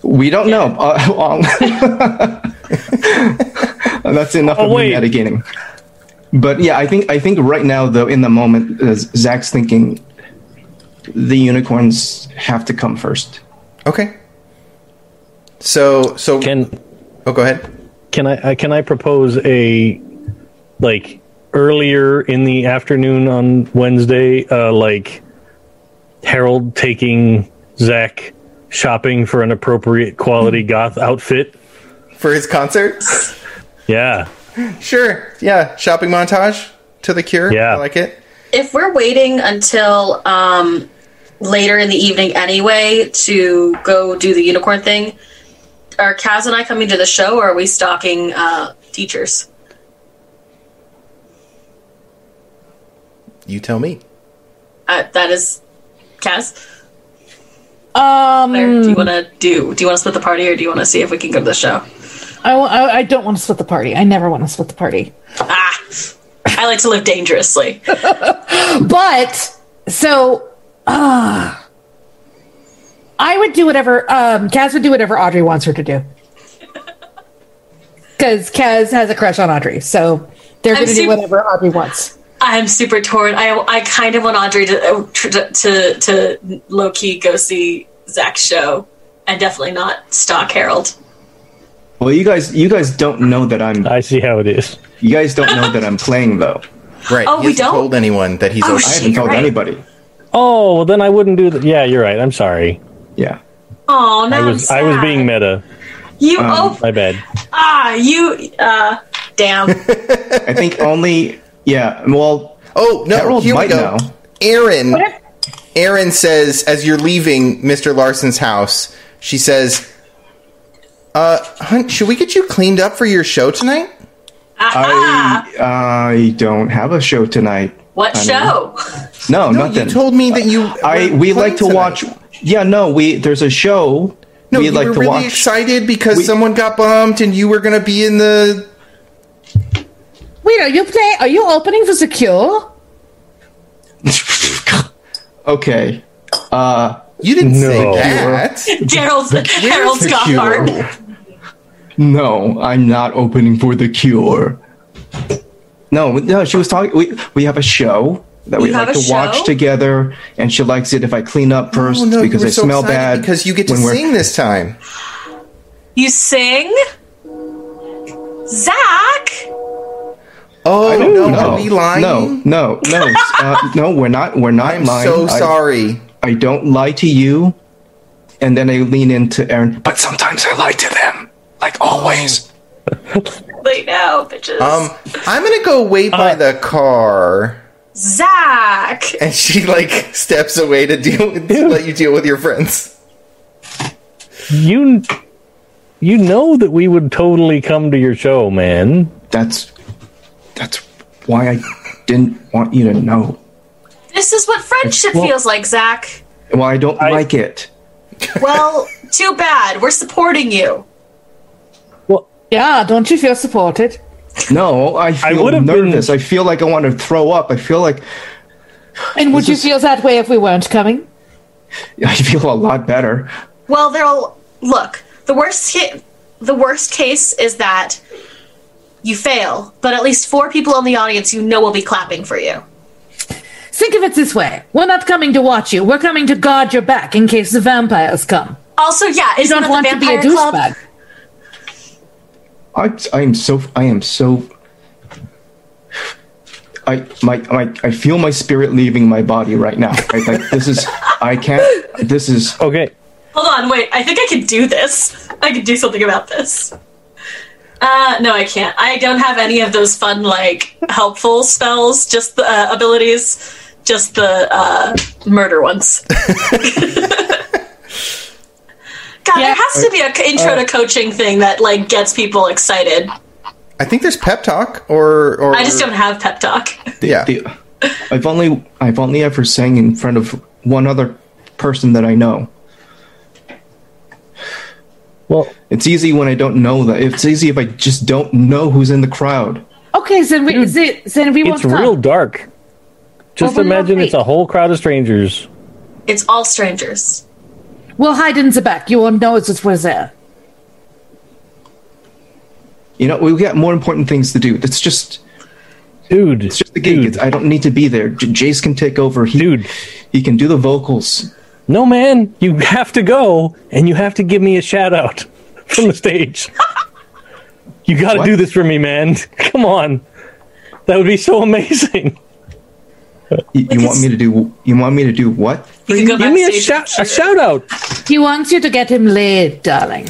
Speaker 2: We don't know. Uh, um, that's enough
Speaker 7: Oh,
Speaker 2: of me
Speaker 7: wait.
Speaker 2: metagaming. But yeah, I think I think right now though, in the moment, uh, Zach's thinking the unicorns have to come first.
Speaker 6: Okay. So so
Speaker 7: Can
Speaker 6: oh go ahead.
Speaker 7: can I I- can I propose a like earlier in the afternoon on Wednesday, uh, like Harold taking Zach shopping for an appropriate quality goth outfit?
Speaker 6: For his concert?
Speaker 7: Yeah,
Speaker 6: Sure. Yeah. Shopping montage to the cure.
Speaker 7: Yeah.
Speaker 6: I like it.
Speaker 4: If we're waiting until um, later in the evening anyway to go do the unicorn thing, are Kaz and I coming to the show or are we stalking uh, teachers?
Speaker 6: You tell me.
Speaker 4: Uh, that is Kaz.
Speaker 3: Um,
Speaker 4: Um, Claire, do you want to do? Do you want to split the party or do you want to see if we can go to the show?
Speaker 3: I, wa- I, I don't want to split the party. I never want to split the party.
Speaker 4: Ah, I like to live dangerously.
Speaker 3: But so, uh, I would do whatever. Um, Kaz would do whatever Audrey wants her to do. Because Kaz has a crush on Audrey, so they're going to do
Speaker 4: super-
Speaker 3: whatever Audrey wants.
Speaker 4: I'm super torn. I, I kind of want Audrey to uh, to to, to low key go see Zach's show, and definitely not stalk Harold.
Speaker 2: Well, you guys, you guys don't know that I'm.
Speaker 7: I see how it is.
Speaker 2: You guys don't know that I'm playing though.
Speaker 6: Right.
Speaker 4: Oh,
Speaker 6: he
Speaker 4: we
Speaker 6: hasn't
Speaker 4: don't?
Speaker 6: told anyone that he's
Speaker 4: Oh,
Speaker 6: open.
Speaker 2: I
Speaker 4: shit.
Speaker 2: haven't told
Speaker 4: Right.
Speaker 2: anybody.
Speaker 7: Oh, well, then I wouldn't do that. Yeah, you're right. I'm sorry.
Speaker 2: Yeah.
Speaker 4: Oh, no,
Speaker 7: I was I was being meta.
Speaker 4: you.
Speaker 2: um,
Speaker 4: oh,
Speaker 7: My bad.
Speaker 4: ah, you. Uh, damn.
Speaker 2: I think only. Yeah. Well,
Speaker 6: Oh no!
Speaker 2: Harold
Speaker 6: here we
Speaker 2: might
Speaker 6: go.
Speaker 2: know.
Speaker 6: Aaron. Aaron says, as you're leaving Mr. Larson's house, she says, "Uh, hun, should we get you cleaned up for your show tonight?"
Speaker 4: Ah,
Speaker 2: I I don't have a show tonight.
Speaker 4: what show?
Speaker 2: No,
Speaker 6: No,
Speaker 2: nothing.
Speaker 6: you told me that you.
Speaker 2: I
Speaker 6: were
Speaker 2: we
Speaker 6: playing
Speaker 2: like to
Speaker 6: tonight.
Speaker 2: watch. Yeah. No. We there's a show.
Speaker 6: No,
Speaker 2: we
Speaker 6: you
Speaker 2: like
Speaker 6: were
Speaker 2: to
Speaker 6: really
Speaker 2: watch.
Speaker 6: excited because
Speaker 2: we-
Speaker 6: someone got bumped, and you were going to be in the.
Speaker 3: Wait, are you play? Are you opening for Secure?
Speaker 2: okay. Uh.
Speaker 6: You didn't say
Speaker 7: No.
Speaker 6: that.
Speaker 4: Gerald Harold
Speaker 2: The
Speaker 4: Scott Hart.
Speaker 2: Cure. No, I'm not opening for the cure. No, no, she was talking. We, we have a show that we
Speaker 4: You have
Speaker 2: like
Speaker 4: a
Speaker 2: to
Speaker 4: show?
Speaker 2: watch together, and she likes it if I clean up first
Speaker 6: Oh no,
Speaker 2: because
Speaker 6: you were
Speaker 2: I
Speaker 6: so
Speaker 2: smell
Speaker 6: excited
Speaker 2: bad.
Speaker 6: because you get to
Speaker 2: when we're-
Speaker 6: sing this time.
Speaker 4: You sing, Zach.
Speaker 6: Oh no,
Speaker 2: No,
Speaker 6: are we lying?
Speaker 2: no, no, no, uh, no. We're not. We're not
Speaker 6: I'm
Speaker 2: lying.
Speaker 6: so
Speaker 2: I-
Speaker 6: sorry.
Speaker 2: I, don't lie to you. And then I lean into Aaron, but sometimes I lie to them, like always.
Speaker 4: Wait, no, bitches.
Speaker 6: Um, I'm gonna go wait
Speaker 2: Uh,
Speaker 6: by the car.
Speaker 4: Zach.
Speaker 6: and she like steps away to deal with, to let you deal with your friends.
Speaker 7: You you know that we would totally come to your show, man.
Speaker 2: That's that's why I didn't want you to know.
Speaker 4: This is what friendship
Speaker 7: Well-
Speaker 4: feels like, Zach.
Speaker 2: Well, I don't
Speaker 7: I-
Speaker 2: like it.
Speaker 4: Well, too bad. We're supporting you.
Speaker 7: Well,
Speaker 3: Yeah, don't you feel supported?
Speaker 2: No, I feel
Speaker 7: would've been-
Speaker 2: nervous. I feel like I want to throw up. I feel like
Speaker 3: And would you feel that way if we weren't coming?
Speaker 2: I feel a lot better.
Speaker 4: Well, there'll look. The worst ca- the worst case is that you fail, but at least four people in the audience you know will be clapping for you.
Speaker 3: Think of it this way: we're not coming to watch you. We're coming to guard your back in case the vampires come.
Speaker 4: Also, yeah,
Speaker 3: You
Speaker 4: isn't
Speaker 3: don't
Speaker 4: that
Speaker 3: want
Speaker 4: the
Speaker 3: to be a
Speaker 4: vampire club?
Speaker 3: douchebag.
Speaker 2: I I am so I am so I my, my I feel my spirit leaving my body right now. Right? Like this is I can't this is
Speaker 7: okay.
Speaker 4: Hold on, wait. I think I can do this. I can do something about this. Uh, no, I can't. I don't have any of those fun, like helpful spells. Just the uh, abilities. Just the uh, murder ones. God,
Speaker 3: Yeah.
Speaker 4: there has to be a c-
Speaker 7: Uh,
Speaker 4: intro to coaching thing that like gets people excited.
Speaker 6: I think there's pep talk or or
Speaker 4: I just don't have pep talk.
Speaker 6: yeah.
Speaker 2: the, I've only I've only ever sang in front of one other person that I know.
Speaker 7: Well,
Speaker 2: It's easy when I don't know that. It's easy if I just don't know who's in the crowd.
Speaker 3: Okay, then we is it, then we won't
Speaker 7: it's
Speaker 3: come.
Speaker 7: real dark. Just
Speaker 3: Well, we're not
Speaker 7: imagine it's
Speaker 3: late.
Speaker 7: a whole crowd of strangers.
Speaker 4: It's all strangers.
Speaker 3: We'll hide in the back. You won't know it's we're there.
Speaker 2: You know, we've got more important things to do. That's just
Speaker 7: Dude,
Speaker 2: It's just the gig.
Speaker 7: dude,
Speaker 2: It's, I don't need to be there. J- Jace can take over. He,
Speaker 7: dude.
Speaker 2: he can do the vocals.
Speaker 7: No, man, you have to go and you have to give me a shout out from the stage. you got to
Speaker 2: What?
Speaker 7: do this for me, man. Come on. That would be so amazing.
Speaker 2: You, you want me to do? You want me to do what?
Speaker 4: You can go
Speaker 7: Give me a
Speaker 4: backstage and cheer.
Speaker 7: shout a shout out.
Speaker 3: He wants you to get him laid, darling.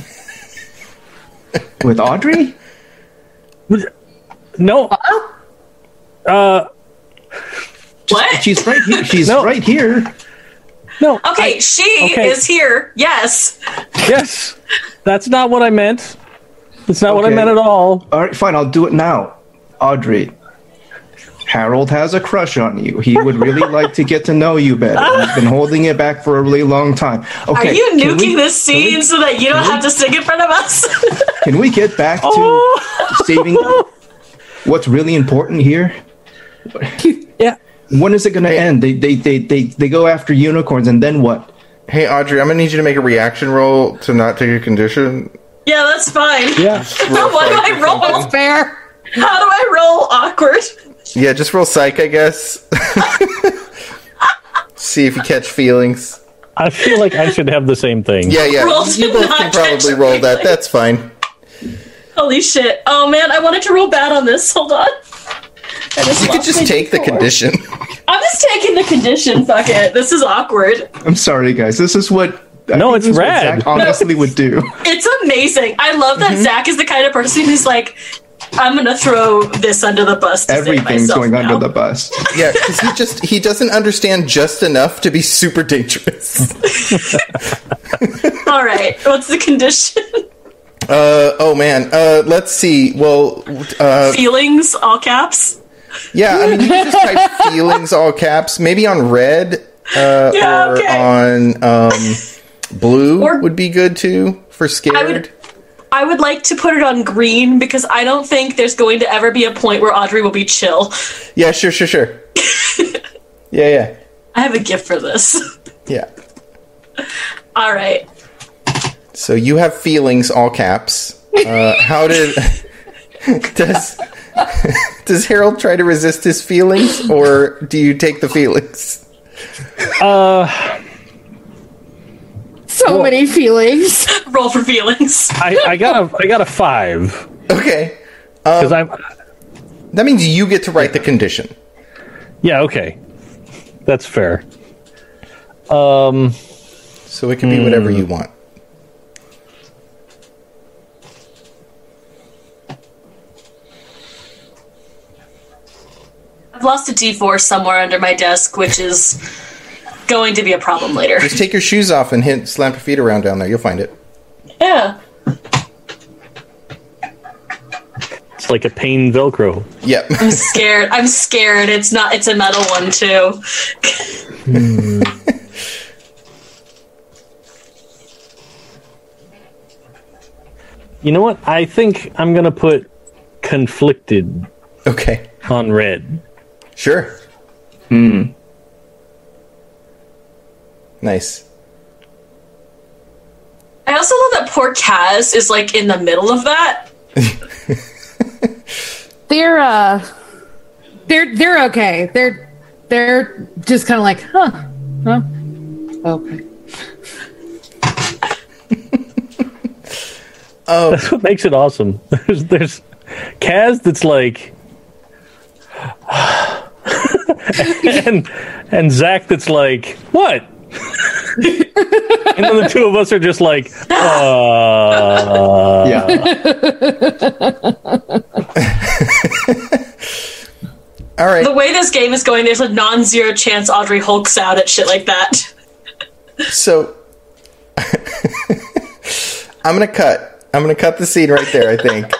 Speaker 2: With Audrey?
Speaker 7: No,
Speaker 4: What?
Speaker 2: She's right here. She's
Speaker 7: No.
Speaker 2: right here.
Speaker 7: no.
Speaker 4: okay, she
Speaker 7: okay.
Speaker 4: is here. Yes.
Speaker 7: Yes. That's not what I meant. That's not what I
Speaker 2: Okay. Um,
Speaker 7: meant at all.
Speaker 2: All right, fine. I'll do it now. Audrey. Harold has a crush on you. He would really like to get to know you better. He's been holding it back for a really long time.
Speaker 4: Are
Speaker 2: Okay.
Speaker 4: you
Speaker 2: can
Speaker 4: nuking
Speaker 2: we-
Speaker 4: this scene so that you don't have to sing in front of us?
Speaker 2: Can we get back to
Speaker 4: Oh.
Speaker 2: saving what's really important here?
Speaker 7: Yeah.
Speaker 2: When is it going to end? They, they they they they go after unicorns and then what?
Speaker 6: Hey, Audrey, I'm gonna need you to make a reaction roll to not take a condition.
Speaker 4: Yeah, that's fine.
Speaker 7: Yeah.
Speaker 4: What do I roll?
Speaker 3: Fair.
Speaker 4: How do I roll awkward?
Speaker 6: Yeah, just roll psych, I guess. See if you catch feelings.
Speaker 7: I feel like I should have the same thing.
Speaker 6: Yeah, yeah.
Speaker 4: Roll to
Speaker 6: you both can
Speaker 4: not
Speaker 6: probably
Speaker 4: catch
Speaker 6: roll that.
Speaker 4: feelings.
Speaker 6: That's fine.
Speaker 4: Holy shit. Oh man, I wanted to roll bad on this. Hold on. I just
Speaker 6: You could
Speaker 4: lost
Speaker 6: just
Speaker 4: my
Speaker 6: take the
Speaker 4: D4.
Speaker 6: condition.
Speaker 4: I'm just taking the condition. Fuck it. This is awkward.
Speaker 2: I'm sorry, guys. This is what I
Speaker 7: No,
Speaker 2: think
Speaker 7: it's
Speaker 2: this is what
Speaker 7: rad.
Speaker 2: Zach honestly would do.
Speaker 4: It's amazing. I love that
Speaker 2: Mm-hmm.
Speaker 4: Zach is the kind of person who's like, I'm gonna throw this under the bus. To save
Speaker 2: Everything's
Speaker 4: myself
Speaker 2: going under
Speaker 4: now."
Speaker 2: the bus.
Speaker 6: yeah, because he just he doesn't understand just enough to be super dangerous.
Speaker 4: All right. What's the condition?
Speaker 6: Uh oh man. Uh let's see. Well uh
Speaker 4: Feelings, all caps.
Speaker 6: yeah, I mean you can just type feelings all caps, maybe on red uh
Speaker 4: Yeah,
Speaker 6: or
Speaker 4: okay.
Speaker 6: on um blue
Speaker 4: Or-
Speaker 6: would be good too for scared.
Speaker 4: I would like to put it on green because I don't think there's going to ever be a point where Audrey will be chill.
Speaker 6: Yeah, sure, sure, sure. yeah, yeah.
Speaker 4: I have a gift for this.
Speaker 6: Yeah.
Speaker 4: All right.
Speaker 6: So you have feelings, all caps. Uh, how did does does Harold try to resist his feelings, or do you take the feelings?
Speaker 3: So many feelings.
Speaker 4: Roll for feelings.
Speaker 7: I, I got a I got a five
Speaker 2: Um,
Speaker 6: Okay,
Speaker 7: because I'm
Speaker 6: that means you get to write the condition.
Speaker 7: yeah okay, that's fair.
Speaker 6: So it can be whatever you want.
Speaker 4: I've lost a D4 somewhere under my desk, which is going to be a problem later.
Speaker 6: Just take your shoes off and hit slam your feet around down there. You'll find it.
Speaker 4: Yeah.
Speaker 7: It's like a pain Velcro.
Speaker 6: Yep.
Speaker 4: I'm scared. I'm scared. It's not. It's a metal one too.
Speaker 7: You know what? I think I'm gonna put conflicted
Speaker 6: okay.
Speaker 7: on red.
Speaker 6: Sure. Hmm. Nice.
Speaker 4: I also love that poor Kaz is like in the middle of that.
Speaker 3: They're uh they're they're okay. They're they're just kinda like, huh. Huh? Okay.
Speaker 7: That's what makes it awesome. There's there's Kaz that's like and and Zach that's like, what? and then the two of us are just like, uh,
Speaker 2: Yeah.
Speaker 6: All right.
Speaker 4: The way this game is going, there's a non-zero chance Audrey hulks out at shit like that.
Speaker 6: So I'm gonna cut. I'm gonna cut the scene right there. I think,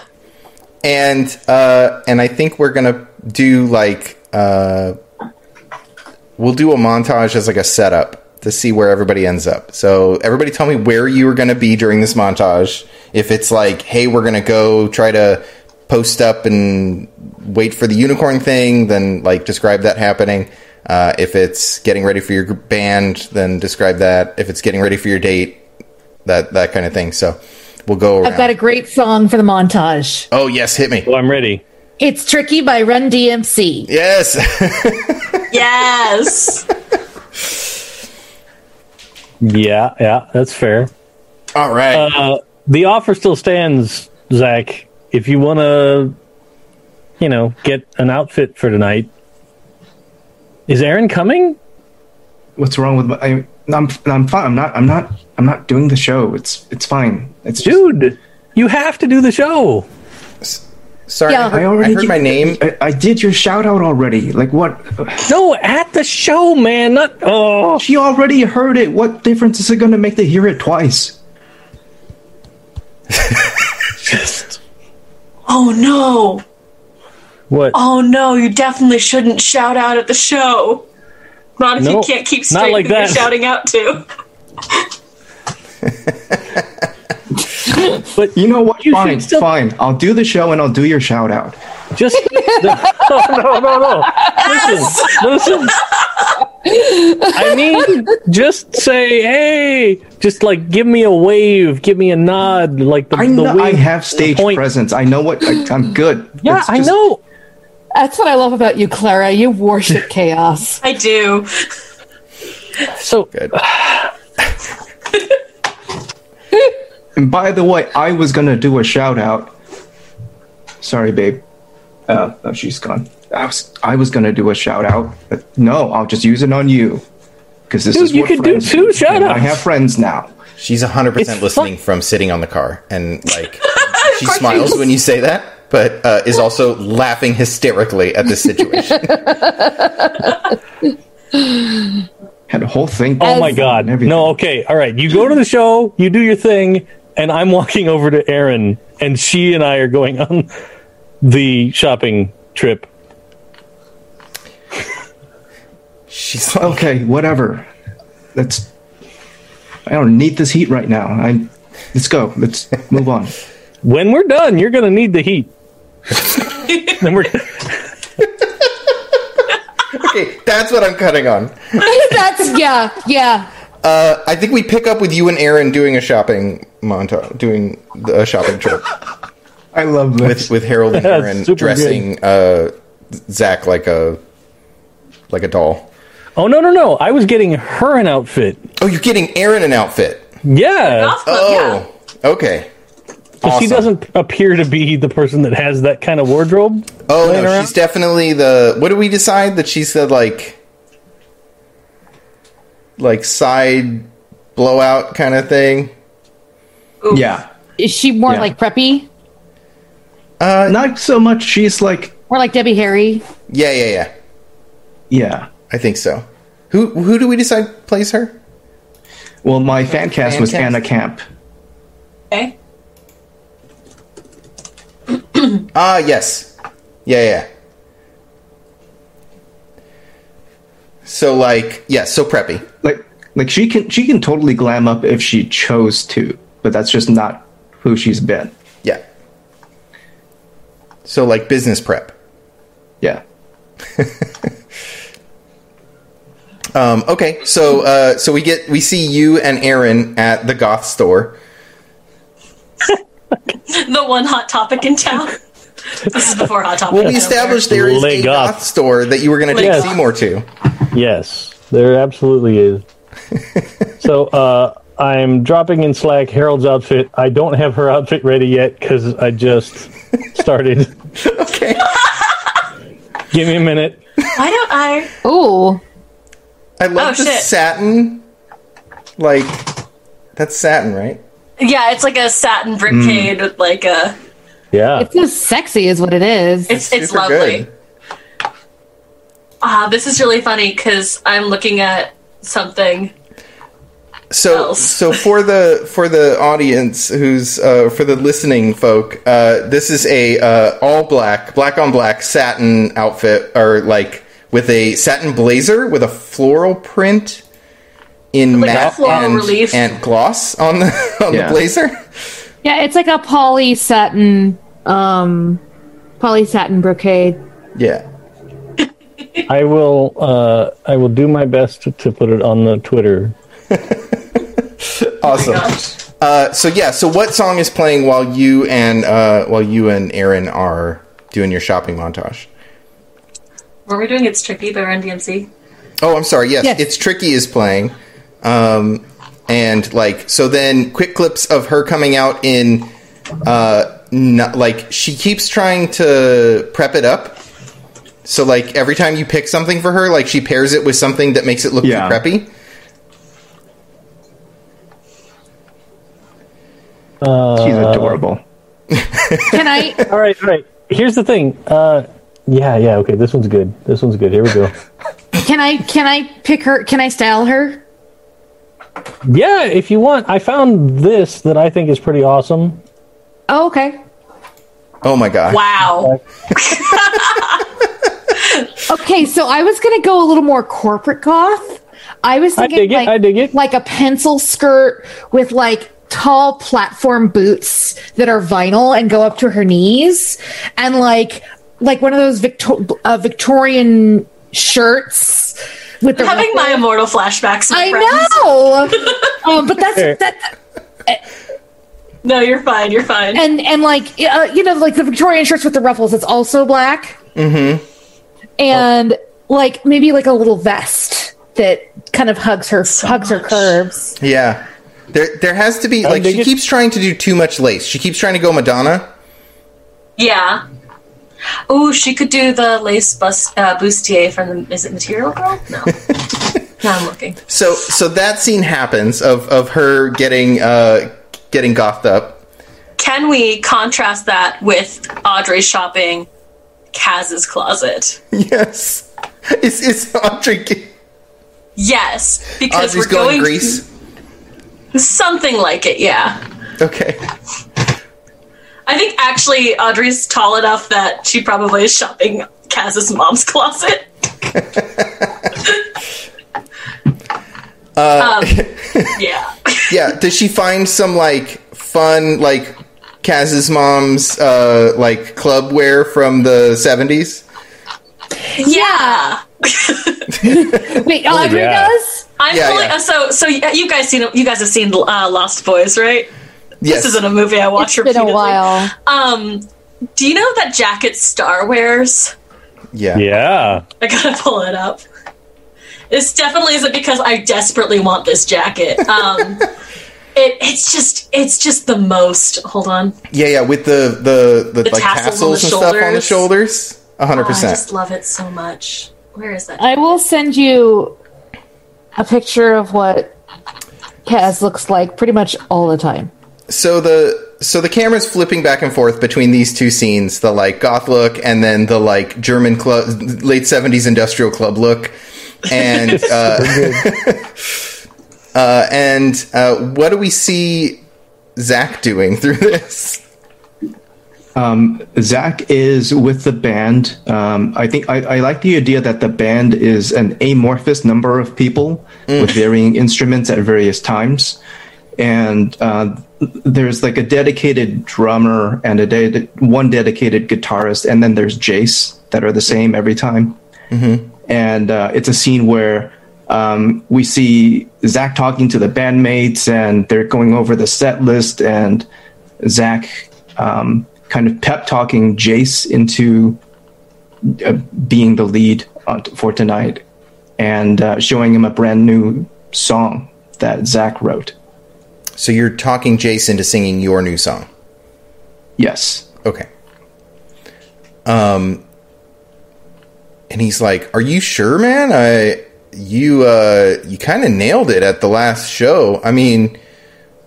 Speaker 6: and uh, and I think we're gonna do like uh, we'll do a montage as like a setup to see where everybody ends up. So everybody, tell me where you were gonna be during this montage. If it's like, hey, we're gonna go try to post up and wait for the unicorn thing, then like describe that happening. Uh, if it's getting ready for your gr- band, then describe that. If it's getting ready for your date, that that kind of thing. So we'll go around.
Speaker 3: I've got a great song for the montage.
Speaker 6: oh yes, hit me.
Speaker 7: well, I'm ready.
Speaker 3: It's Tricky by Run DMC.
Speaker 6: Yes.
Speaker 4: Yes.
Speaker 7: Yeah, yeah, that's fair.
Speaker 6: All right.
Speaker 7: Uh, the offer still stands, Zach. If you want to, you know, get an outfit for tonight, is Aaron coming?
Speaker 2: What's wrong with my I, I'm I'm fine. I'm not I'm not I'm not doing the show. It's it's fine. It's just-
Speaker 7: Dude, you have to do the show.
Speaker 6: Sorry,
Speaker 3: yeah.
Speaker 6: I heard,
Speaker 2: I already
Speaker 6: I heard my name.
Speaker 2: I, I did your shout out already. Like what?
Speaker 7: No, at the show, man. Not oh,
Speaker 2: She already heard it. What difference is it going to make to hear it twice?
Speaker 4: oh no.
Speaker 7: what?
Speaker 4: Oh no. You definitely shouldn't shout out at the show. Not if
Speaker 7: No,
Speaker 4: you can't keep
Speaker 7: not
Speaker 4: straight
Speaker 7: like
Speaker 4: who you're
Speaker 7: that.
Speaker 4: shouting out to.
Speaker 7: But
Speaker 2: You know what?
Speaker 7: You should
Speaker 2: fine,
Speaker 7: still-
Speaker 2: fine. I'll do the show and I'll do your shout out.
Speaker 7: Just no, no, no, no. Listen, listen. I mean, just say, "Hey!" Just like give me a wave, give me a nod, like the
Speaker 2: I
Speaker 7: the
Speaker 2: know
Speaker 7: wave.
Speaker 2: I have stage
Speaker 7: point.
Speaker 2: presence. I know what I, I'm good.
Speaker 7: yeah,
Speaker 2: It's
Speaker 7: I
Speaker 2: just-
Speaker 7: know.
Speaker 3: That's what I love about you, Clara. You worship chaos.
Speaker 4: I do.
Speaker 7: So
Speaker 2: And by the way, I was gonna do a shout out. Sorry, babe. Uh, oh, she's gone. I was I was gonna do a shout out, but no, I'll just use it on you because this
Speaker 7: Dude,
Speaker 2: is
Speaker 7: you
Speaker 2: what
Speaker 7: could do
Speaker 2: friends
Speaker 7: two
Speaker 2: And I
Speaker 7: shout-outs.
Speaker 2: have friends now.
Speaker 6: She's 100%
Speaker 7: It's
Speaker 6: listening from sitting on the car. And, like, she smiles when you say that, but uh, is also laughing hysterically at this situation.
Speaker 2: Had a whole thing.
Speaker 7: Oh my god.
Speaker 2: Everything.
Speaker 7: No, okay. All right. You go to the show, you do your thing, and I'm walking over to Erin, and she and I are going on the shopping trip.
Speaker 6: She's like,
Speaker 2: Okay, whatever. That's. I don't need this heat right now. I. Let's go. Let's move on.
Speaker 7: When we're done, you're going to need the heat. then we're
Speaker 6: okay, that's what I'm cutting on.
Speaker 3: That's yeah, yeah.
Speaker 6: Uh, I think we pick up with you and Aaron doing a shopping montage, doing a shopping trip
Speaker 2: I love
Speaker 6: with, with Harold and
Speaker 7: That's
Speaker 6: Aaron
Speaker 7: super
Speaker 6: dressing uh, Zach like a like a doll.
Speaker 7: Oh no, no, no. I was getting her an outfit.
Speaker 6: Oh, you're getting Aaron an outfit.
Speaker 7: Yeah.
Speaker 4: Off, yeah.
Speaker 6: Oh, okay.
Speaker 7: 'Cause She
Speaker 6: awesome.
Speaker 7: doesn't appear to be the person that has that kind of wardrobe.
Speaker 6: Oh
Speaker 7: Laying
Speaker 6: no,
Speaker 7: around?
Speaker 6: she's definitely the. What did we decide that she said like, like side blowout kind of thing?
Speaker 2: Yeah.
Speaker 3: Is she more
Speaker 2: Yeah.
Speaker 3: like preppy?
Speaker 2: Not so much. She's like.
Speaker 3: More like Debbie Harry?
Speaker 6: Yeah, yeah, yeah.
Speaker 2: Yeah.
Speaker 6: I think so. Who who do we decide plays her?
Speaker 2: Well, my fan cast
Speaker 6: Fan
Speaker 2: was
Speaker 6: cast?
Speaker 2: Anna Camp.
Speaker 4: Okay.
Speaker 6: Ah, yes. Yeah, yeah. So like, yeah, so preppy.
Speaker 2: Like, like she can she can totally glam up if she chose to, but that's just not who she's been.
Speaker 6: Yeah. So like business prep.
Speaker 2: Yeah.
Speaker 6: Um, okay, so uh, so we get we see you and Aaron at the goth store.
Speaker 4: The one hot topic in town. this is before hot topic.
Speaker 6: Well,
Speaker 4: in
Speaker 6: we
Speaker 4: town.
Speaker 6: established there is a
Speaker 7: Leg up.
Speaker 6: goth store that you were going to take
Speaker 7: Yes.
Speaker 6: Seymour to.
Speaker 7: Yes, there absolutely is. so uh, I'm dropping in slack Harold's outfit. I don't have her outfit ready yet because I just started.
Speaker 6: Okay.
Speaker 7: Give me a minute.
Speaker 4: Why don't I?
Speaker 3: Ooh.
Speaker 6: I love
Speaker 4: Oh,
Speaker 6: the
Speaker 4: shit.
Speaker 6: satin. Like that's satin, right?
Speaker 4: Yeah, it's like a satin brocade
Speaker 7: Hmm.
Speaker 4: with like a.
Speaker 7: Yeah.
Speaker 3: It's just sexy is what it is.
Speaker 4: It's it's
Speaker 6: Super
Speaker 4: lovely.
Speaker 6: good.
Speaker 4: Ah, this is really funny because I'm looking at something.
Speaker 6: So
Speaker 4: else.
Speaker 6: so for the for the audience who's uh, for the listening folk, uh, this is a uh, all black, black on black satin outfit, or like with a satin blazer with a floral print in
Speaker 4: Like a
Speaker 6: matte
Speaker 4: floral
Speaker 6: and,
Speaker 4: relief.
Speaker 6: and gloss on the on
Speaker 2: Yeah.
Speaker 6: the blazer.
Speaker 3: yeah, it's like a poly satin um poly satin brocade.
Speaker 6: Yeah.
Speaker 7: I will. Uh, I will do my best to put it on the Twitter.
Speaker 6: Awesome. uh, so yeah, so what song is playing while you and uh, while you and Aaron are doing your shopping montage?
Speaker 4: Were we doing "It's Tricky" by Run DMC?
Speaker 6: Oh, I'm sorry. Yes,
Speaker 3: Yes.
Speaker 6: it's Tricky is playing. Um, and like so then quick clips of her coming out in uh not, like she keeps trying to prep it up. So like every time you pick something for her, like she pairs it with something that makes it look
Speaker 2: Yeah.
Speaker 6: too preppy.
Speaker 2: She's adorable.
Speaker 3: Can I
Speaker 7: All right. All right. Here's the thing. Uh, yeah. Yeah. Okay. This one's good. This one's good. Here we go.
Speaker 3: can I can I pick her can I style her?
Speaker 7: Yeah. If you want, I found this that I think is pretty awesome.
Speaker 3: Oh, okay.
Speaker 6: Oh my god.
Speaker 4: Wow.
Speaker 3: Okay, so I was gonna go a little more corporate goth. I was
Speaker 7: I
Speaker 3: thinking
Speaker 7: dig it,
Speaker 3: like
Speaker 7: I dig it.
Speaker 3: like a pencil skirt with like tall platform boots that are vinyl and go up to her knees, and like like one of those Victor- uh, Victorian shirts with
Speaker 7: Uh,
Speaker 3: the
Speaker 4: Having my immortal flashbacks. my
Speaker 3: I
Speaker 4: friends.
Speaker 3: know, um, but that's that,
Speaker 4: No, you're fine. You're fine.
Speaker 3: and and like uh, you know, like the Victorian shirts with the ruffles. It's also black. Mm-hmm. And like maybe like a little vest that kind of hugs her hugs her curves.
Speaker 6: Yeah. There, there has to be like
Speaker 7: they
Speaker 6: she
Speaker 7: just-
Speaker 6: keeps trying to do too much lace. She keeps trying to go Madonna.
Speaker 4: yeah. Ooh, she could do the lace bus, uh, bustier from the. Is it Material Girl? No. now I'm looking.
Speaker 6: So so that scene happens of of her getting uh getting gothed up.
Speaker 4: Can we contrast that with Audrey shopping Kaz's closet?
Speaker 6: Yes. Is is Audrey
Speaker 4: Yes, because
Speaker 6: Audrey's
Speaker 4: we're
Speaker 6: going,
Speaker 4: going,
Speaker 6: Greece?
Speaker 4: something like it. Yeah,
Speaker 6: Okay.
Speaker 4: I think actually Audrey's tall enough that she probably is shopping Kaz's mom's closet. um, yeah.
Speaker 6: Yeah, does she find some like fun like Kaz's mom's uh like club wear from the 70s?
Speaker 4: Yeah.
Speaker 3: Wait, Audrey
Speaker 7: yeah.
Speaker 3: does.
Speaker 4: I'm
Speaker 6: Yeah,
Speaker 4: pulling.
Speaker 6: yeah.
Speaker 4: uh So, so y- you guys seen you guys have seen uh, Lost Boys, right?
Speaker 6: Yes.
Speaker 4: This isn't a movie I watch
Speaker 3: It's been
Speaker 4: repeatedly.
Speaker 3: a while.
Speaker 4: Um, do you know that jacket Star wears?
Speaker 6: yeah.
Speaker 7: Yeah.
Speaker 4: I gotta pull it up. This definitely isn't because I desperately want this jacket. Um, it, it's just it's just the most. Hold on,
Speaker 6: Yeah, yeah, with the the the,
Speaker 4: The
Speaker 6: like
Speaker 4: tassels on the
Speaker 6: tassels and stuff on the shoulders. 100%.
Speaker 4: Oh, I just love it so much. Where is that?
Speaker 3: I will send you a picture of what Kaz looks like pretty much all the time.
Speaker 6: so the so the camera's flipping back and forth between these two scenes, the like goth look and then the like German club late 70s industrial club look. And uh, uh and uh what do we see Zach doing through this?
Speaker 2: Zach is with the band. Um, I think I, I like the idea that the band is an amorphous number of people with varying instruments at various times, and uh, there's like a dedicated drummer and a ded- one dedicated guitarist, and then there's Jace that are the same every time. And uh, it's a scene where um, we see Zach talking to the bandmates, and they're going over the set list, and Zach um, kind of pep talking Jace into uh, being the lead on, for tonight and uh, showing him a brand new song that Zach wrote.
Speaker 6: So you're talking Jason to singing your new song.
Speaker 2: Yes.
Speaker 6: Okay. Um and he's like, "Are you sure, man? I you uh you kind of nailed it at the last show. I mean,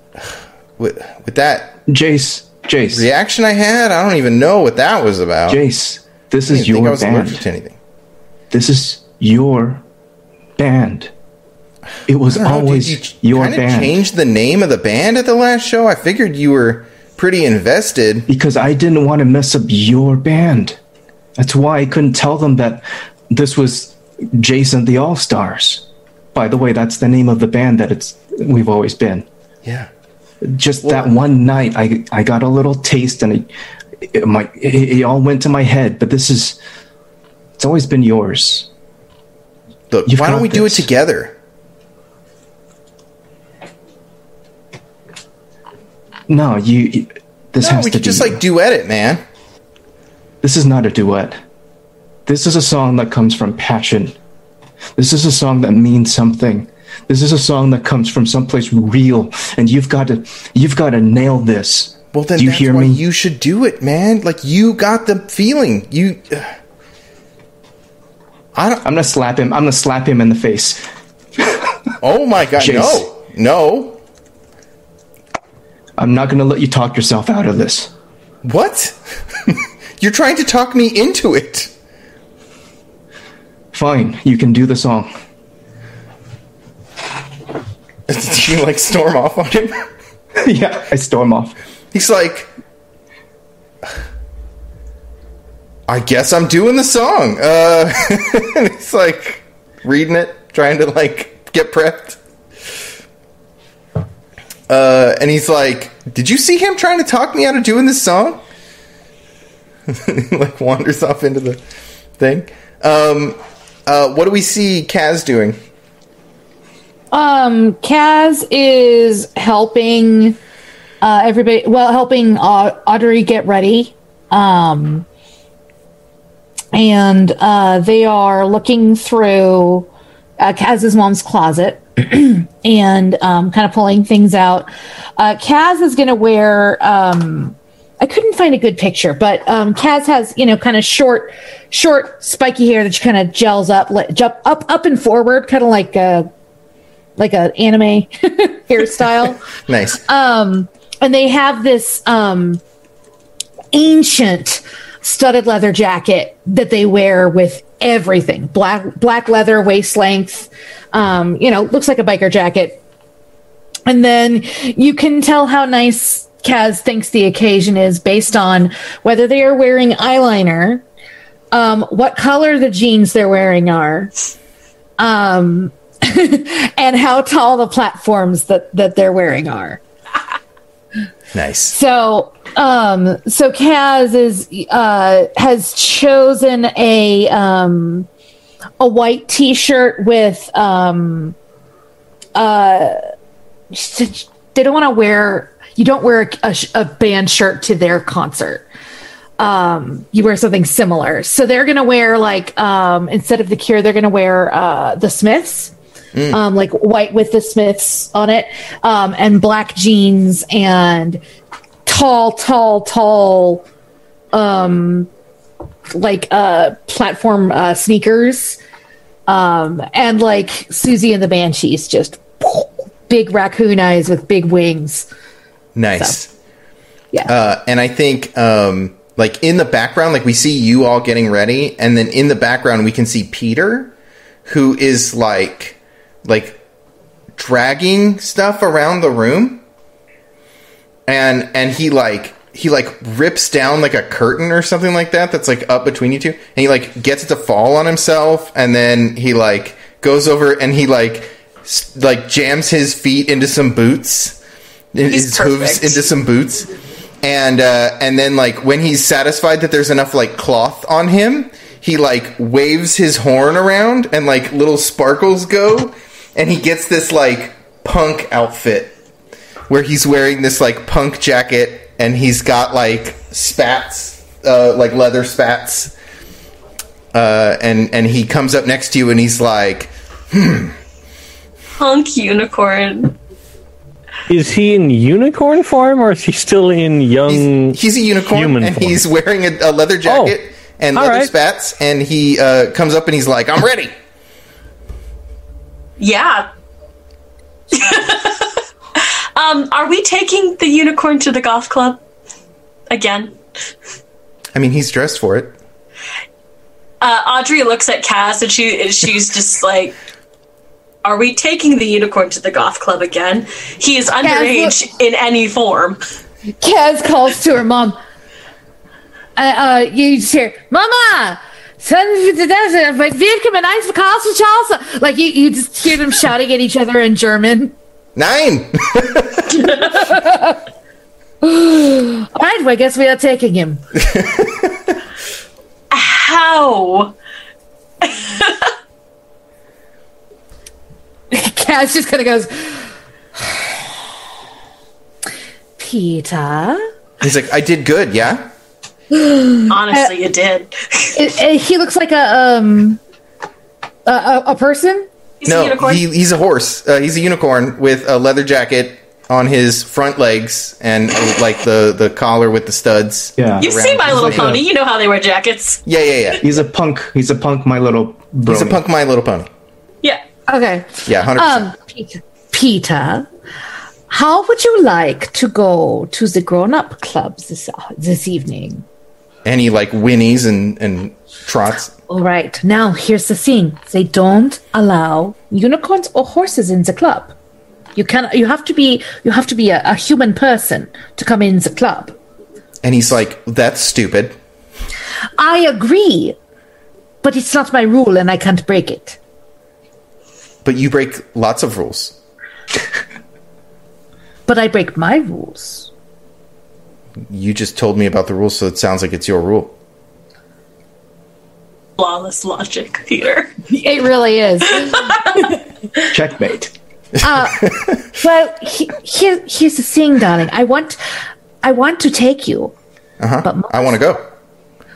Speaker 6: with with that
Speaker 2: Jace, Jace,
Speaker 6: reaction I had, I don't even know what that was about.
Speaker 2: Jace, this
Speaker 6: I
Speaker 2: is
Speaker 6: didn't think I
Speaker 2: your
Speaker 6: was allergic to
Speaker 2: band.
Speaker 6: anything.
Speaker 2: This is your band. It was
Speaker 6: I don't know, dude,
Speaker 2: always
Speaker 6: you
Speaker 2: your
Speaker 6: kinda
Speaker 2: band.
Speaker 6: changed the name of the band at the last show. I figured you were pretty invested.
Speaker 2: because I didn't want to mess up your band. That's why I couldn't tell them that this was Jason the All Stars. By the way, that's the name of the band that it's we've always been.
Speaker 6: Yeah.
Speaker 2: Just that one night, I I got a little taste, and it, it my it, it all went to my head. But this is it's always been yours.
Speaker 6: Look,
Speaker 2: You've
Speaker 6: why don't
Speaker 2: got
Speaker 6: we do it
Speaker 2: this.
Speaker 6: together?
Speaker 2: No, you. you- This
Speaker 6: No,
Speaker 2: has
Speaker 6: we
Speaker 2: to
Speaker 6: could just
Speaker 2: be
Speaker 6: like duet it, man.
Speaker 2: This is not a duet. This is a song that comes from passion. This is a song that means something. This is a song that comes from someplace real, and you've got to you've got to nail this.
Speaker 6: Well, then
Speaker 2: Do you
Speaker 6: that's
Speaker 2: hear
Speaker 6: why
Speaker 2: me?
Speaker 6: you should do it, man. Like you got the feeling. You, I don't.
Speaker 2: I'm gonna slap him. I'm gonna slap him in the face.
Speaker 6: Oh my god,
Speaker 2: Jace.
Speaker 6: no, no.
Speaker 2: I'm not gonna let you talk yourself out of this.
Speaker 6: What? You're trying to talk me into it.
Speaker 2: Fine, you can do the song.
Speaker 6: Did you like storm off on him?
Speaker 2: yeah, I storm off.
Speaker 6: He's like, I guess I'm doing the song. Uh, and he's like reading it, trying to like get prepped. uh, and he's like, "Did you see him trying to talk me out of doing this song?" like wanders off into the thing. Um, uh, what do we see Kaz doing?
Speaker 3: Um, Kaz is helping uh, everybody. Well, helping uh, Audrey get ready. Um, and uh, they are looking through uh, Kaz's mom's closet and um, kind of pulling things out. Uh, Kaz is going to wear. Um, I couldn't find a good picture, but um, Kaz has you know kind of short, short, spiky hair that she kind of gels up, like, jump up, up and forward, kind of like uh, a like an anime hairstyle.
Speaker 6: Nice.
Speaker 3: Um, and they have this um, ancient studded leather jacket that they wear with everything black black leather waist length um, you know looks like a biker jacket and then you can tell how nice kaz thinks the occasion is based on whether they are wearing eyeliner um, what color the jeans they're wearing are um, and how tall the platforms that, that they're wearing are
Speaker 6: nice.
Speaker 3: so, um, so Kaz is uh, has chosen a um, a white T-shirt with um, uh, she said they don't want to wear. You don't wear a, a, sh- a band shirt to their concert. Um, you wear something similar. So they're gonna wear like um, instead of the Cure, they're gonna wear uh, the Smiths um, like white with the Smiths on it, um, and black jeans and tall, tall, tall, um, like uh, platform uh, sneakers, um, and like Susie and the Banshees, just big raccoon eyes with big wings.
Speaker 6: Nice.
Speaker 3: Yeah.
Speaker 6: Uh, and I think, um, like in the background, like we see you all getting ready, and then in the background we can see Peter, who is like, like, dragging stuff around the room, and and he like he like rips down like a curtain or something like that that's like up between you two, and he like gets it to fall on himself, and then he like goes over and he like s- like jams his feet into some boots, his hooves
Speaker 4: perfect.
Speaker 6: into some boots and uh, and then like when he's satisfied that there's enough like cloth on him, he like waves his horn around and like little sparkles go, and he gets this like punk outfit where he's wearing this like punk jacket and he's got like spats, uh, like leather spats, uh, and and he comes up next to you and he's like,
Speaker 4: Punk unicorn.
Speaker 7: Is he in unicorn form or is he still in young?
Speaker 6: he's, he's a unicorn
Speaker 7: Mm, human
Speaker 6: and
Speaker 7: form.
Speaker 6: he's wearing a, a leather jacket and
Speaker 7: all
Speaker 6: leather
Speaker 7: right.
Speaker 6: spats and he uh, comes up and he's like, I'm ready.
Speaker 4: Yeah. um, are we taking the unicorn to the golf club again?
Speaker 6: I mean, he's dressed for it.
Speaker 4: Uh, Audrey looks at Cass and she and she's just like, "Are we taking the unicorn to the golf club again? He is underage in any form."
Speaker 3: Kaz calls to her mom. Uh, uh, you just hear, Mama! Send the desert, but wir kommen eins verkaufen Chance. Like you, you just hear them shouting at each other in German.
Speaker 6: Nine.
Speaker 3: All right, well, I guess we are taking him.
Speaker 4: How?
Speaker 3: Kaz just kind of goes, Peter.
Speaker 6: he's like, I did good, yeah.
Speaker 4: Honestly, you did.
Speaker 3: It, it- he looks like a um a, a, a person.
Speaker 4: He's a
Speaker 6: No,
Speaker 4: unicorn.
Speaker 6: he, he's a horse. Uh, he's a unicorn with a leather jacket on his front legs and uh, like the the collar with the studs.
Speaker 2: Yeah.
Speaker 4: You've seen My
Speaker 6: He's
Speaker 4: Little
Speaker 6: like a-
Speaker 4: Pony. You know how they wear jackets.
Speaker 6: Yeah, yeah, yeah.
Speaker 2: He's a punk. He's a punk. My little. Brony.
Speaker 6: He's a punk My Little Pony.
Speaker 4: Yeah.
Speaker 3: Okay.
Speaker 6: Yeah, hundred
Speaker 3: Um, Peter, Peter, how would you like to go to the grown-up club this this evening?
Speaker 6: percent. And he like whinnies and and trots.
Speaker 3: All right. Now here's the thing: they don't allow unicorns or horses in the club. You can you have to be you have to be a, a human person to come in the club.
Speaker 6: And he's like, that's stupid.
Speaker 3: I agree, but it's not my rule, and I can't break it.
Speaker 6: But you break lots of rules.
Speaker 3: but I break my rules.
Speaker 6: You just told me about the rule, so it sounds like it's your rule.
Speaker 4: Flawless logic, Peter.
Speaker 3: It really is.
Speaker 2: Checkmate.
Speaker 3: well, he, here, here's the thing, darling. I want, I want to take you, but
Speaker 6: Uh-huh. I want to go.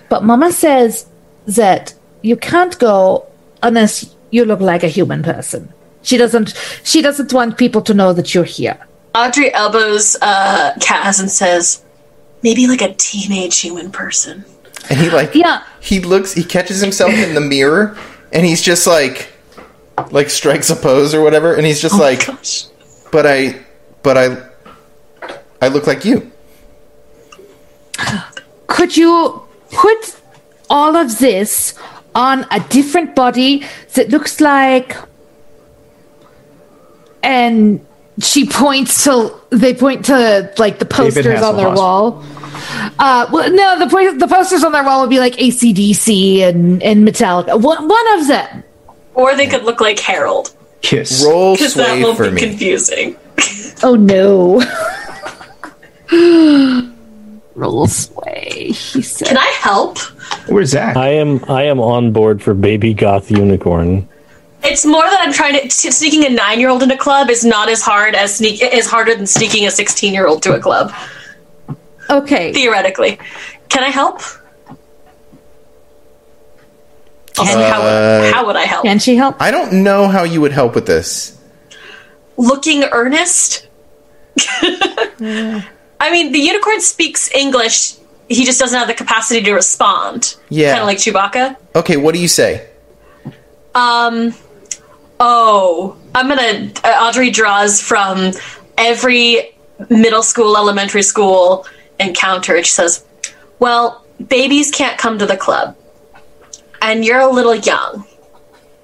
Speaker 3: But Mama says that you can't go unless you look like a human person. She doesn't. She doesn't want people to know that you're here.
Speaker 4: Audrey elbows uh, Kaz and says, maybe like a teenage human person.
Speaker 6: And he like
Speaker 3: Yeah.
Speaker 6: he looks he catches himself in the mirror and he's just like like strikes a pose or whatever and he's just like
Speaker 4: Oh Gosh.
Speaker 6: but I but I I look like you.
Speaker 3: Could you put all of this on a different body that looks like? And she points to. They point to like the posters on their
Speaker 2: Hasselhoff.
Speaker 3: wall. Uh, well, no, the po- the posters on their wall would be like ACDC and and Metallica. One one of them.
Speaker 4: Or they could look like Harold,
Speaker 2: Kiss.
Speaker 6: Roll
Speaker 4: because that
Speaker 6: sway
Speaker 4: won't
Speaker 6: for
Speaker 4: be
Speaker 6: me.
Speaker 4: confusing.
Speaker 3: Oh no. Roll sway, he said.
Speaker 4: Can I help?
Speaker 2: Where's Zach?
Speaker 7: I am I am on board for baby goth unicorn.
Speaker 4: It's more that I'm trying to t- sneaking a nine year old into a club is not as hard as sneak is harder than sneaking a sixteen year old to a club
Speaker 3: Okay.
Speaker 4: theoretically. Can I help? Also,
Speaker 6: Uh,
Speaker 4: how, how would I help?
Speaker 3: Can she help?
Speaker 6: I don't know how you would help with this.
Speaker 4: Looking earnest. I mean, the unicorn speaks English. He just doesn't have the capacity to respond.
Speaker 6: Yeah.
Speaker 4: kind of like Chewbacca.
Speaker 6: Okay, what do you say?
Speaker 4: Um. Oh, I'm gonna. Uh, Audrey draws from every middle school, elementary school encounter. and She says, "Well, babies can't come to the club, and you're a little young,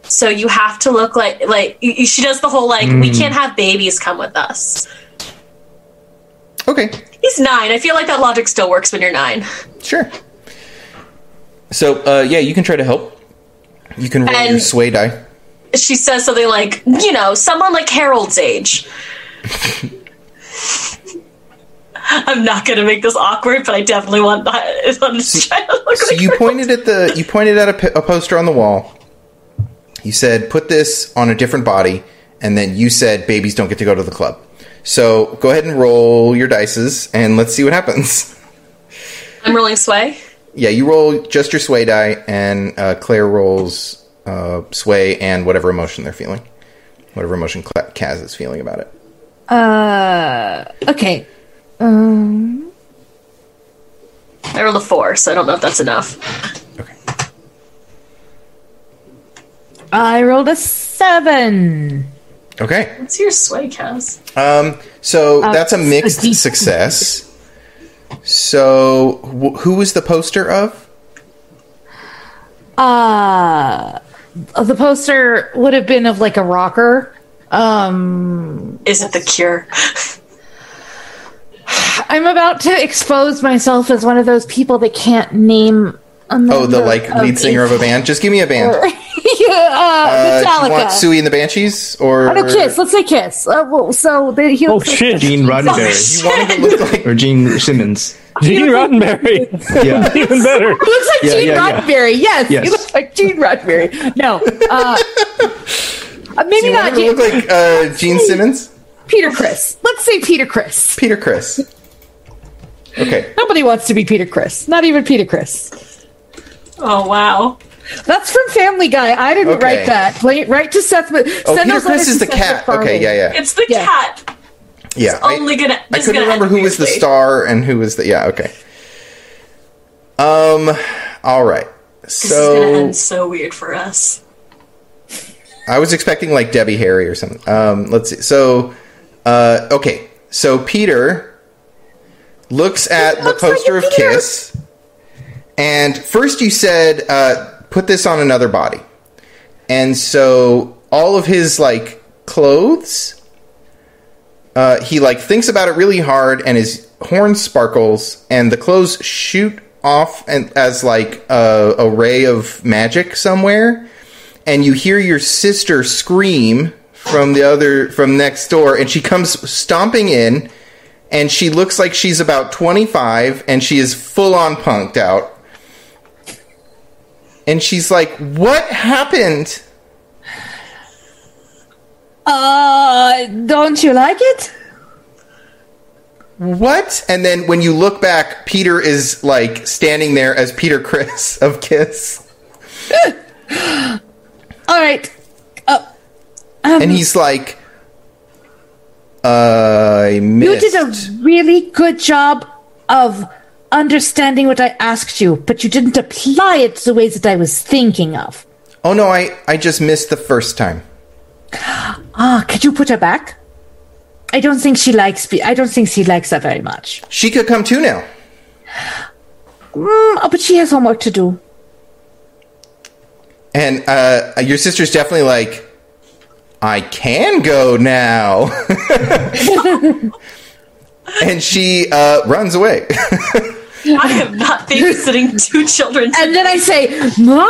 Speaker 4: so you have to look like like." y- y- She does the whole like, "We can't have babies come with us."
Speaker 6: Okay,
Speaker 4: He's nine. I feel like that logic still works when you're nine.
Speaker 6: sure. So uh, yeah, you can try to help. You can roll your
Speaker 4: And-
Speaker 6: sway die.
Speaker 4: She says something like, "You know, someone like Harold's age." I'm not going to make this awkward, but I definitely want that. I'm just trying to look
Speaker 6: So
Speaker 4: like
Speaker 6: you pointed at the you pointed at a, p- a poster on the wall. You said put this on a different body, and then you said babies don't get to go to the club. So go ahead and roll your dices, and let's see what happens.
Speaker 4: I'm rolling sway.
Speaker 6: Yeah, you roll just your sway die, and uh, Claire rolls uh, sway and whatever emotion they're feeling, whatever emotion Cla- Kaz is feeling about it.
Speaker 3: Okay.
Speaker 4: I rolled a four, so I don't know if that's enough.
Speaker 3: I rolled a seven.
Speaker 6: Okay,
Speaker 4: What's your sway, Kaz?
Speaker 6: Um, so that's a mixed
Speaker 3: decent-
Speaker 6: success. So wh- who was the poster of?
Speaker 3: Uh the poster would have been of like a rocker. Um,
Speaker 4: Is it the cure?
Speaker 3: I'm about to expose myself as one of those people that can't name. A
Speaker 6: Oh, the like lead singer of a band. Just give me a band.
Speaker 3: yeah, uh,
Speaker 6: Uh, do you
Speaker 3: Metallica.
Speaker 6: want Suey and the Banshees or
Speaker 3: oh, no, Kiss. Let's say Kiss. Uh, well, so the, he
Speaker 7: Oh
Speaker 3: looks like-
Speaker 7: shit, Gene,
Speaker 2: Gene Roddenberry.
Speaker 6: You want him to look like
Speaker 2: or Gene Simmons.
Speaker 7: Roddenberry,
Speaker 2: Yeah.
Speaker 7: even better.
Speaker 3: He looks like
Speaker 2: Yeah,
Speaker 3: Gene
Speaker 2: yeah, yeah.
Speaker 3: Roddenberry. Yes,
Speaker 2: Yes.
Speaker 3: he looks like Gene Roddenberry. No, uh, uh, maybe
Speaker 6: you want
Speaker 3: not
Speaker 6: him to
Speaker 3: Gene.
Speaker 6: look like uh, Gene Simmons,
Speaker 3: Peter Chris. Let's say Peter Chris.
Speaker 6: Peter Chris. Okay,
Speaker 3: Nobody wants to be Peter Chris. Not even Peter Chris.
Speaker 4: Oh wow!
Speaker 3: That's from Family Guy. I didn't
Speaker 6: Okay.
Speaker 3: write that. Wait, write to Seth. Send
Speaker 6: oh Peter
Speaker 3: those letters
Speaker 6: Chris is
Speaker 3: to
Speaker 6: the
Speaker 3: Seth
Speaker 6: cat.
Speaker 3: MacFarlane.
Speaker 6: Okay, yeah, yeah,
Speaker 4: It's the
Speaker 3: Yeah.
Speaker 4: cat.
Speaker 6: yeah. I-
Speaker 4: Only gonna.
Speaker 6: I
Speaker 4: this is
Speaker 6: couldn't
Speaker 4: gonna
Speaker 6: remember
Speaker 4: end
Speaker 6: who was the
Speaker 4: weirdly.
Speaker 6: star and who was the yeah. Okay. Um. All right.
Speaker 4: This is gonna
Speaker 6: So
Speaker 4: end so weird for us.
Speaker 6: I was expecting like Debbie Harry or something. Um. Let's see. So. Uh. Okay. So Peter looks at the
Speaker 3: looks like
Speaker 6: poster
Speaker 3: a
Speaker 6: of
Speaker 3: Peter.
Speaker 6: Kiss, and first you said, uh, "Put this on another body," and so all of his like clothes uh, he like thinks about it really hard and his horn sparkles and the clothes shoot off and as like a, a ray of magic somewhere and you hear your sister scream from the other from next door, and she comes stomping in, and she looks like she's about twenty five, and she is full on punked out, and she's like, "What happened?"
Speaker 3: Uh, don't you like it?
Speaker 6: What? And then when you look back, Peter is like standing there as Peter Chris of Kiss.
Speaker 3: All right.
Speaker 6: and he's like, I
Speaker 3: You
Speaker 6: missed.
Speaker 3: did a really good job of understanding what I asked you, but you didn't apply it the ways that I was thinking of.
Speaker 6: oh no, I, I just missed the first time.
Speaker 3: Ah, could you put her back? I don't think she likes. Be- I don't think she likes her very much.
Speaker 6: She could come too now.
Speaker 3: Mm, oh, but she has homework to do.
Speaker 6: And uh, your sister's definitely like, I can go now. and she uh, runs away.
Speaker 4: I am not babysitting two children.
Speaker 3: And then I say, "Ma!"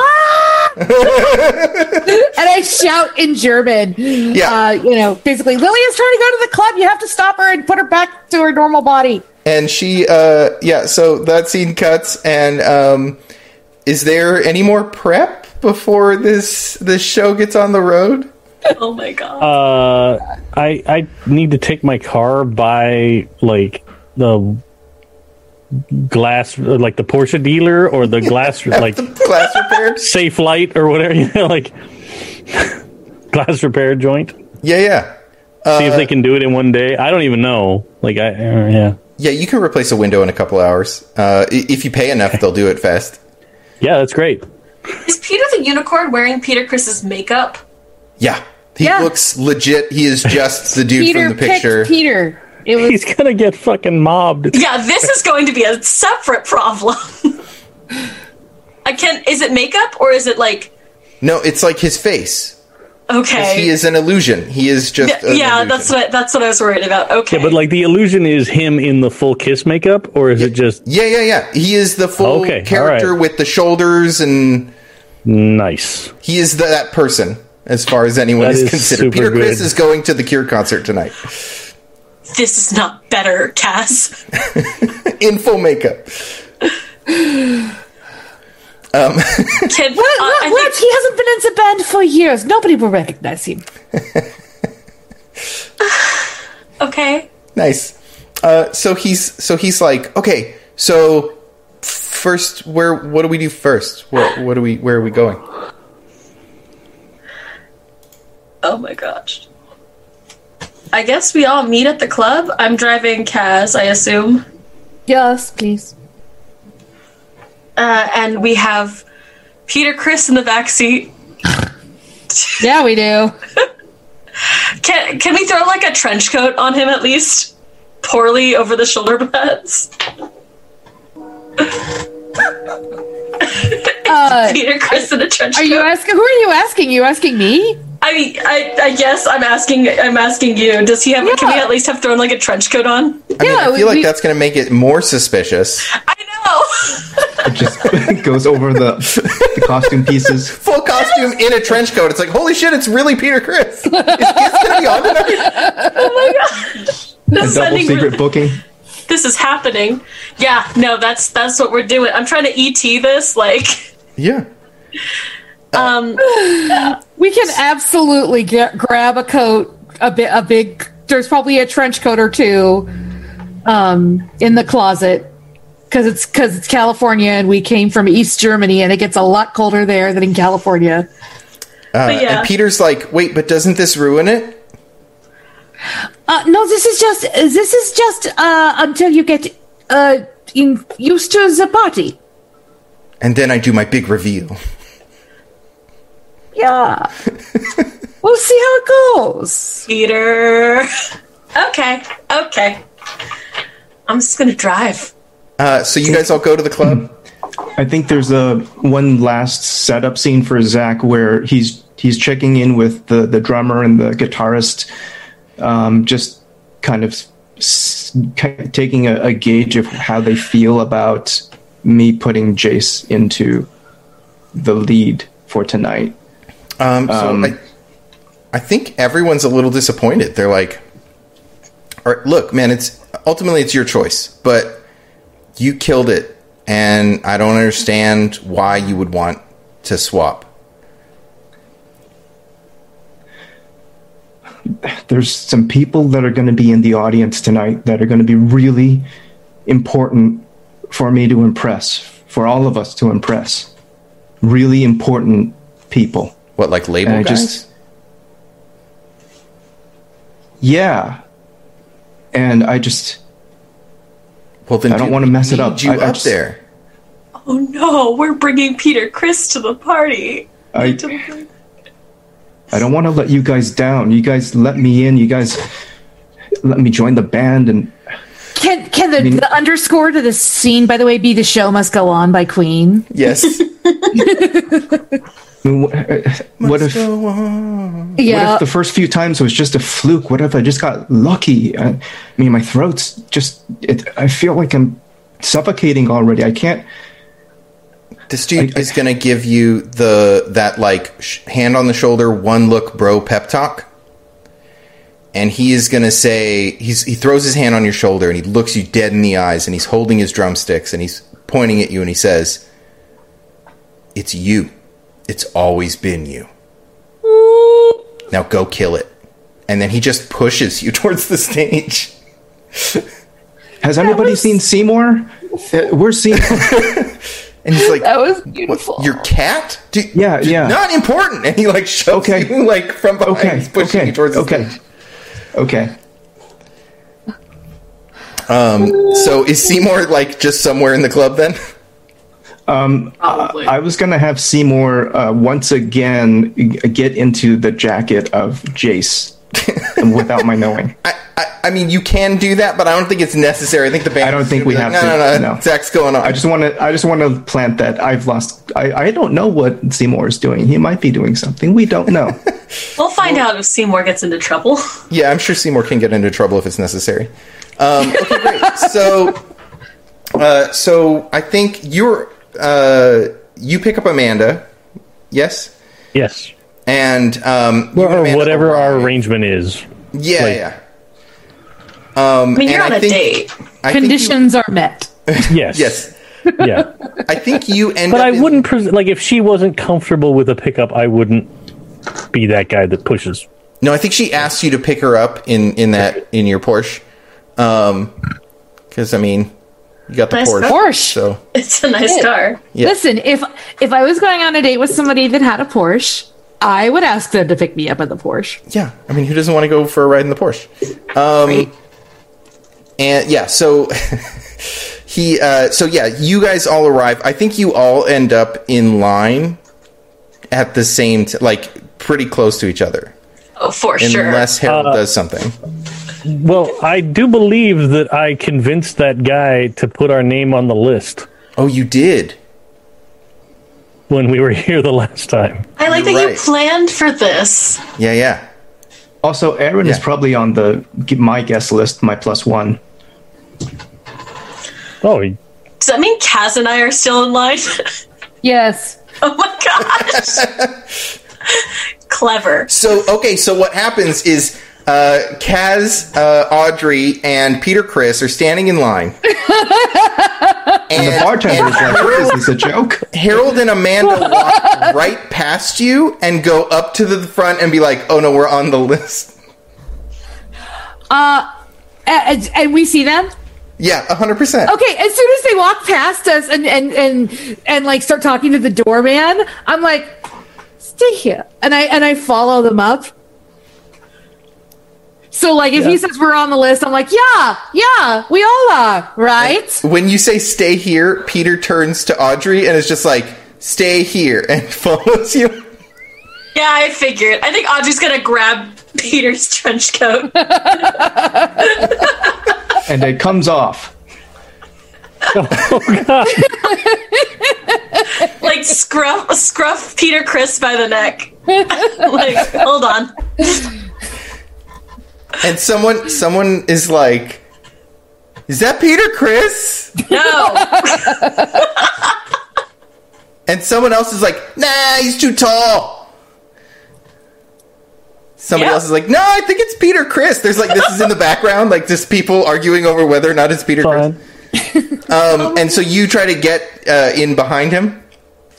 Speaker 3: and I shout in German.
Speaker 6: Yeah.
Speaker 3: Uh, you know, basically, Lily is trying to go to the club. You have to stop her and put her back to her normal body.
Speaker 6: and she uh yeah so that scene cuts and um is there any more prep before this this show gets on the road
Speaker 4: oh my god.
Speaker 7: Uh, I I need to take my car by like the glass, like the Porsche dealer or the glass, like
Speaker 6: class repair
Speaker 7: Safe Light or whatever, you know, like glass repair joint.
Speaker 6: yeah yeah
Speaker 7: See if they can do it in one day. I don't even know. Like I, uh, yeah,
Speaker 6: yeah you can replace a window in a couple hours uh i- if you pay enough they'll do it fast
Speaker 7: yeah, that's great.
Speaker 4: Is Peter the unicorn wearing Peter Chris's makeup?
Speaker 6: yeah he
Speaker 3: Yeah.
Speaker 6: looks legit he is just the dude
Speaker 3: Peter
Speaker 6: from the picture
Speaker 3: picked Peter. It was
Speaker 7: He's gonna get fucking mobbed. It's-
Speaker 4: Yeah, this is going to be a separate problem. I can't. Is it makeup or is it like
Speaker 6: no it's like his face
Speaker 4: okay?
Speaker 6: he is an illusion he is just
Speaker 4: Th-
Speaker 6: an
Speaker 4: yeah,
Speaker 6: illusion.
Speaker 4: that's what that's what I was worried about. Okay,
Speaker 7: But like the illusion is him in the full kiss makeup, or is it just
Speaker 6: yeah yeah yeah he is the full
Speaker 7: Okay, all
Speaker 6: character
Speaker 7: right.
Speaker 6: with the shoulders and
Speaker 7: nice?
Speaker 6: He is the, that person as far as anyone
Speaker 7: That
Speaker 6: is
Speaker 7: is
Speaker 6: considered.
Speaker 7: super
Speaker 6: Peter Chris
Speaker 7: good.
Speaker 6: is going to the Cure concert tonight
Speaker 4: this is not better, Cass.
Speaker 6: in full makeup.
Speaker 4: Can,
Speaker 3: What?
Speaker 4: uh,
Speaker 3: what,
Speaker 4: I
Speaker 3: what?
Speaker 4: think-
Speaker 3: He hasn't been in the band for years. Nobody will recognize him.
Speaker 4: okay,
Speaker 6: Nice. Uh, so he's so he's like, okay, so first, where what do we do first? Where what do we where are we going?
Speaker 4: Oh my gosh. I guess we all meet at the club. I'm driving Kaz, I assume.
Speaker 3: Yes, please.
Speaker 4: Uh, and we have Peter Chris in the backseat.
Speaker 3: Yeah, we do.
Speaker 4: Can, can we throw like a trench coat on him at least? Poorly over the shoulder pads? Peter Chris in a trench
Speaker 3: Uh, Are
Speaker 4: coat.
Speaker 3: you asking? Who are you asking? You asking me?
Speaker 4: I, I I guess I'm asking I'm asking you. Does he have? Can we
Speaker 3: Yeah.
Speaker 4: at least have thrown like a trench coat on?
Speaker 6: I mean, I
Speaker 4: Uh,
Speaker 3: Yeah,
Speaker 6: feel like
Speaker 3: we-
Speaker 6: that's going to make it more suspicious.
Speaker 4: I know.
Speaker 2: It just goes over the, the costume pieces.
Speaker 6: Full costume in a trench coat. It's like, holy shit, it's really Peter Chris. Is Kiss going to be on tonight?
Speaker 2: A
Speaker 4: This is
Speaker 2: double
Speaker 4: ending
Speaker 2: secret
Speaker 4: with-
Speaker 2: booking.
Speaker 4: this is happening. Yeah, no, that's that's what we're doing. I'm trying to ET this, like
Speaker 6: Yeah.
Speaker 4: um
Speaker 3: We can absolutely get, grab a coat, a bit, a big. There's probably a trench coat or two, um, in the closet because it's because it's California and we came from East Germany and it gets a lot colder there than in California.
Speaker 4: but yeah.
Speaker 6: And Peter's like, wait, but doesn't this ruin it?
Speaker 3: Uh, no, this is just this is just uh, until you get uh, in, used to the party.
Speaker 6: And then I do my big reveal.
Speaker 3: Yeah. we'll see how it goes.
Speaker 4: Peter. Okay, okay. I'm just gonna drive.
Speaker 6: Uh, so you guys all go to the club.
Speaker 2: Mm-hmm. I think there's a one last setup scene for Zach where he's he's checking in with the the drummer and the guitarist, um, just kind of s- s- ki- taking a, a gauge of how they feel about me putting Jace into the lead for tonight.
Speaker 6: Um, so I, I think everyone's a little disappointed. They're like, "All right, look, man, it's ultimately it's your choice, but you killed it, and I don't understand why you would want to swap."
Speaker 2: there's some people that are going to be in the audience tonight that are going to be really important for me to impress, for all of us to impress. Really important people.
Speaker 6: What, like label
Speaker 2: And I
Speaker 6: guys?
Speaker 2: just- Yeah. And I just,
Speaker 6: well, then
Speaker 2: I don't
Speaker 6: dude,
Speaker 2: wanna
Speaker 6: we
Speaker 2: mess it
Speaker 6: need
Speaker 2: up.
Speaker 6: You
Speaker 2: I- I
Speaker 6: up
Speaker 2: just-
Speaker 6: there.
Speaker 4: Oh no, we're bringing Peter Chris to the party.
Speaker 2: I,
Speaker 4: Don't-
Speaker 2: I don't want to let you guys down. You guys let me in. You guys let me join the band. And
Speaker 3: Can can the, the underscore to this scene, by the way, be "The Show Must Go On" by Queen?
Speaker 6: Yes.
Speaker 2: I mean, wh- what if?
Speaker 6: Go on.
Speaker 2: What
Speaker 3: Yeah,
Speaker 2: if the first few times was just a fluke? What if I just got lucky? I, I mean, my throat's just. It, I feel like I'm suffocating already. I can't.
Speaker 6: This
Speaker 2: I-
Speaker 6: dude
Speaker 2: I-
Speaker 6: is gonna give you the that like sh- hand on the shoulder, one look, bro, pep talk, and he is gonna say he's he throws his hand on your shoulder and he looks you dead in the eyes and he's holding his drumsticks and he's pointing at you and he says, "It's you. It's always been you. Now go kill it." And then he just pushes you towards the stage.
Speaker 2: Has anybody seen Seymour? Uh, We're seeing.
Speaker 6: And he's like,
Speaker 3: that was beautiful.
Speaker 6: "Your cat? Dude,
Speaker 2: Yeah,
Speaker 6: dude,
Speaker 2: yeah.
Speaker 6: Not important." And he like shoves
Speaker 2: Okay.
Speaker 6: you like from behind,
Speaker 2: Okay,
Speaker 6: he's pushing
Speaker 2: okay,
Speaker 6: you towards the
Speaker 2: okay.
Speaker 6: stage.
Speaker 2: okay.
Speaker 6: So is Seymour like just somewhere in the club then?
Speaker 4: Probably.
Speaker 2: I was gonna have Seymour uh, once again g- get into the jacket of Jace without my knowing.
Speaker 6: I, I, I mean, you can do that, but I don't think it's necessary. I think the band.
Speaker 2: I don't think we have
Speaker 6: no,
Speaker 2: to,
Speaker 6: No, no,
Speaker 2: no.
Speaker 6: Zach's going on.
Speaker 2: I just want to. I just want to plant that I've lost. I, I don't know what Seymour is doing. He might be doing something. We don't know.
Speaker 4: we'll find out if Seymour gets into trouble.
Speaker 6: yeah, I'm sure Seymour can get into trouble if it's necessary. Um, okay, great. So, uh, so I think you're uh, you pick up Amanda, yes,
Speaker 7: Yes.
Speaker 6: and um, you and
Speaker 7: Or
Speaker 6: Amanda
Speaker 7: whatever our
Speaker 6: arrive.
Speaker 7: arrangement is.
Speaker 6: Yeah,
Speaker 7: like-
Speaker 6: yeah.
Speaker 4: I mean, you're
Speaker 6: And
Speaker 4: on
Speaker 6: I
Speaker 4: a
Speaker 6: think-
Speaker 4: date.
Speaker 6: I think you-
Speaker 3: Conditions are met.
Speaker 7: Yes.
Speaker 6: yes,
Speaker 7: Yeah.
Speaker 6: I think you end.
Speaker 7: But
Speaker 6: up
Speaker 7: I
Speaker 6: in-
Speaker 7: wouldn't pres- like if she wasn't comfortable with a pickup. I wouldn't be that guy that pushes.
Speaker 6: No, I think she asked you to pick her up in in that in your Porsche. Um 'cause because I mean, you got the
Speaker 4: Nice
Speaker 6: Porsche,
Speaker 3: Porsche.
Speaker 6: so
Speaker 4: It's a nice car.
Speaker 6: Yeah.
Speaker 3: Listen, if if I was going on a date with somebody that had a Porsche, I would ask them to pick me up at the Porsche.
Speaker 6: yeah. I mean, who doesn't want to go for a ride in the Porsche? Um, and yeah, so he, uh, so yeah, you guys all arrive. I think you all end up in line at the same, t- like pretty close to each other,
Speaker 4: Oh, for sure.
Speaker 6: unless
Speaker 7: Uh,
Speaker 6: Harold does something.
Speaker 7: Well, I do believe that I convinced that guy to put our name on the list
Speaker 6: Oh, you did.
Speaker 7: when we were here the last time.
Speaker 4: I like that
Speaker 6: You're
Speaker 4: you
Speaker 6: right.
Speaker 4: planned for this.
Speaker 6: Yeah, yeah.
Speaker 2: Also, Aaron is
Speaker 6: Yeah.
Speaker 2: probably on the g- my guest list, my plus one.
Speaker 7: Oh, y-
Speaker 4: Does that mean Kaz and I are still in line?
Speaker 3: Yes.
Speaker 4: oh my gosh. Clever.
Speaker 6: So okay, so what happens is uh, Kaz, uh, Audrey, and Peter Chris are standing in line. and
Speaker 2: The bartender is like, "Is this a joke?"
Speaker 6: Harold and Amanda walk right past you and go up to the front and be like, "Oh no, we're on the list."
Speaker 3: And, and we see them.
Speaker 6: Yeah, hundred percent.
Speaker 3: Okay, as soon as they walk past us and and and and like start talking to the doorman, I'm like, stay here, and I and I follow them up. So like, if he says we're on the list, I'm like, yeah, yeah, we all are, right?
Speaker 6: When you say "stay here," Peter turns to Audrey and is just like, "Stay here," and follows you.
Speaker 4: Yeah, I figured. I think Audrey's gonna grab Peter's trench coat.
Speaker 2: And it comes off.
Speaker 4: like scruff scruff Peter Chris by the neck. like, hold on.
Speaker 6: And someone, someone is like, "Is that Peter Chris?"
Speaker 4: No.
Speaker 6: And someone else is like, nah, he's too tall. Somebody
Speaker 4: Yeah.
Speaker 6: else is like, no, I think it's Peter Chris. There's like this is in the background, like just people arguing over whether or not it's Peter
Speaker 7: Fine.
Speaker 6: Chris. Um, and so you try to get uh, in behind him,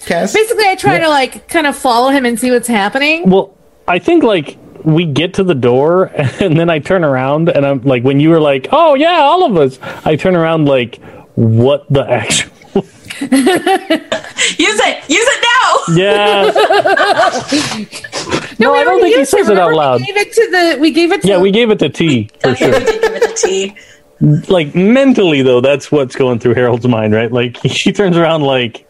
Speaker 6: Cass.
Speaker 3: Basically, I try to like kind of follow him and see what's happening.
Speaker 7: Well, I think like we get to the door and then I turn around and I'm like when you were like, "Oh yeah, all of us." I turn around like what the actual
Speaker 4: Use it. Use it now.
Speaker 7: Yeah. no, I don't
Speaker 3: already
Speaker 7: think he
Speaker 3: used
Speaker 7: says it out
Speaker 3: Remember,
Speaker 7: loud.
Speaker 3: We gave it to the. We gave it. To
Speaker 7: Yeah, we gave it to T for
Speaker 4: Okay,
Speaker 7: sure.
Speaker 4: we did give it the T.
Speaker 7: Like mentally though, that's what's going through Harold's mind, right? Like he turns around like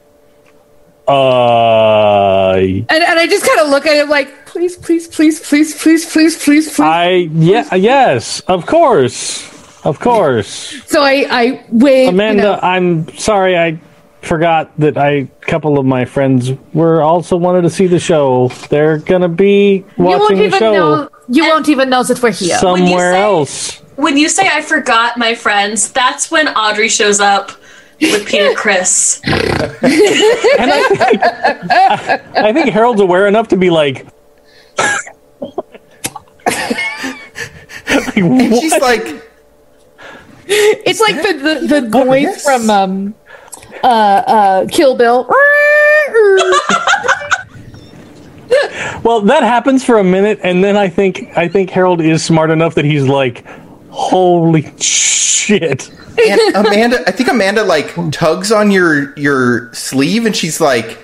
Speaker 7: uh
Speaker 3: And, and I just kind of look at him like, please, please, please, please, please, please, please, please.
Speaker 7: I yeah yes, of course. Of course.
Speaker 3: so I, I wave.
Speaker 7: Amanda,
Speaker 3: you know,
Speaker 7: I'm sorry I forgot that I a couple of my friends were also wanted to see the show. They're gonna be
Speaker 3: you won't
Speaker 7: watching the
Speaker 3: even
Speaker 7: show
Speaker 3: know. You won't even know that we're here.
Speaker 4: When you
Speaker 7: somewhere
Speaker 4: say-
Speaker 7: else.
Speaker 4: When you say I forgot my friends, that's when Audrey shows up with Peter Chris.
Speaker 7: And I think, I think Harold's aware enough to be like, Like, what?
Speaker 6: She's like,
Speaker 3: It's like the the, the noise
Speaker 6: yes.
Speaker 3: from um, uh, uh, Kill Bill.
Speaker 7: well, that happens for a minute, and then I think I think Harold is smart enough that he's like, "Holy shit!"
Speaker 6: and Amanda, I think Amanda like tugs on your your sleeve, and she's like,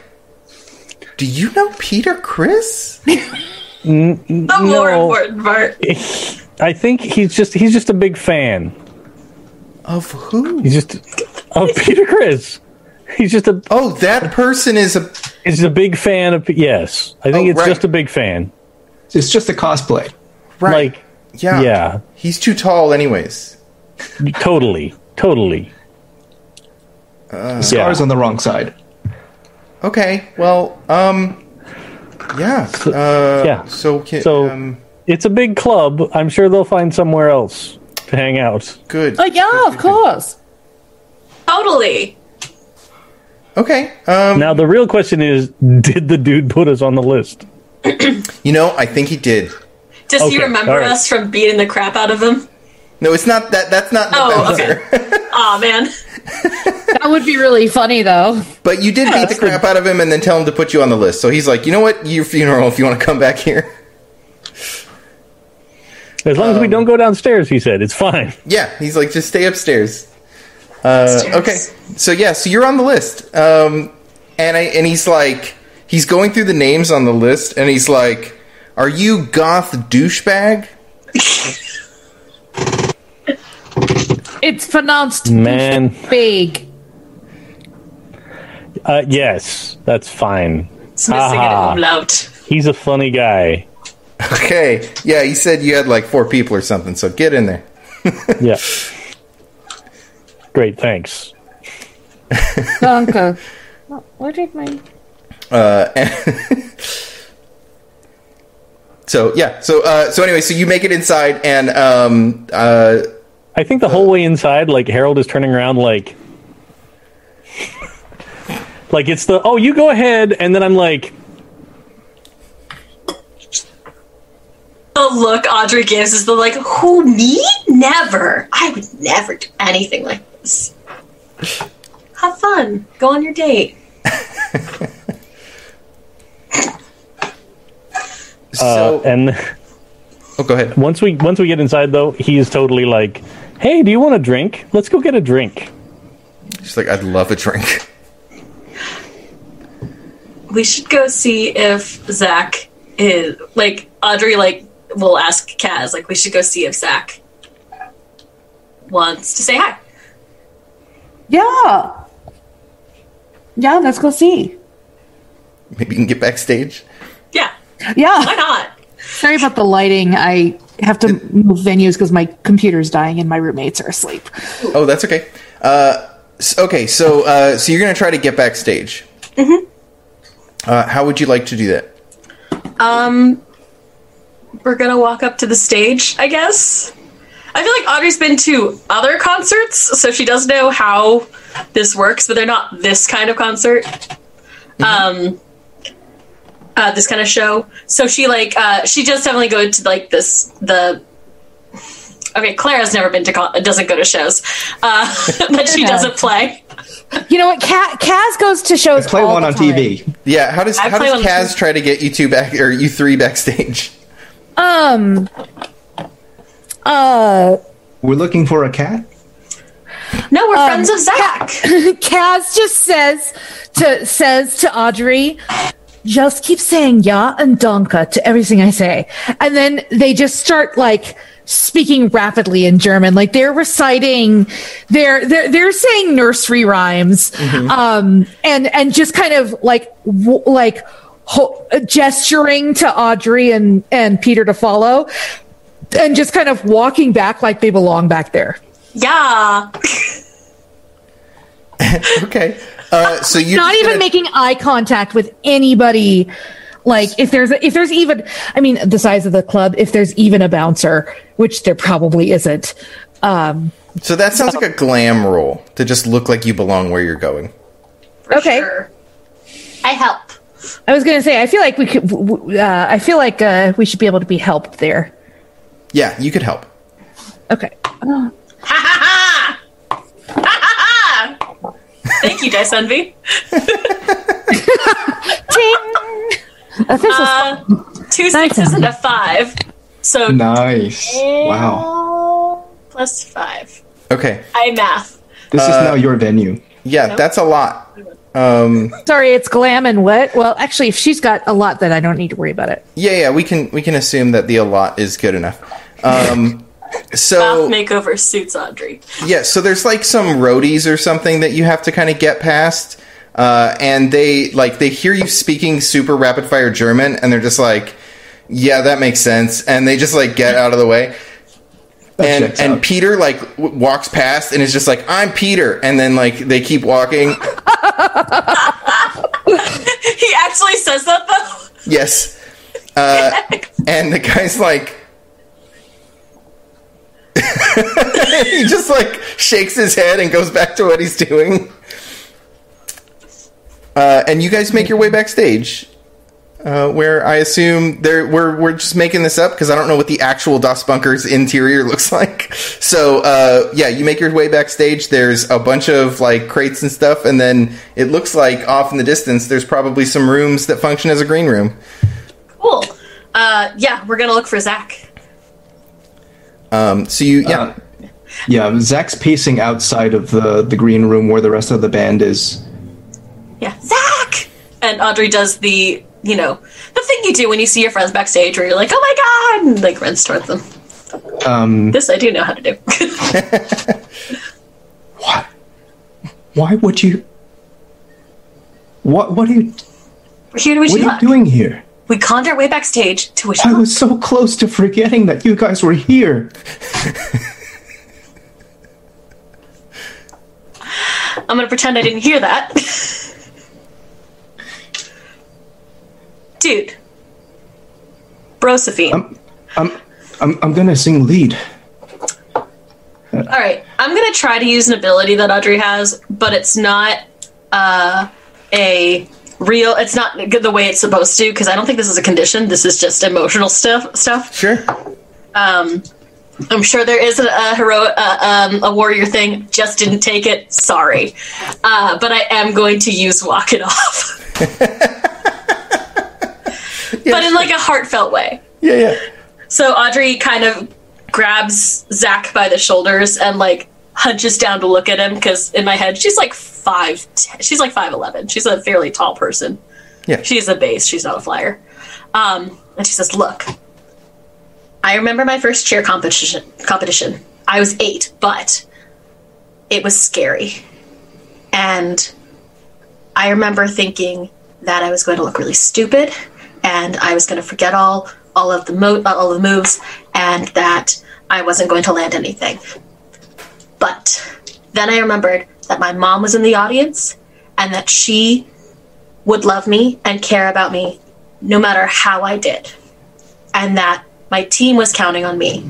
Speaker 6: "Do you know Peter Chris?"
Speaker 4: The more
Speaker 7: No.
Speaker 4: important part.
Speaker 7: I think he's just he's just a big fan.
Speaker 6: Of who?
Speaker 7: He's just of Peter Chris. He's just a
Speaker 6: Oh, that person is a.
Speaker 7: he's a big fan of yes. I think
Speaker 6: Oh,
Speaker 7: it's
Speaker 6: right.
Speaker 7: just a big fan.
Speaker 2: It's just a cosplay.
Speaker 6: Right.
Speaker 7: Like
Speaker 6: yeah.
Speaker 7: yeah,
Speaker 6: He's too tall, anyways.
Speaker 7: totally, totally.
Speaker 2: Scars on the wrong side.
Speaker 6: Okay. Well, um, yeah. Uh,
Speaker 7: yeah.
Speaker 6: So, can,
Speaker 7: So-
Speaker 6: um,
Speaker 7: It's a big club. I'm sure they'll find somewhere else to hang out.
Speaker 6: good.
Speaker 3: Like, yeah, of course.
Speaker 4: Totally.
Speaker 6: Okay. Um,
Speaker 7: Now the real question is, did the dude put us on the list?
Speaker 6: you know, I think he did.
Speaker 4: Does he
Speaker 7: Okay,
Speaker 4: remember
Speaker 7: all right.
Speaker 4: us from beating the crap out of him?
Speaker 6: No, it's not that. That's not the
Speaker 4: Oh,
Speaker 6: bouncer.
Speaker 4: Aw, man.
Speaker 3: That would be really funny though.
Speaker 6: but you did beat the crap out of him, and then tell him to put you on the list. So he's like, you know what? Your funeral, if you want to come back here.
Speaker 7: As long as we don't go downstairs, he said, it's fine.
Speaker 6: Yeah, he's like, just stay upstairs. Uh, okay, so yeah, so you're on the list, um, and I and he's like, he's going through the names on the list, and he's like, "Are you goth douchebag?"
Speaker 3: It's pronounced
Speaker 7: Man,
Speaker 3: big.
Speaker 7: uh, yes, that's fine.
Speaker 4: It's missing it
Speaker 7: Aha.
Speaker 4: home loved.
Speaker 7: He's a funny guy.
Speaker 6: Okay, yeah, he said you had like four people or something, so get in there.
Speaker 7: Yeah. Great, thanks.
Speaker 3: Donka. Where did my
Speaker 6: So yeah, so uh, so anyway, so you make it inside, and um, uh,
Speaker 7: I think the whole way inside, like Harold is turning around, like, like it's the oh, you go ahead, and then I'm like,
Speaker 4: The look Audrey gives is the like, who me? Never. I would never do anything like this. Have fun. Go on your date.
Speaker 7: uh,
Speaker 6: so
Speaker 7: and
Speaker 6: oh, go ahead.
Speaker 7: once we once we get inside, though, he is totally like, hey, do you want a drink? Let's go get a drink.
Speaker 6: She's like, "I'd love a drink."
Speaker 4: We should go see if Zach is like Audrey like will ask Kaz, like, we should go see if Zach wants to say hi.
Speaker 3: Yeah. Yeah, let's go see.
Speaker 6: Maybe you can get backstage.
Speaker 4: Yeah. Why
Speaker 3: Yeah.
Speaker 4: not?
Speaker 3: Sorry about the lighting. I have to move venues because my computer's dying and my roommates are asleep.
Speaker 6: Oh, that's okay. Uh, s- okay, so uh, so you're gonna try to get backstage. Mm-hmm. Uh, how would you like to do that?
Speaker 4: Um, we're gonna walk up to the stage, I guess. I feel like Audrey's been to other concerts, so she does know how this works, but they're not this kind of concert. Um, uh, this kind of show. So she like uh, she does definitely go to like this the. Okay, Clara's never been to con- doesn't go to shows uh, that she doesn't play.
Speaker 3: You know what? Ka- Kaz goes to shows.
Speaker 2: Play
Speaker 3: all
Speaker 2: one
Speaker 3: the
Speaker 2: on
Speaker 3: time.
Speaker 2: TV.
Speaker 6: Yeah, how does
Speaker 4: I
Speaker 6: how
Speaker 4: play
Speaker 6: does
Speaker 4: on-
Speaker 6: Kaz try to get you two back or you three backstage?
Speaker 3: Um. Uh,
Speaker 2: We're looking for a cat.
Speaker 4: No, we're friends of Zach.
Speaker 3: Kaz just says to says to Audrey, just keep saying "ya" and "danke" to everything I say, and then they just start like speaking rapidly in German, like they're reciting, they're they're they're saying nursery rhymes, um, and and just kind of like w- like ho- gesturing to Audrey and and Peter to follow, and just kind of walking back like they belong back there.
Speaker 4: yeah,
Speaker 6: Okay, uh, so you
Speaker 3: not even making eye contact with anybody like if there's a, if there's even i mean the size of the club if there's even a bouncer which there probably isn't um
Speaker 6: so that sounds like a glam roll to just look like you belong where you're going.
Speaker 4: for
Speaker 3: Okay.
Speaker 4: sure. I help.
Speaker 3: i was gonna say i feel like we could w- w- uh, i feel like uh, we should be able to be helped there
Speaker 6: Yeah, you could help.
Speaker 3: okay
Speaker 4: Ha ha ha! Ha ha ha! Thank you, Dice Envy.
Speaker 3: official
Speaker 4: Uh, two sixes and a five. So
Speaker 2: Nice. Wow.
Speaker 4: plus five.
Speaker 6: Okay,
Speaker 4: I math.
Speaker 2: This is now your venue.
Speaker 6: yeah, that's a lot. Um,
Speaker 3: sorry it's glam and what well actually if she's got a lot then i don't need to worry about it
Speaker 6: yeah, yeah, we can we can assume that the a lot is good enough. Um, so
Speaker 2: Oh.
Speaker 4: Math makeover suits Audrey.
Speaker 6: Yeah, so there's like some roadies or something that you have to kind of get past, uh, and they like they hear you speaking super rapid fire German, and they're just like, "Yeah, that makes sense," and they just like get out of the way. And
Speaker 2: checks
Speaker 6: and
Speaker 2: out.
Speaker 6: Peter like w- walks past and is just like, "I'm Peter," and then like they keep
Speaker 4: He
Speaker 6: walking.
Speaker 4: actually says that though.
Speaker 6: yes, uh, and the guy's like. he just like shakes his head and goes back to what he's doing. Uh, and you guys make your way backstage, uh, where I assume there we're we're just making this up because I don't know what the actual Das Bunker's interior looks like. So uh, yeah, you make your way backstage. There's a bunch of like crates and stuff, and then it looks like off in the distance there's probably some rooms that function as a green room.
Speaker 4: Cool. Uh, yeah, we're gonna look for Zach.
Speaker 6: Um, so you yeah.
Speaker 2: Uh, yeah, Zach's pacing outside of the, the green room where the rest of the band is.
Speaker 4: Yeah, Zach. And Audrey does the you know the thing you do when you see your friends backstage, where you're like, oh my god, and like runs towards them.
Speaker 2: Um,
Speaker 4: This I do know how to do.
Speaker 2: what? Why would you? What? What are you?
Speaker 4: we're here to wish
Speaker 2: What
Speaker 4: you
Speaker 2: are you
Speaker 4: luck.
Speaker 2: doing here?
Speaker 4: We conned our way backstage to wish you
Speaker 2: I
Speaker 4: luck.
Speaker 2: was so close to forgetting that you guys were here.
Speaker 4: I'm gonna pretend I didn't hear that. Dude. Brosephine.
Speaker 2: I'm, I'm, I'm gonna sing lead.
Speaker 4: Alright, I'm gonna try to use an ability that Audrey has, but it's not uh, a real it's not the way it's supposed to, because I don't think this is a condition. This is just emotional stuff stuff.
Speaker 6: Sure.
Speaker 4: I'm sure there is a, a hero, uh, um, a warrior thing. Just didn't take it. Sorry, uh, but I am going to use walk it off, but in like a heartfelt way.
Speaker 6: Yeah, yeah.
Speaker 4: So Audrey kind of grabs Zach by the shoulders and like hunches down to look at him because in my head she's like five. she's like five eleven. She's a fairly tall person.
Speaker 6: Yeah.
Speaker 4: She's a base. She's not a flyer. Um, and she says, "Look, I remember my first cheer competition. Competition. I was eight, but it was scary, and I remember thinking that I was going to look really stupid, and I was going to forget all all of the mo- uh, all the moves, and that I wasn't going to land anything. But then I remembered that my mom was in the audience, and that she would love me and care about me no matter how I did. And that my team was counting on me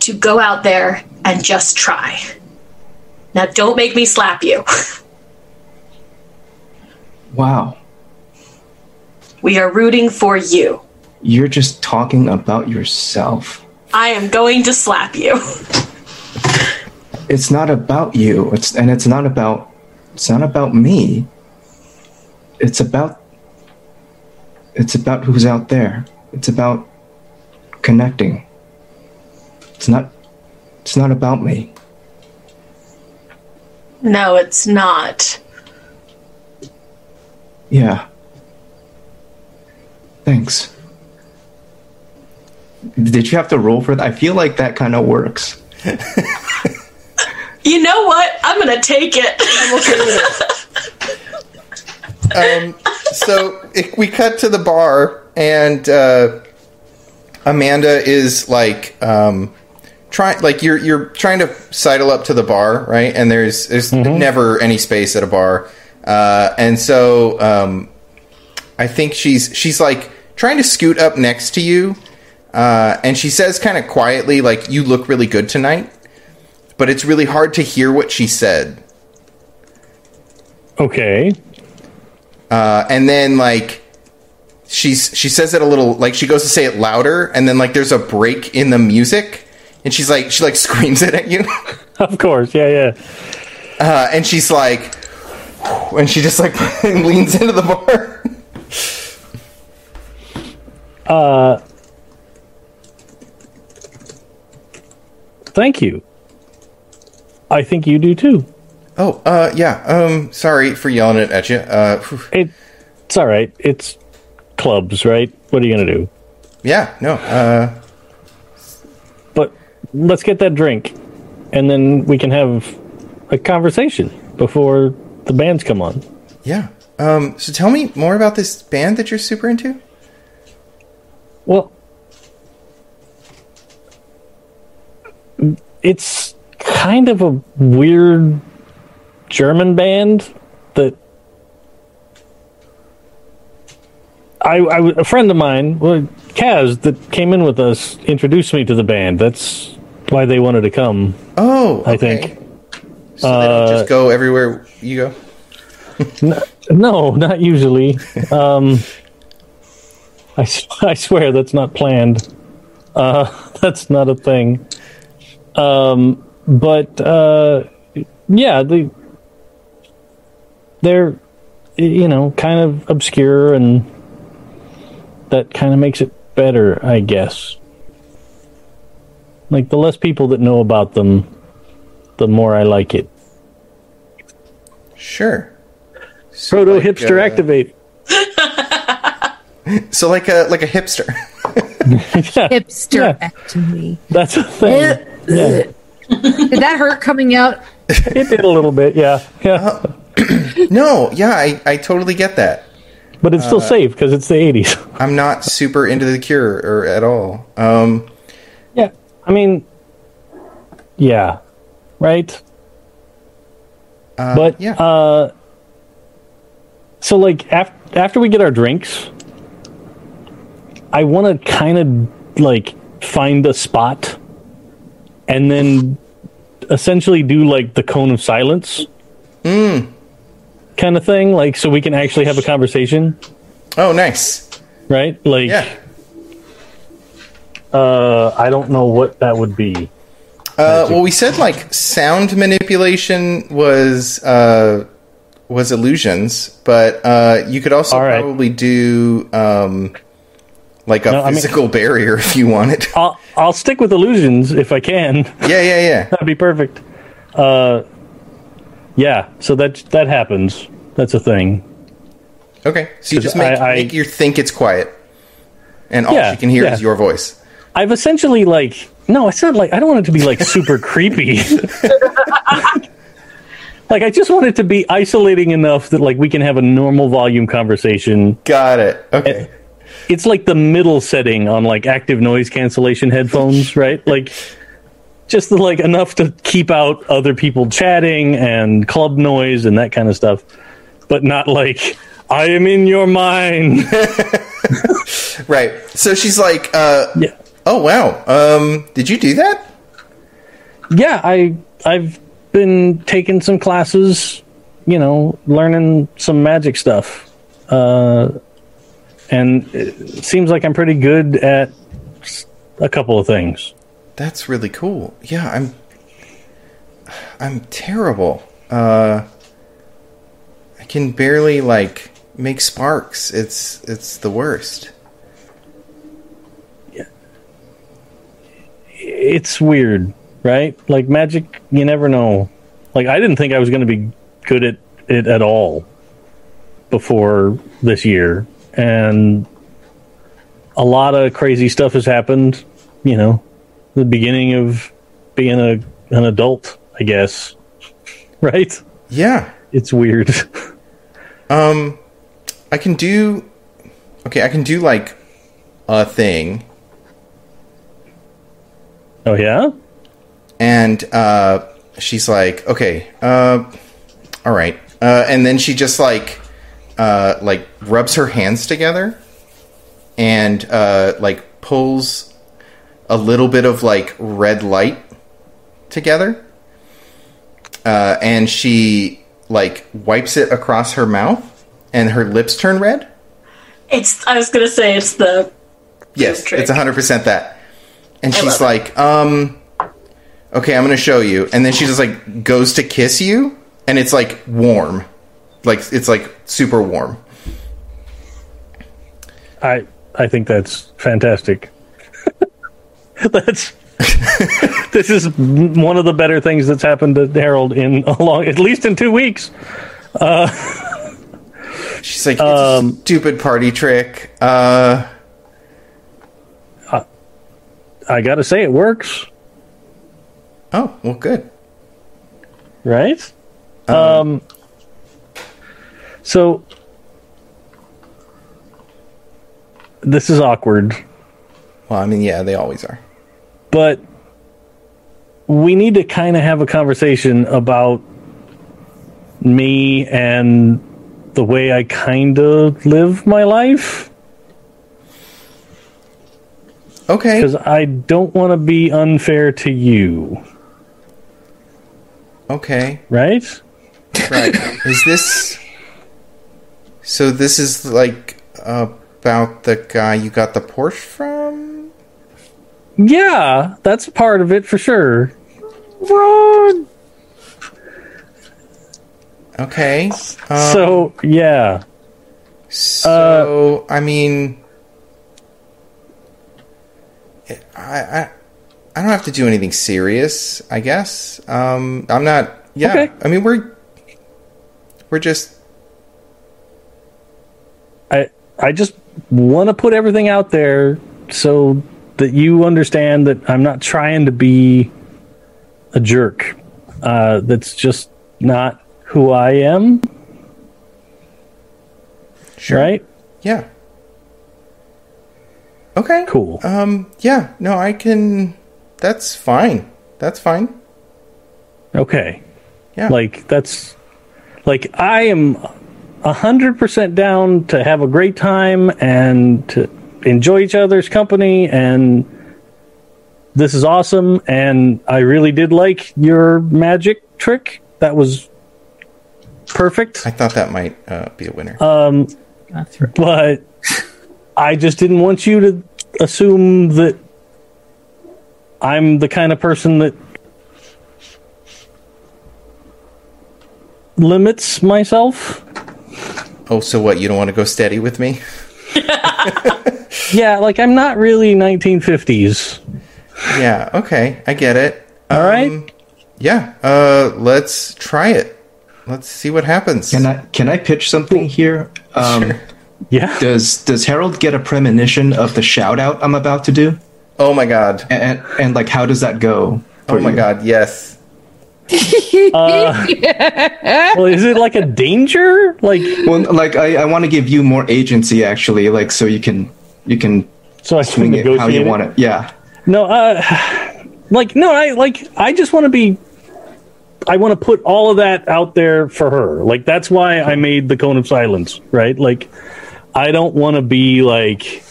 Speaker 4: to go out there and just try. Now, don't make me slap you.
Speaker 2: Wow.
Speaker 4: We are rooting for you.
Speaker 2: You're just talking about yourself.
Speaker 4: I am going to slap you.
Speaker 2: It's not about you. It's and it's not about it's not about me. It's about it's about who's out there. It's about connecting. It's not it's not about me.
Speaker 4: No, it's not.
Speaker 2: Yeah. Thanks. Did you have to roll for that? I feel like that kind of works.
Speaker 4: You know what? I'm gonna take it.
Speaker 6: um, so it, we cut to the bar, and uh, Amanda is like um, trying, like you're you're trying to sidle up to the bar, right? And there's there's never any space at a bar, uh, and so um, I think she's she's like trying to scoot up next to you, uh, and she says kind of quietly, like you look really good tonight, but it's really hard to hear what she said.
Speaker 7: Okay.
Speaker 6: Uh, and then like she's she says it a little like she goes to say it louder and then like there's a break in the music and she's like she like screams it at you
Speaker 7: Of course. Yeah, yeah.
Speaker 6: uh, and she's like and she just like leans into the bar
Speaker 7: Thank you. I think you do too.
Speaker 6: oh uh yeah um sorry for yelling it at you uh phew.
Speaker 7: It, it's all right. It's clubs, right? What are you going to do?
Speaker 6: yeah no uh
Speaker 7: But let's get that drink and then we can have a conversation before the bands come on.
Speaker 6: yeah um so tell me more about this band that you're super into
Speaker 7: Well, it's kind of a weird German band that I, I w- a friend of mine, well, Kaz, that came in with us, introduced me to the band. That's why they wanted to come.
Speaker 6: oh
Speaker 7: I
Speaker 6: okay.
Speaker 7: think. uh,
Speaker 6: so they don't just go everywhere you go
Speaker 7: No, not usually. Um, I, s- I swear that's not planned. Uh, that's not a thing. Um, but uh, yeah, they they're y- you know kind of obscure, and that kind of makes it better, I guess. Like the less people that know about them, the more I like it.
Speaker 6: sure
Speaker 7: Proto hipster
Speaker 6: uh,
Speaker 7: activate.
Speaker 6: so like a like a hipster
Speaker 9: Hipster
Speaker 7: Yeah.
Speaker 9: activity.
Speaker 7: That's a thing. Yeah.
Speaker 9: Did that hurt coming out?
Speaker 7: It did a little bit, yeah, yeah.
Speaker 6: No, yeah, I, I totally get that.
Speaker 7: but it's still
Speaker 6: Uh,
Speaker 7: safe because it's the eighties.
Speaker 6: I'm not super into the cure or at all. Um,
Speaker 7: Yeah, I mean, yeah, right. but
Speaker 6: yeah.
Speaker 7: uh, so like after after we get our drinks, I want to kind of like find a spot, and then essentially do like the cone of silence.
Speaker 6: Mm.
Speaker 7: Kind of thing, like so we can actually have a conversation,
Speaker 6: oh, nice.
Speaker 7: right? Like,
Speaker 6: Yeah.
Speaker 7: uh, I don't know what that would be.
Speaker 6: Uh, well, we said like sound manipulation was uh, was illusions, but uh, you could also
Speaker 7: All right.
Speaker 6: probably do um, like a
Speaker 7: No, I mean-
Speaker 6: physical barrier if you wanted.
Speaker 7: I'll, I'll stick with illusions if I can.
Speaker 6: yeah, yeah, yeah.
Speaker 7: That'd be perfect. Uh, yeah. So that that happens. That's a thing.
Speaker 6: Okay, so you just
Speaker 7: 'Cause
Speaker 6: make,
Speaker 7: I- I-
Speaker 6: make you think it's quiet, and all
Speaker 7: Yeah,
Speaker 6: you can hear
Speaker 7: yeah.
Speaker 6: is your voice.
Speaker 7: I've essentially like no, it's not like I don't want it to be like super creepy. like I just want it to be isolating enough that like we can have a normal volume conversation.
Speaker 6: Got it. Okay.
Speaker 7: It's like the middle setting on like active noise cancellation headphones, right? Like just the, like enough to keep out other people chatting and club noise and that kind of stuff, but not like I am in your mind.
Speaker 6: Right. So she's like, uh,
Speaker 7: Yeah.
Speaker 6: "Oh wow, um, did you do that?"
Speaker 7: Yeah, I I've been taking some classes, you know, learning some magic stuff. Uh and it seems like I'm pretty good at s- a couple of things.
Speaker 6: That's really cool. Yeah, I'm I'm terrible. Uh I can barely like make sparks. It's it's the worst.
Speaker 7: It's weird, right? Like magic, you never know. Like I didn't think I was going to be good at it at all before this year, and a lot of crazy stuff has happened. You know, the beginning of being a an adult, I guess. Right?
Speaker 6: Yeah.
Speaker 7: It's weird.
Speaker 6: I can do Okay, I can do like a thing
Speaker 7: oh yeah.
Speaker 6: and uh she's like, "Okay, uh all right." Uh and then she just like uh like rubs her hands together and uh like pulls a little bit of like red light together. Uh, and she like wipes it across her mouth, and her lips turn red.
Speaker 4: It's. I was gonna say it's the.
Speaker 6: Yes,
Speaker 4: trick.
Speaker 6: it's hundred percent that. And
Speaker 4: love
Speaker 6: she's
Speaker 4: it.
Speaker 6: like, um, okay, I'm gonna show you. And then she just like goes to kiss you, and it's like warm, like it's like super warm.
Speaker 7: I I think that's fantastic. that's this is m- one of the better things that's happened to Harold in a long, at least in two weeks.
Speaker 6: She's like, it's a
Speaker 7: Um,
Speaker 6: stupid party trick. Uh,
Speaker 7: I gotta say, it works,
Speaker 6: oh, well, good.
Speaker 7: right? Um. so this is awkward,
Speaker 6: Well, I mean, yeah, they always are.
Speaker 7: but we need to kind of have a conversation about me and the way I kind of live my life.
Speaker 6: Okay,
Speaker 7: because I don't want to be unfair to you,
Speaker 6: okay,
Speaker 7: right?
Speaker 6: right. is this? So this is like about the guy you got the Porsche from?
Speaker 7: Yeah, that's part of it for sure.
Speaker 6: Okay. Um,
Speaker 7: so yeah,
Speaker 6: So
Speaker 7: Uh,
Speaker 6: I mean, I, I I don't have to do anything serious, I guess. Um, I'm not. Yeah,
Speaker 7: Okay.
Speaker 6: I mean we're we're just
Speaker 7: I I just want to put everything out there so that you understand that I'm not trying to be a jerk. Uh, that's just not who I am,
Speaker 6: sure.
Speaker 7: right?
Speaker 6: Yeah. Okay.
Speaker 7: Cool.
Speaker 6: Um. Yeah. No, I can. That's fine. That's fine.
Speaker 7: Okay.
Speaker 6: Yeah.
Speaker 7: Like that's like I am a hundred percent down to have a great time and to enjoy each other's company and this is awesome and I really did like your magic trick. That was perfect.
Speaker 6: I thought that might uh, be a winner.
Speaker 7: But I just didn't want you to assume that I'm the kind of person that limits myself.
Speaker 6: oh, so what? You don't want to go steady with me?
Speaker 7: Yeah, like I'm not really 1950s.
Speaker 6: yeah. Okay. I get it.
Speaker 7: All right.
Speaker 2: Um,
Speaker 6: Yeah, uh, let's try it. Let's see what happens.
Speaker 2: Can I can I pitch something here? Um,
Speaker 7: Yeah.
Speaker 2: Does does Harold get a premonition of the shout out I'm about to do?
Speaker 6: oh my god.
Speaker 2: And and, and, like how does that go?
Speaker 6: Oh
Speaker 2: for
Speaker 6: my
Speaker 2: you?
Speaker 6: god, yes.
Speaker 7: Well, is it like a danger? Like
Speaker 2: Well, like I, I want to give you more agency actually, like so you can you can
Speaker 7: so I can
Speaker 2: swing it
Speaker 7: negotiate
Speaker 2: how you
Speaker 7: it?
Speaker 2: want it. Yeah.
Speaker 7: No, uh, like no, I like I just want to be. I want to put all of that out there for her. Like that's why I made the cone of silence, right? Like I don't want to be like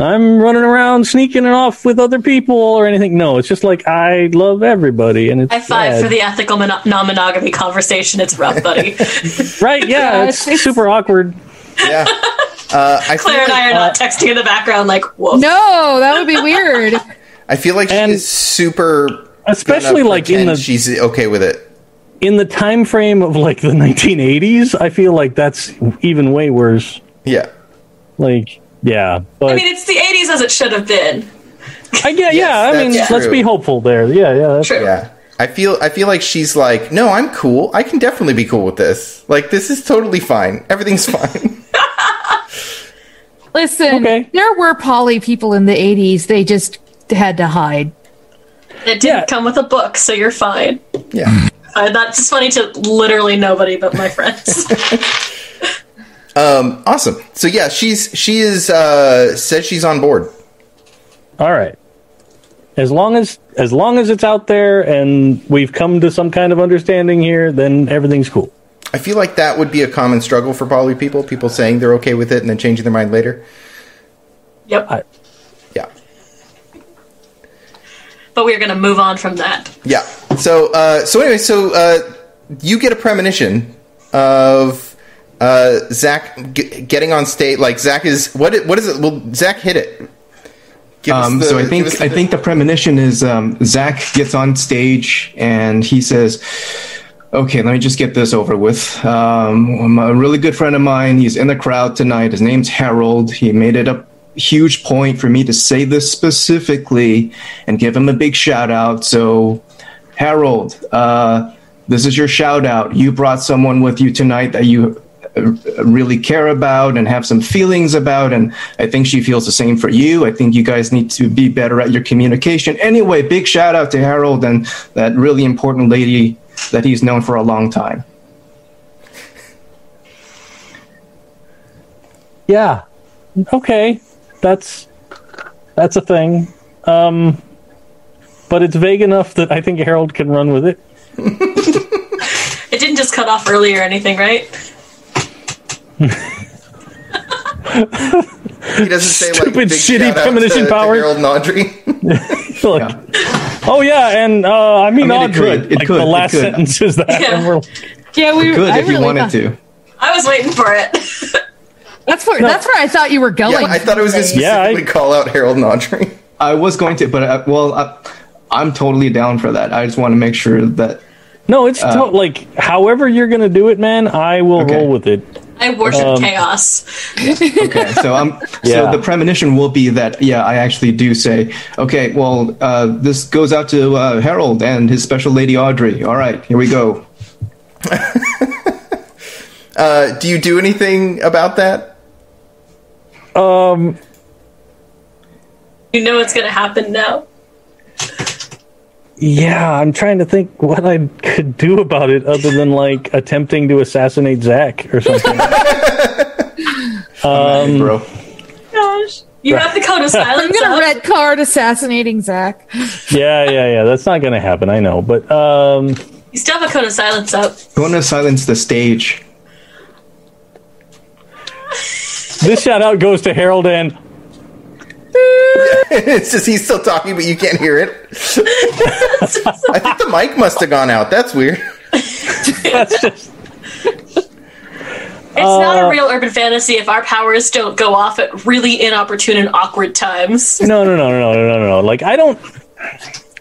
Speaker 7: I'm running around sneaking it off with other people or anything. No, it's just like I love everybody, and it's
Speaker 4: I five
Speaker 7: bad.
Speaker 4: for the ethical mono- non-monogamy conversation. It's rough, buddy.
Speaker 7: right. Yeah,
Speaker 3: Yeah,
Speaker 7: it's,
Speaker 3: it's- it's-
Speaker 7: super awkward.
Speaker 6: Yeah. Uh, I, feel
Speaker 4: Claire and I
Speaker 6: like,
Speaker 4: are not texting in the background, like, whoa.
Speaker 8: No, that would be weird.
Speaker 6: I feel like
Speaker 7: And-
Speaker 6: she's super.
Speaker 7: Especially
Speaker 6: gonna
Speaker 7: like in
Speaker 6: pretend
Speaker 7: the
Speaker 6: she's okay with it.
Speaker 7: in the time frame of like the 1980s, I feel like that's even way worse.
Speaker 6: Yeah.
Speaker 7: Like, yeah, but
Speaker 4: I mean, it's the 80s as it should have been.
Speaker 7: I, yeah, yeah. I
Speaker 6: that's
Speaker 7: mean, let's
Speaker 6: true.
Speaker 7: be hopeful there. Yeah, yeah. That's,
Speaker 4: True.
Speaker 6: Yeah. I feel I feel like she's like, no, I'm cool. I can definitely be cool with this. Like this is totally fine. Everything's fine.
Speaker 8: Listen,
Speaker 7: Okay.
Speaker 8: there were poly people in the 80s. They just had to hide.
Speaker 4: It didn't
Speaker 7: Yeah.
Speaker 4: come with a book, so you're fine.
Speaker 6: yeah.
Speaker 4: Uh, that's just funny to literally nobody but my friends.
Speaker 6: Um, awesome. So yeah, she's she is uh says she's on board.
Speaker 7: All right. As long as as long as it's out there and we've come to some kind of understanding here, then everything's cool.
Speaker 6: I feel like that would be a common struggle for poly people, people saying they're okay with it and then changing their mind later.
Speaker 4: yep.
Speaker 7: I-
Speaker 6: Yeah.
Speaker 4: But we're going to move on from that.
Speaker 6: Yeah. So uh so anyway, so uh you get a premonition of uh Zach g- getting on stage like Zach is what i- what is it? Well, Zach hit it. Give us
Speaker 2: Um,
Speaker 6: the-
Speaker 2: so I
Speaker 6: give
Speaker 2: think
Speaker 6: us
Speaker 2: I
Speaker 6: the-
Speaker 2: think the premonition is um, Zach gets on stage and he says, "Okay, let me just get this over with." Um, a really good friend of mine. He's in the crowd tonight. His name's Harold. He made it a huge point for me to say this specifically and give him a big shout out. So, Harold, uh, this is your shout out. You brought someone with you tonight that you uh, really care about and have some feelings about. And I think she feels the same for you. I think you guys need to be better at your communication. Anyway, big shout out to Harold and that really important lady that he's known for a long time.
Speaker 7: Yeah. Okay. That's that's a thing. Um but it's vague enough that I think Harold can run with it.
Speaker 4: It didn't just cut off early or anything, right?
Speaker 6: He doesn't say like
Speaker 7: Stupid,
Speaker 6: big
Speaker 7: shitty
Speaker 6: shout out
Speaker 7: premonition
Speaker 6: to,
Speaker 7: power.
Speaker 6: To Harold and Audrey.
Speaker 7: Like, Oh yeah, and uh, I mean,
Speaker 2: I mean, it
Speaker 7: Audrey.
Speaker 2: could, it
Speaker 7: like
Speaker 2: could,
Speaker 7: the
Speaker 2: it
Speaker 7: last
Speaker 2: could.
Speaker 7: sentence is that.
Speaker 4: Yeah.
Speaker 7: and we're-
Speaker 8: Yeah, we
Speaker 2: Good
Speaker 8: I
Speaker 2: if you
Speaker 8: really
Speaker 2: wanted
Speaker 8: thought-
Speaker 2: to.
Speaker 4: I was waiting for it.
Speaker 8: That's where that's where I thought you were going.
Speaker 3: Oh
Speaker 6: yeah, I thought it was just
Speaker 7: Yeah, I-
Speaker 6: specifically call out Harold and Audrey.
Speaker 2: I was going to, but I, well, I, I'm totally down for that. I just want to make sure that
Speaker 7: No, it's to- like however you're gonna do it, man. I will
Speaker 2: Uh, Okay.
Speaker 7: roll with it.
Speaker 4: I worship chaos.
Speaker 2: okay so i'm
Speaker 7: Yeah.
Speaker 2: so the premonition will be that yeah i actually do say okay well uh, this goes out to uh, harold and his special lady audrey all right here we go
Speaker 6: Uh, do you do anything about that?
Speaker 4: You know it's going to happen now.
Speaker 7: Yeah, I'm trying to think what I could do about it other than like attempting to assassinate Zach or something.
Speaker 2: bro
Speaker 4: Gosh. You have the code of
Speaker 8: I'm
Speaker 4: silence.
Speaker 8: gonna
Speaker 4: up.
Speaker 8: red card assassinating Zach.
Speaker 7: yeah, yeah, yeah. That's not gonna happen. I know, but um,
Speaker 4: you still have a code of silence up.
Speaker 2: going to silence the stage
Speaker 7: this shout out goes to Harold and
Speaker 6: it's just he's still talking, but you can't hear it. I think the mic must have gone out. That's weird.
Speaker 7: that's just
Speaker 4: It's not a real urban fantasy if our powers don't go off at really inopportune and awkward times.
Speaker 7: no, no, no, no, no, no, no. Like I don't,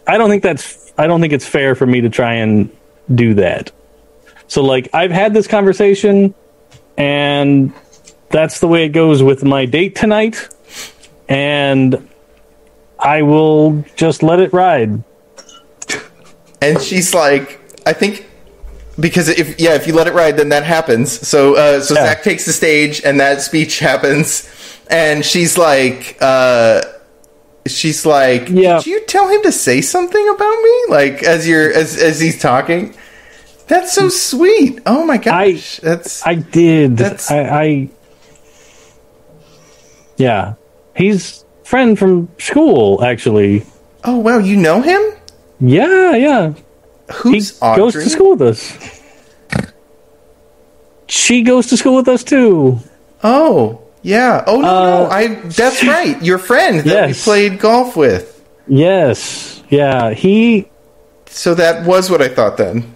Speaker 7: I don't think that's, I don't think it's fair for me to try and do that. So like I've had this conversation, and that's the way it goes with my date tonight, and I will just let it ride.
Speaker 6: And she's like, I think because if yeah, if you let it ride, then that happens. So uh, so
Speaker 7: Yeah.
Speaker 6: Zach takes the stage, and that speech happens, and she's like, uh, she's like,
Speaker 7: Yeah.
Speaker 6: did you tell him to say something about me? Like as you're as as he's talking. That's so sweet. Oh my gosh, that's
Speaker 7: I did.
Speaker 6: That's-
Speaker 7: I, I. Yeah, he's friend from school actually.
Speaker 6: oh wow. You know him?
Speaker 7: Yeah, yeah. He
Speaker 6: Who's Audrey?
Speaker 7: goes to school with us. She goes to school with us too.
Speaker 6: Oh yeah. Oh no, no. I that's right. Your friend that we
Speaker 7: Uh, Yes.
Speaker 6: played golf with.
Speaker 7: Yes. Yeah. He.
Speaker 6: So that was what I thought then.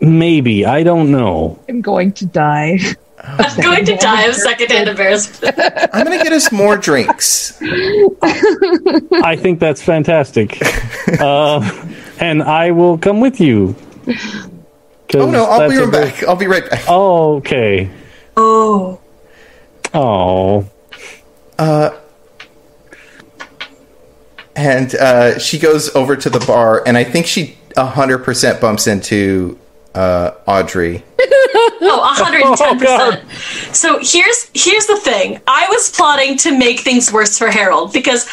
Speaker 7: Maybe I don't know.
Speaker 10: I'm going to die.
Speaker 4: I'm going to die of secondhand embarrassment.
Speaker 6: I'm gonna get us more drinks.
Speaker 7: I think that's fantastic, uh, and I will come with you.
Speaker 6: Oh no, I'll be right back. I'll be right back.
Speaker 7: Oh, okay.
Speaker 4: Oh,
Speaker 7: Oh,
Speaker 6: And uh, she goes over to the bar, and I think she hundred percent bumps into uh, Audrey.
Speaker 4: oh, 110%.
Speaker 7: God.
Speaker 4: so here's here's the thing. I was plotting to make things worse for Harold because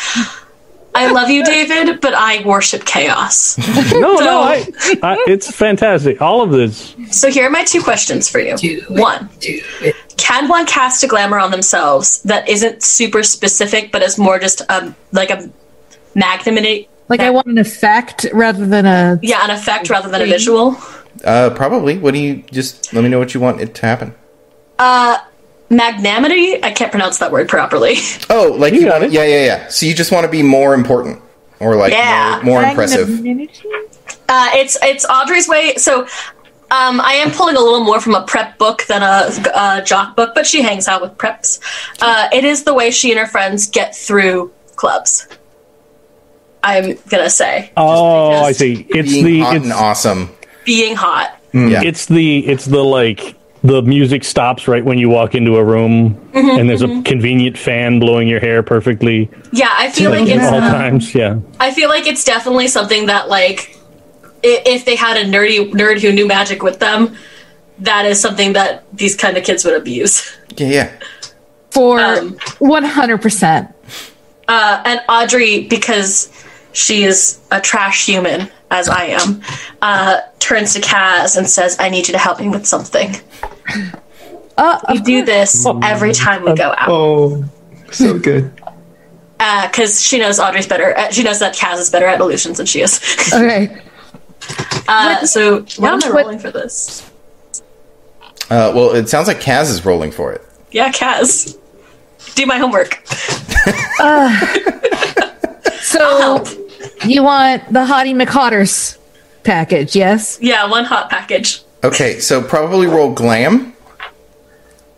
Speaker 4: I love you, David, but I worship chaos.
Speaker 7: no, no, I, I, it's fantastic. All of this.
Speaker 4: So here are my two questions for you. one, can one cast a glamour on themselves that isn't super specific, but is more just um like a magnanimity,
Speaker 3: Like I want an effect rather than a
Speaker 4: yeah, an effect rather than a visual?
Speaker 6: Uh, probably. What do you just let me know what you want it to happen?
Speaker 4: Magnanimity. I can't pronounce that word properly.
Speaker 6: Oh, like you
Speaker 7: got
Speaker 6: wanna-
Speaker 7: it.
Speaker 6: Yeah, yeah, yeah. So you just want to be more important, or like
Speaker 4: Yeah.
Speaker 6: more, more impressive.
Speaker 4: Uh, it's it's Audrey's way. So um, I am pulling a little more from a prep book than a, a jock book, but she hangs out with preps. Uh, it is the way she and her friends get through clubs. I'm gonna say
Speaker 7: Oh, I
Speaker 4: because-
Speaker 7: see. It's
Speaker 6: Being
Speaker 7: the
Speaker 6: hot
Speaker 7: it's Mm.
Speaker 6: and awesome.
Speaker 4: being hot.
Speaker 6: Yeah.
Speaker 7: it's the it's the like the music stops right when you walk into a room and there's a convenient fan blowing your hair perfectly
Speaker 4: Yeah, I feel like
Speaker 7: at
Speaker 4: it's.
Speaker 7: all
Speaker 4: um,
Speaker 7: times yeah
Speaker 4: I feel like it's definitely something that like i- if they had a nerdy nerd who knew magic with them, that is something that these kind of kids would abuse.
Speaker 6: yeah, yeah.
Speaker 3: for
Speaker 4: Um,
Speaker 3: one hundred percent.
Speaker 4: Uh, and Audrey, because she is a trash human, as I am, uh, turns to Kaz and says, I need you to help me with something.
Speaker 3: Uh,
Speaker 4: we do this every time we go out.
Speaker 2: Oh, so good.
Speaker 4: Because she knows Audrey's better. At, she knows that Kaz is better at illusions than she is.
Speaker 3: Okay.
Speaker 4: Uh, so, what am I
Speaker 3: what-
Speaker 4: rolling for this?
Speaker 6: Uh, well, it sounds like Kaz is rolling for it.
Speaker 4: Yeah, Kaz. Do my homework.
Speaker 3: So
Speaker 10: Oh.
Speaker 3: you want the Hottie McHotters package, yes?
Speaker 4: Yeah, one hot package.
Speaker 6: Okay, so probably roll glam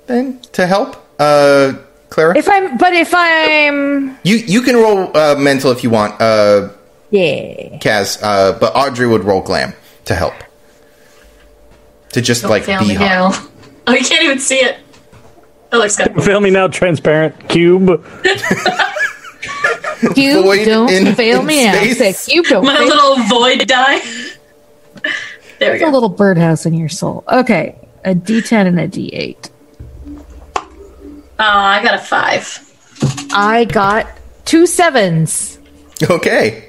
Speaker 6: then to help. Uh, Clara,
Speaker 3: If I'm but if I'm
Speaker 6: you you can roll uh, mental if you want. Uh,
Speaker 3: Yeah.
Speaker 6: Kaz, uh, but Audrey would roll glam to help. To just like
Speaker 4: Fail
Speaker 6: be
Speaker 4: me
Speaker 6: hot.
Speaker 4: now. Oh, you can't even see it. It looks good.
Speaker 7: fail me now transparent cube
Speaker 3: You
Speaker 6: Void
Speaker 3: don't
Speaker 6: in-
Speaker 3: fail
Speaker 6: in
Speaker 3: me out.
Speaker 6: space.
Speaker 3: Six. You don't
Speaker 4: My
Speaker 3: fail-
Speaker 4: little void die. There we
Speaker 3: a
Speaker 4: go.
Speaker 3: little birdhouse in your soul. Okay. A D ten and a D eight.
Speaker 4: Uh, I got a five.
Speaker 3: I got two sevens.
Speaker 6: Okay.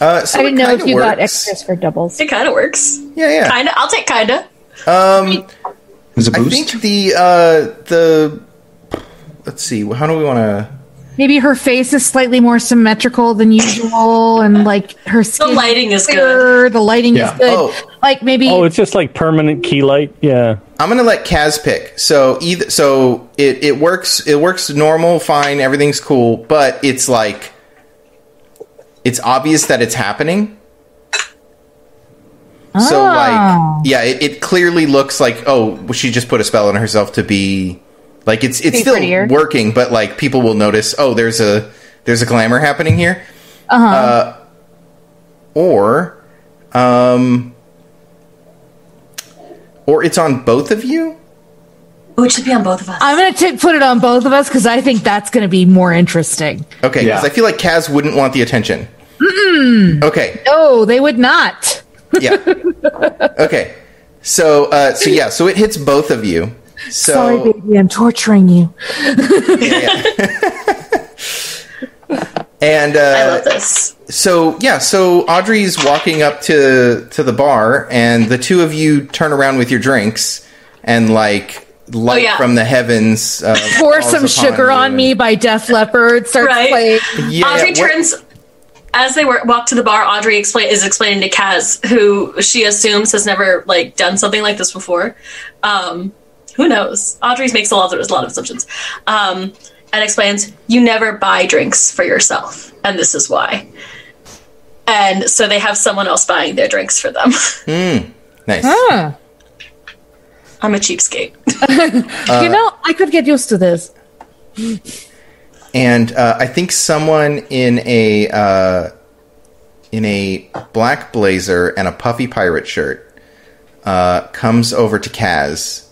Speaker 6: Uh, so
Speaker 3: I didn't
Speaker 6: it
Speaker 3: know if
Speaker 6: kinda
Speaker 3: you got
Speaker 6: works.
Speaker 3: extras for doubles.
Speaker 4: It kind of works.
Speaker 6: Yeah, yeah.
Speaker 4: Kinda. I'll take kinda.
Speaker 2: There's a
Speaker 6: I
Speaker 2: boost.
Speaker 6: think the uh, the let's see, how do we want to?
Speaker 3: Maybe her face is slightly more symmetrical than usual, and like her
Speaker 4: The
Speaker 3: skin
Speaker 4: lighting is good.
Speaker 3: clearer, The lighting
Speaker 2: Yeah.
Speaker 3: is good.
Speaker 6: Oh.
Speaker 3: Like maybe
Speaker 7: oh it's just like permanent key light yeah
Speaker 6: I'm gonna let Kaz pick. So either so it it works it works normal fine everything's cool but it's like it's obvious that it's happening. So
Speaker 3: Oh.
Speaker 6: like yeah it, it clearly looks like oh she just put a spell on herself to be like it's it's
Speaker 3: Be
Speaker 6: still
Speaker 3: prettier.
Speaker 6: working but like people will notice oh there's a there's a glamour happening here
Speaker 3: Uh-huh.
Speaker 6: uh or um or it's on both of you.
Speaker 4: Ooh, it should be on both of us.
Speaker 3: I'm gonna t- put it on both of us because I think that's gonna be more interesting.
Speaker 6: Okay,
Speaker 2: Yeah.
Speaker 6: because I feel like Kaz wouldn't want the attention. Okay,
Speaker 3: Oh, they would not.
Speaker 6: yeah. okay, so uh, so yeah, so it hits both of you. So
Speaker 3: Sorry, baby, I'm torturing you.
Speaker 6: and uh,
Speaker 4: I love this.
Speaker 6: so yeah, so Audrey's walking up to to the bar, and the two of you turn around with your drinks, and like light
Speaker 4: yeah.
Speaker 6: from the heavens. Uh,
Speaker 3: Oh, Pour
Speaker 6: falls
Speaker 3: some
Speaker 6: upon
Speaker 3: sugar
Speaker 6: you
Speaker 3: on
Speaker 6: and-
Speaker 3: me by Def Leppard. Starts
Speaker 4: Right.
Speaker 3: playing.
Speaker 6: Yeah,
Speaker 4: Audrey
Speaker 6: what-
Speaker 4: turns as they were, walk to the bar. Audrey explain, is explaining to Kaz, who she assumes has never like done something like this before. Um, who knows? Audrey makes a lot of a lot of assumptions. Um, and explains, you never buy drinks for yourself, and this is why. And so they have someone else buying their drinks for them.
Speaker 6: Nice.
Speaker 3: Ah,
Speaker 4: I'm a cheapskate.
Speaker 3: you know, I could get used to this.
Speaker 6: and uh, I think someone in a uh, in a black blazer and a puffy pirate shirt uh, comes over to Kaz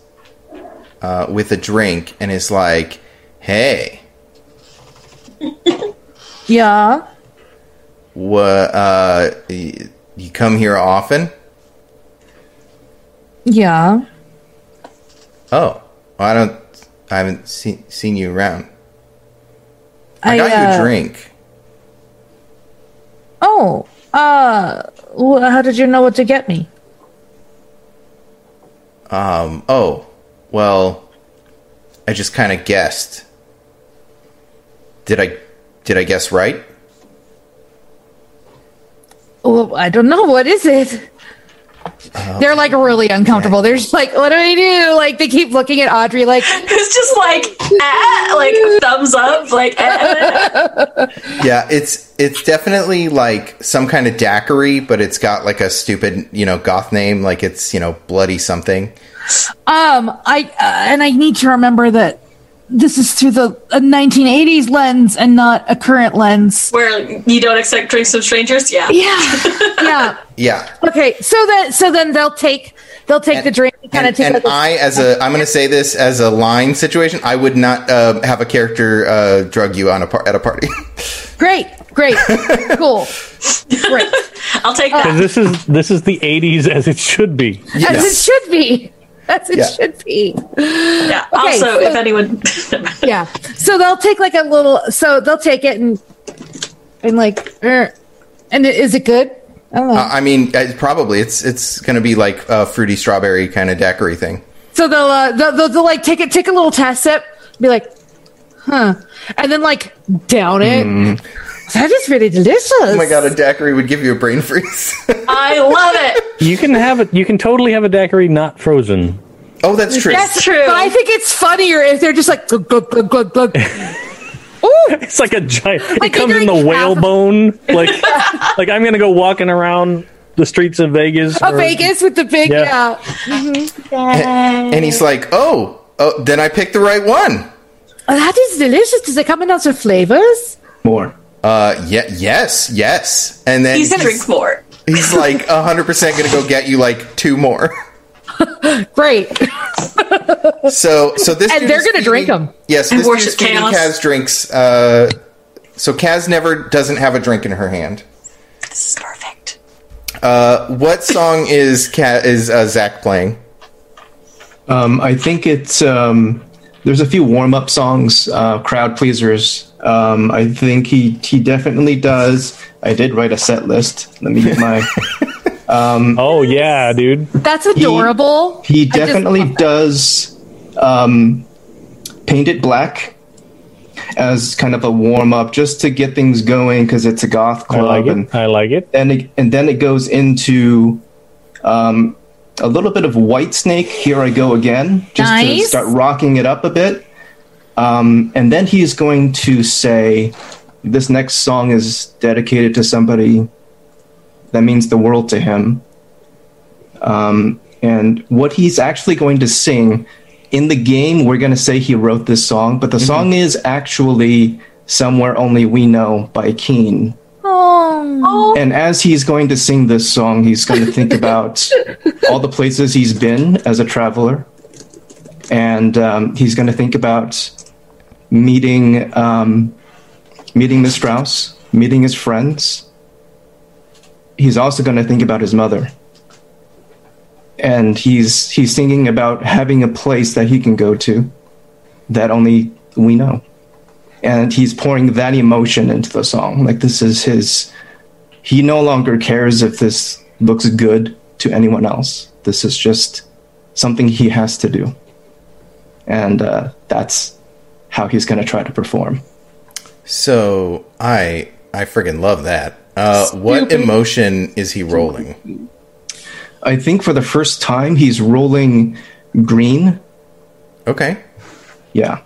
Speaker 6: uh, with a drink and is like, "Hey,
Speaker 3: Yeah.
Speaker 6: wha uh, y- you come here often?
Speaker 3: Yeah.
Speaker 6: Oh, I don't, I haven't see, seen you around. I, got you
Speaker 3: uh,
Speaker 6: a drink.
Speaker 3: Oh, uh, wh- how did you know what to get me?
Speaker 6: Um, oh, well, I just kind of guessed. Did I did I guess right?
Speaker 3: Well, I don't know. What is it?
Speaker 6: Um,
Speaker 8: They're like really uncomfortable. They're just like, what do I do? Like they keep looking at Audrey like
Speaker 4: Who's just like, ah, like thumbs up, like, eh.
Speaker 6: Yeah, it's it's definitely like some kind of daiquiri, but it's got like a stupid, you know, goth name, like it's, you know, bloody something.
Speaker 3: Um, I uh, and I need to remember that this is through the a 1980s lens and not a current lens.
Speaker 4: where you don't expect drinks from strangers. Yeah.
Speaker 3: Yeah, yeah.
Speaker 6: Yeah.
Speaker 3: Okay, so then so then they'll take they'll take the drink and kind of
Speaker 6: And,
Speaker 3: take
Speaker 6: and
Speaker 3: like a-
Speaker 6: I, as a, I'm going to say this as a line situation. I would not uh, have a character uh, drug you on a par- at a party.
Speaker 3: great, great, cool, great,
Speaker 4: I'll take that.
Speaker 7: This is this is the '80s as it should be.
Speaker 3: as it should be. As it
Speaker 6: Yeah.
Speaker 3: should be.
Speaker 4: yeah.
Speaker 3: okay,
Speaker 4: also,
Speaker 3: so-
Speaker 4: if anyone,
Speaker 3: Yeah. So they'll take like a little. So they'll take it and and like, er, and i- is it good? I don't know.
Speaker 6: I mean, I, probably it's it's going to be like a fruity strawberry kind of daiquiri thing.
Speaker 3: So they'll, uh, they'll, they'll, they'll like take it, take a little test sip, be like, huh, and then like down it. That is really delicious.
Speaker 6: Mm-hmm. Oh my god, a daiquiri would give you a brain freeze.
Speaker 4: I love it.
Speaker 7: You can have it. You can totally have a daiquiri not frozen.
Speaker 6: oh, that's true.
Speaker 4: That's true.
Speaker 3: But I think it's funnier if they're just like glug glug glug glug glug.
Speaker 7: It's like a giant.
Speaker 3: Like,
Speaker 7: it comes
Speaker 3: they
Speaker 7: in the
Speaker 3: drink half of-
Speaker 7: whalebone. Like, like I'm gonna go walking around the streets of Vegas.
Speaker 3: Oh,
Speaker 7: or-
Speaker 3: Vegas with the big yeah.
Speaker 7: Yeah.
Speaker 6: And he's like, "Oh, oh, then I picked the right one."
Speaker 3: Oh, that is delicious. Does it come in lots of flavors?
Speaker 2: More.
Speaker 6: Uh, yeah, yes, yes. And then
Speaker 4: He's
Speaker 6: he's,
Speaker 4: gonna drink more.
Speaker 6: he's like, hundred percent going to go get you like two more.
Speaker 3: Great.
Speaker 6: So, so this
Speaker 3: And
Speaker 6: dude
Speaker 3: they're gonna
Speaker 6: is feeding-
Speaker 3: drink 'em.
Speaker 6: Yes,
Speaker 4: And
Speaker 6: this dude
Speaker 4: worship
Speaker 6: is feeding
Speaker 4: chaos.
Speaker 6: Kaz drinks. Uh, so Kaz never doesn't have a drink in her hand. Uh,
Speaker 4: This is perfect.
Speaker 6: What song is Kaz, is uh, Zach playing?
Speaker 2: Um, I think it's um, there's a few warm up songs, uh, crowd pleasers. Um, I think he he definitely does. I did write a set list. Let me get my.
Speaker 7: Oh yeah, dude.
Speaker 3: That's adorable.
Speaker 2: He
Speaker 3: I just
Speaker 2: definitely
Speaker 3: love that.
Speaker 2: does um, paint it black as kind of a warm up, just to get things going because it's a goth
Speaker 7: I
Speaker 2: club,
Speaker 7: like
Speaker 2: and
Speaker 7: it. I like it.
Speaker 2: then it, and then it goes into um, a little bit of White Snake. Here I go again, just to
Speaker 3: Nice.
Speaker 2: start rocking it up a bit. Um, and then he's going to say, "This next song is dedicated to somebody that means the world to him." Um, and what he's actually going to sing in the game, we're going to say he wrote this song, but the song is actually "Somewhere Only We Know" by Keane.
Speaker 3: Oh.
Speaker 2: And as he's going to sing this song, he's going to think about all the places he's been as a traveler. And um, he's going to think about meeting um, meeting Miss Strauss, meeting his friends. He's also going to think about his mother. And he's he's thinking about having a place that he can go to that only we know. And he's pouring that emotion into the song. Like this is his he no longer cares if this looks good to anyone else. This is just something he has to do. And uh, that's how he's going to try to perform.
Speaker 6: So I I friggin' love that. Uh, what emotion is he rolling?
Speaker 2: I think for the first time, he's rolling green.
Speaker 6: Okay.
Speaker 2: Yeah.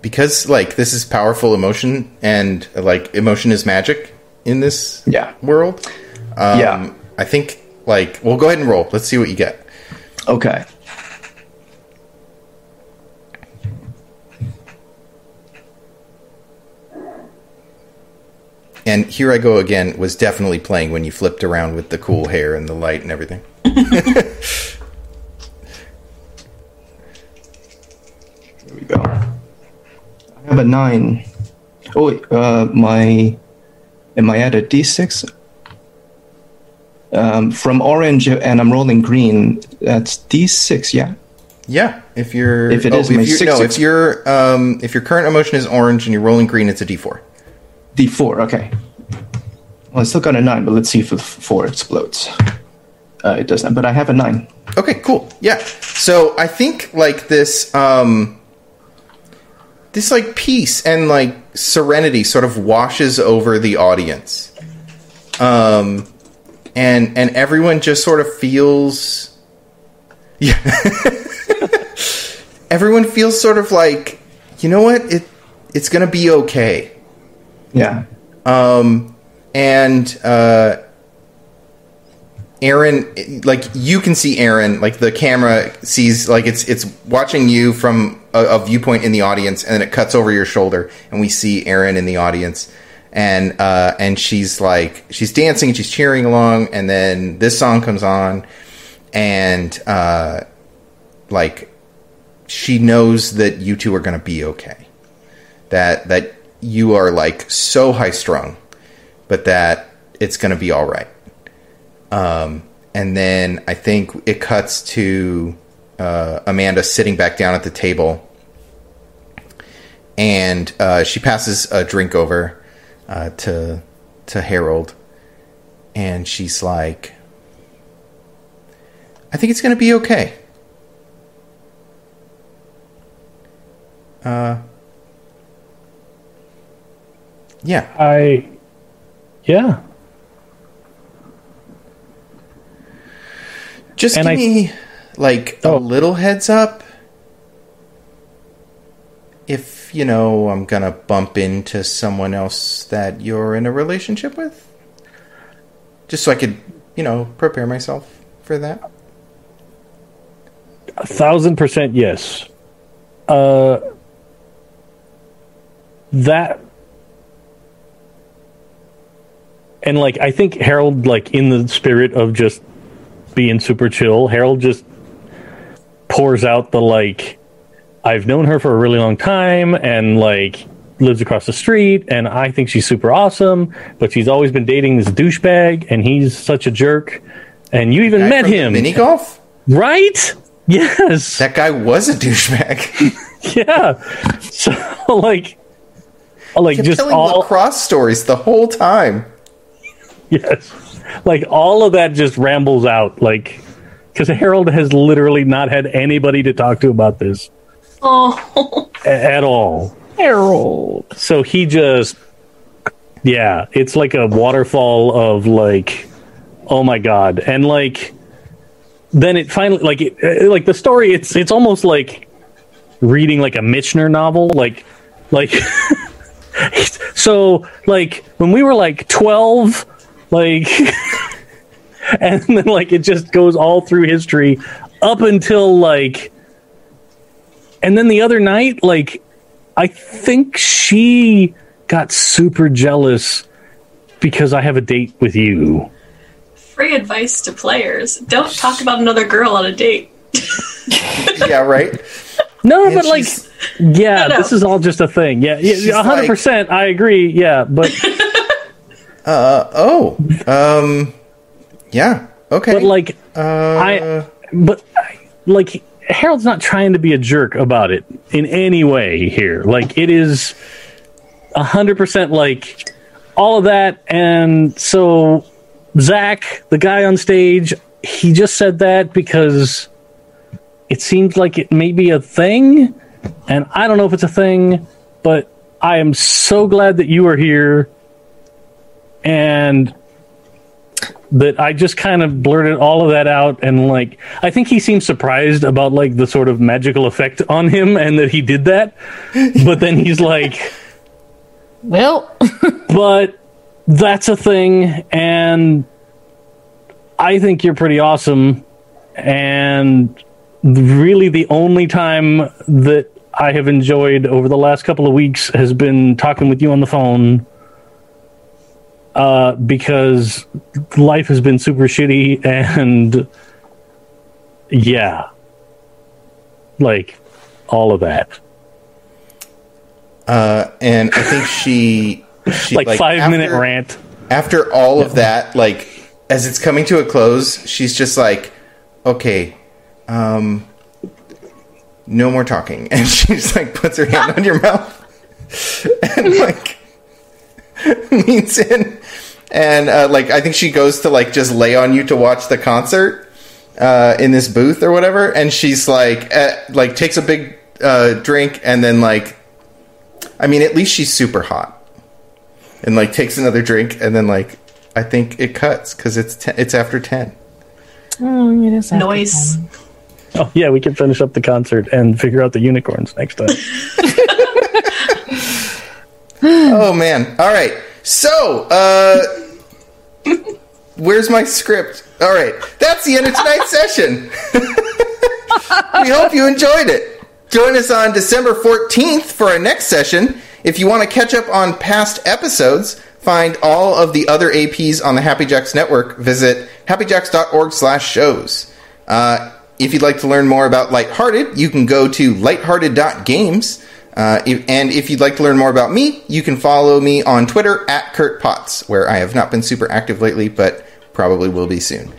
Speaker 6: because like this is powerful emotion and like emotion is magic in this
Speaker 2: Yeah.
Speaker 6: world um,
Speaker 2: yeah.
Speaker 6: I think like well, go ahead and roll. Let's see what you get.
Speaker 2: Okay.
Speaker 6: And here I go again. Was definitely playing when you flipped around with the cool hair and the light and everything.
Speaker 2: There we go. I have a nine. Oh, wait, uh, my. Am I at a d6? Um, from orange, and I'm rolling green. That's d6, yeah?
Speaker 6: Yeah, if you're oh,
Speaker 2: If it is
Speaker 6: if
Speaker 2: my
Speaker 6: you're,
Speaker 2: six,
Speaker 6: no,
Speaker 2: it's-
Speaker 6: if your um, if your current emotion is orange and you're rolling green, it's a D4.
Speaker 2: d4, okay. Well, I still got a nine, but let's see if the f- four explodes. Uh, it doesn't, but I have a nine.
Speaker 6: Okay, cool. Yeah. So I think like this, um, this like peace and like serenity sort of washes over the audience, um, and and everyone just sort of feels, yeah, everyone feels sort of like, you know what, it it's gonna be okay.
Speaker 2: Yeah.
Speaker 6: Um, and uh, Aaron, like you can see Aaron, like the camera sees, like it's it's watching you from a, a viewpoint in the audience, and then it cuts over your shoulder, and we see Aaron in the audience, and uh, and she's like she's dancing, and she's cheering along, and then this song comes on, and uh, like she knows that you two are going to be okay that that you are like so high strung, but that it's going to be all right. Um, and then I think it cuts to uh, Amanda sitting back down at the table, and uh, she passes a drink over uh, to to Harold, and she's like, "I think it's going to be okay." Yeah,
Speaker 7: I. Yeah.
Speaker 6: Just
Speaker 7: And
Speaker 6: give
Speaker 7: I-
Speaker 6: me like
Speaker 7: Oh.
Speaker 6: a little heads up. If you know I'm gonna bump into someone else that you're in a relationship with, just so I could, you know, prepare myself for that.
Speaker 7: A thousand percent yes. Uh, that and like I think Harold, like in the spirit of just being super chill, Harold just pours out the like I've known her for a really long time and like lives across the street and I think she's super awesome, but she's always been dating this douchebag and he's such a jerk. And you even
Speaker 6: Guy
Speaker 7: met
Speaker 6: from the
Speaker 7: him,
Speaker 6: Mini golf.
Speaker 7: right? Yes.
Speaker 6: That guy was a douchebag.
Speaker 7: yeah. So like, like
Speaker 6: Kept
Speaker 7: just
Speaker 6: telling
Speaker 7: all
Speaker 6: lacrosse stories the whole time.
Speaker 7: yes, like all of that just rambles out. Like, because Harold has literally not had anybody to talk to about this
Speaker 4: Oh,
Speaker 7: a- at all.
Speaker 3: Harold.
Speaker 7: So he just, yeah, it's like a waterfall of like, oh my god, and like, then it finally like it, uh, like the story. It's it's almost like reading like a Michener novel, like like. it's- so like when we were like twelve, like, and then like it just goes all through history up until like. And then the other night, like I think she got super jealous because I have a date with you.
Speaker 4: free advice to players: don't talk about another girl on a date.
Speaker 6: Yeah, right.
Speaker 7: No, but
Speaker 6: And
Speaker 7: like,
Speaker 6: she's-
Speaker 7: yeah,
Speaker 4: No, no.
Speaker 7: this is all just a thing. Yeah,
Speaker 6: She's
Speaker 7: yeah, hundred percent. I agree. Yeah, but
Speaker 6: oh, um, yeah, okay.
Speaker 7: but like, I, but I, like, Harold's not trying to be a jerk about it in any way here. Like, it is hundred percent like all of that, and so Zach, the guy on stage, he just said that because it seemed like it may be a thing, and I don't know if it's a thing, but I am so glad that you are here and that I just kind of blurted all of that out and like I think he seemed surprised about like the sort of magical effect on him and that he did that. But then he's like,
Speaker 3: Well,
Speaker 7: but that's a thing and I think you're pretty awesome. And really, the only time that I have enjoyed over the last couple of weeks has been talking with you on the phone uh, because life has been super shitty. And yeah, like all of that.
Speaker 6: and I think she, she
Speaker 7: Like, five
Speaker 6: after-
Speaker 7: minute rant.
Speaker 6: After all of that, like as it's coming to a close, she's just like, "Okay, um, no more talking," and she just like puts her hand on your mouth and like leans in, and uh, like I think she goes to like just lay on you to watch the concert. Uh, in this booth or whatever, and she's like, uh, like takes a big uh, drink and then like, I mean, at least she's super hot and like takes another drink and then like I think it cuts because it's te- it's after ten.
Speaker 4: Noise.
Speaker 7: Oh yeah, we can finish up the concert and figure out the unicorns next time.
Speaker 6: Oh man! All right, so uh, where's my script? All right, that's the end of tonight's session. we hope you enjoyed it. Join us on December 14th for our next session. If you want to catch up on past episodes, find all of the other APs on the Happy Jacks network. Visit happyjacks.org slash shows. Uh, if you'd like to learn more about Lighthearted, you can go to lighthearted.games. Uh, if, and if you'd like to learn more about me, you can follow me on Twitter at Kurt Potts, where I have not been super active lately, but probably will be soon.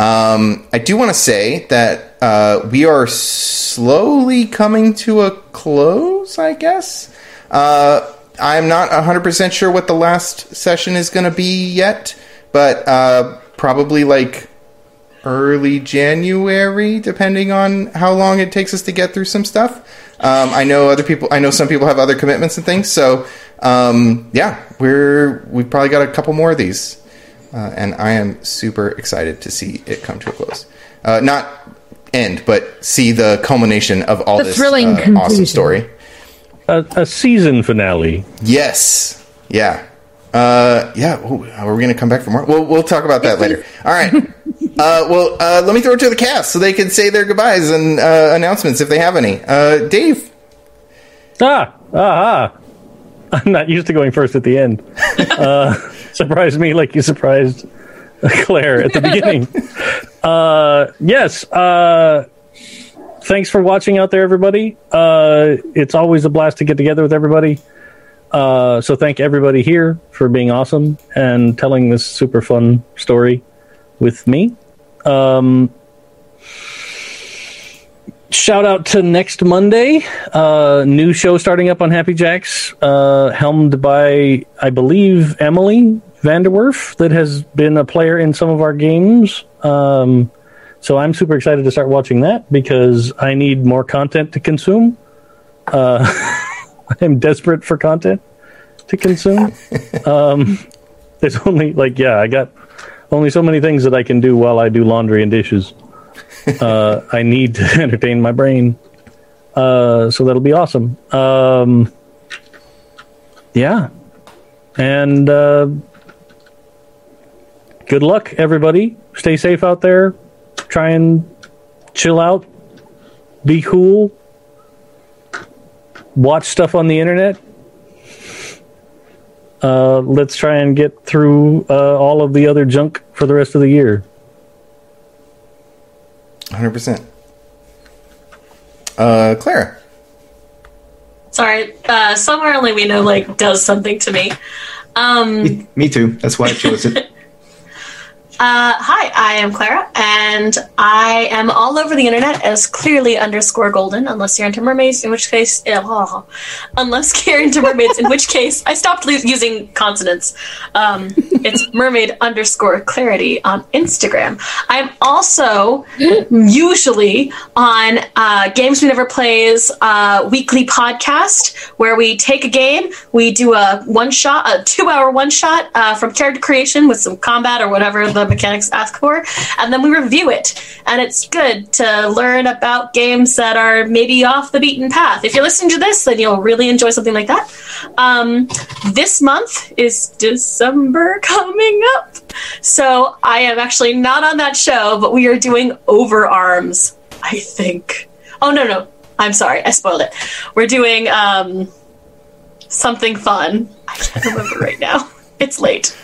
Speaker 6: Um, I do want to say that uh, we are slowly coming to a close, I guess. Uh, I'm not 100% sure what the last session is going to be yet, but uh, probably like early January, depending on how long it takes us to get through some stuff. Um, I know other people. I know some people have other commitments and things. So um, yeah, we're we've probably got a couple more of these, uh, and I am super excited to see it come to a close. Uh, not end, but see the culmination of all
Speaker 8: The
Speaker 6: this
Speaker 8: thrilling
Speaker 6: uh, awesome
Speaker 8: conclusion.
Speaker 6: story.
Speaker 7: a, a season finale.
Speaker 6: Yes. Yeah. Uh, yeah. Ooh, are we going to come back for more? We'll, we'll talk about that later. All right. uh, well, uh, let me throw it to the cast so they can say their goodbyes and uh, announcements if they have any. Uh, Dave.
Speaker 7: Ah, ah, ah. I'm not used to going first at the end. Uh, surprised me like you surprised Claire at the beginning. Uh, yes. Uh, thanks for watching out there, everybody. Uh, it's always a blast to get together with everybody. Uh, so thank everybody here for being awesome and telling this super fun story with me. Um, shout out to next Monday. Uh, new show starting up on Happy Jacks, uh, helmed by, I believe, Emily Vanderwerf, that has been a player in some of our games. Um, so I'm super excited to start watching that because I need more content to consume. Uh, I'm desperate for content to consume. um, there's only, like, yeah, I got only so many things that I can do while I do laundry and dishes. Uh, I need to entertain my brain. Uh, so that'll be awesome. Um, yeah. And uh, good luck, everybody. Stay safe out there. Try and chill out. Be cool. Watch stuff on the internet. Uh, let's try and get through uh, all of the other junk for the rest of the year.
Speaker 6: 100%. Uh, Clara.
Speaker 4: Sorry, uh, somewhere only we know like does something to me.
Speaker 2: Me too. That's why I chose it.
Speaker 4: Uh, hi, I am Clara, and I am all over the internet as clearly underscore golden, unless you're into mermaids, in which case, eh, ugh. unless you're into mermaids, in which case, I stopped lo- using consonants. Um, it's mermaid underscore clarity on Instagram. I'm also usually on uh, Games We Never Plays uh, weekly podcast where we take a game, we do a one shot, a two hour one shot uh, from character creation with some combat or whatever the mechanics ask for, and then we review it. And it's good to learn about games that are maybe off the beaten path. If you're listening to this, then you'll really enjoy something like that. Um, this month is December coming up, so I am actually not on that show, but we are doing Overarms, I think. Oh no, no, I'm sorry, I spoiled it. We're doing um, something fun. I can't remember right now. It's late,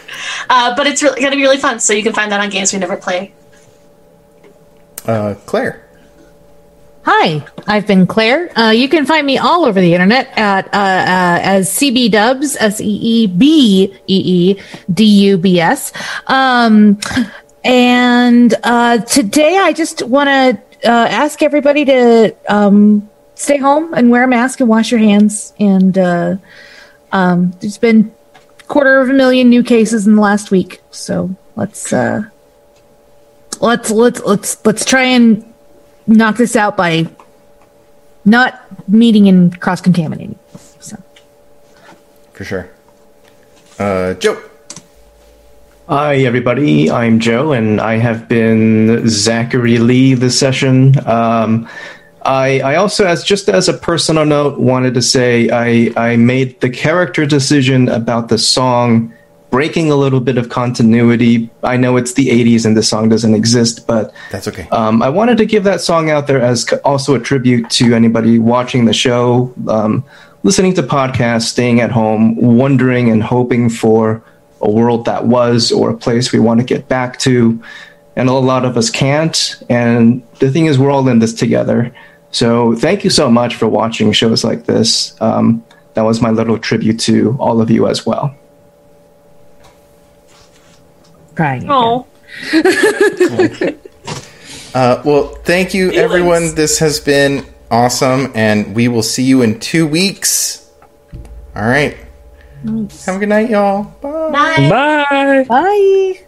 Speaker 4: uh, but it's really, gonna be really fun. So you can find that on Games We Never Play.
Speaker 6: Uh, Claire.
Speaker 3: Hi, I've been Claire. Uh, you can find me all over the internet at uh, uh, as CB Dubs, S E E B E E D U B S. Um, and uh, today I just want to uh, ask everybody to um, stay home and wear a mask and wash your hands. And uh, um, there's been quarter of a million new cases in the last week, so let's uh, let's let's let's let's try and knock this out by not meeting and cross contaminating. So
Speaker 6: For sure. Uh, Joe.
Speaker 2: Hi, everybody. I'm Joe, and I have been Zachary Lee this session. Um, I, I also, as just as a personal note, wanted to say I, I made the character decision about the song breaking a little bit of continuity. I know it's the 80s and the song doesn't exist, but
Speaker 6: That's okay.
Speaker 2: um, I wanted to give that song out there as c- also a tribute to anybody watching the show, um, listening to podcasts, staying at home, wondering and hoping for a world that was or a place we want to get back to. And a lot of us can't. And the thing is, we're all in this together. So thank you so much for watching shows like this. Um, that was my little tribute to all of you as well.
Speaker 3: crying.
Speaker 4: Oh,
Speaker 6: Uh, well, thank you, everyone. This has been awesome, and we will see you in two weeks. All right. Have a good night, y'all. Bye.
Speaker 4: bye.
Speaker 7: Bye.
Speaker 3: Bye.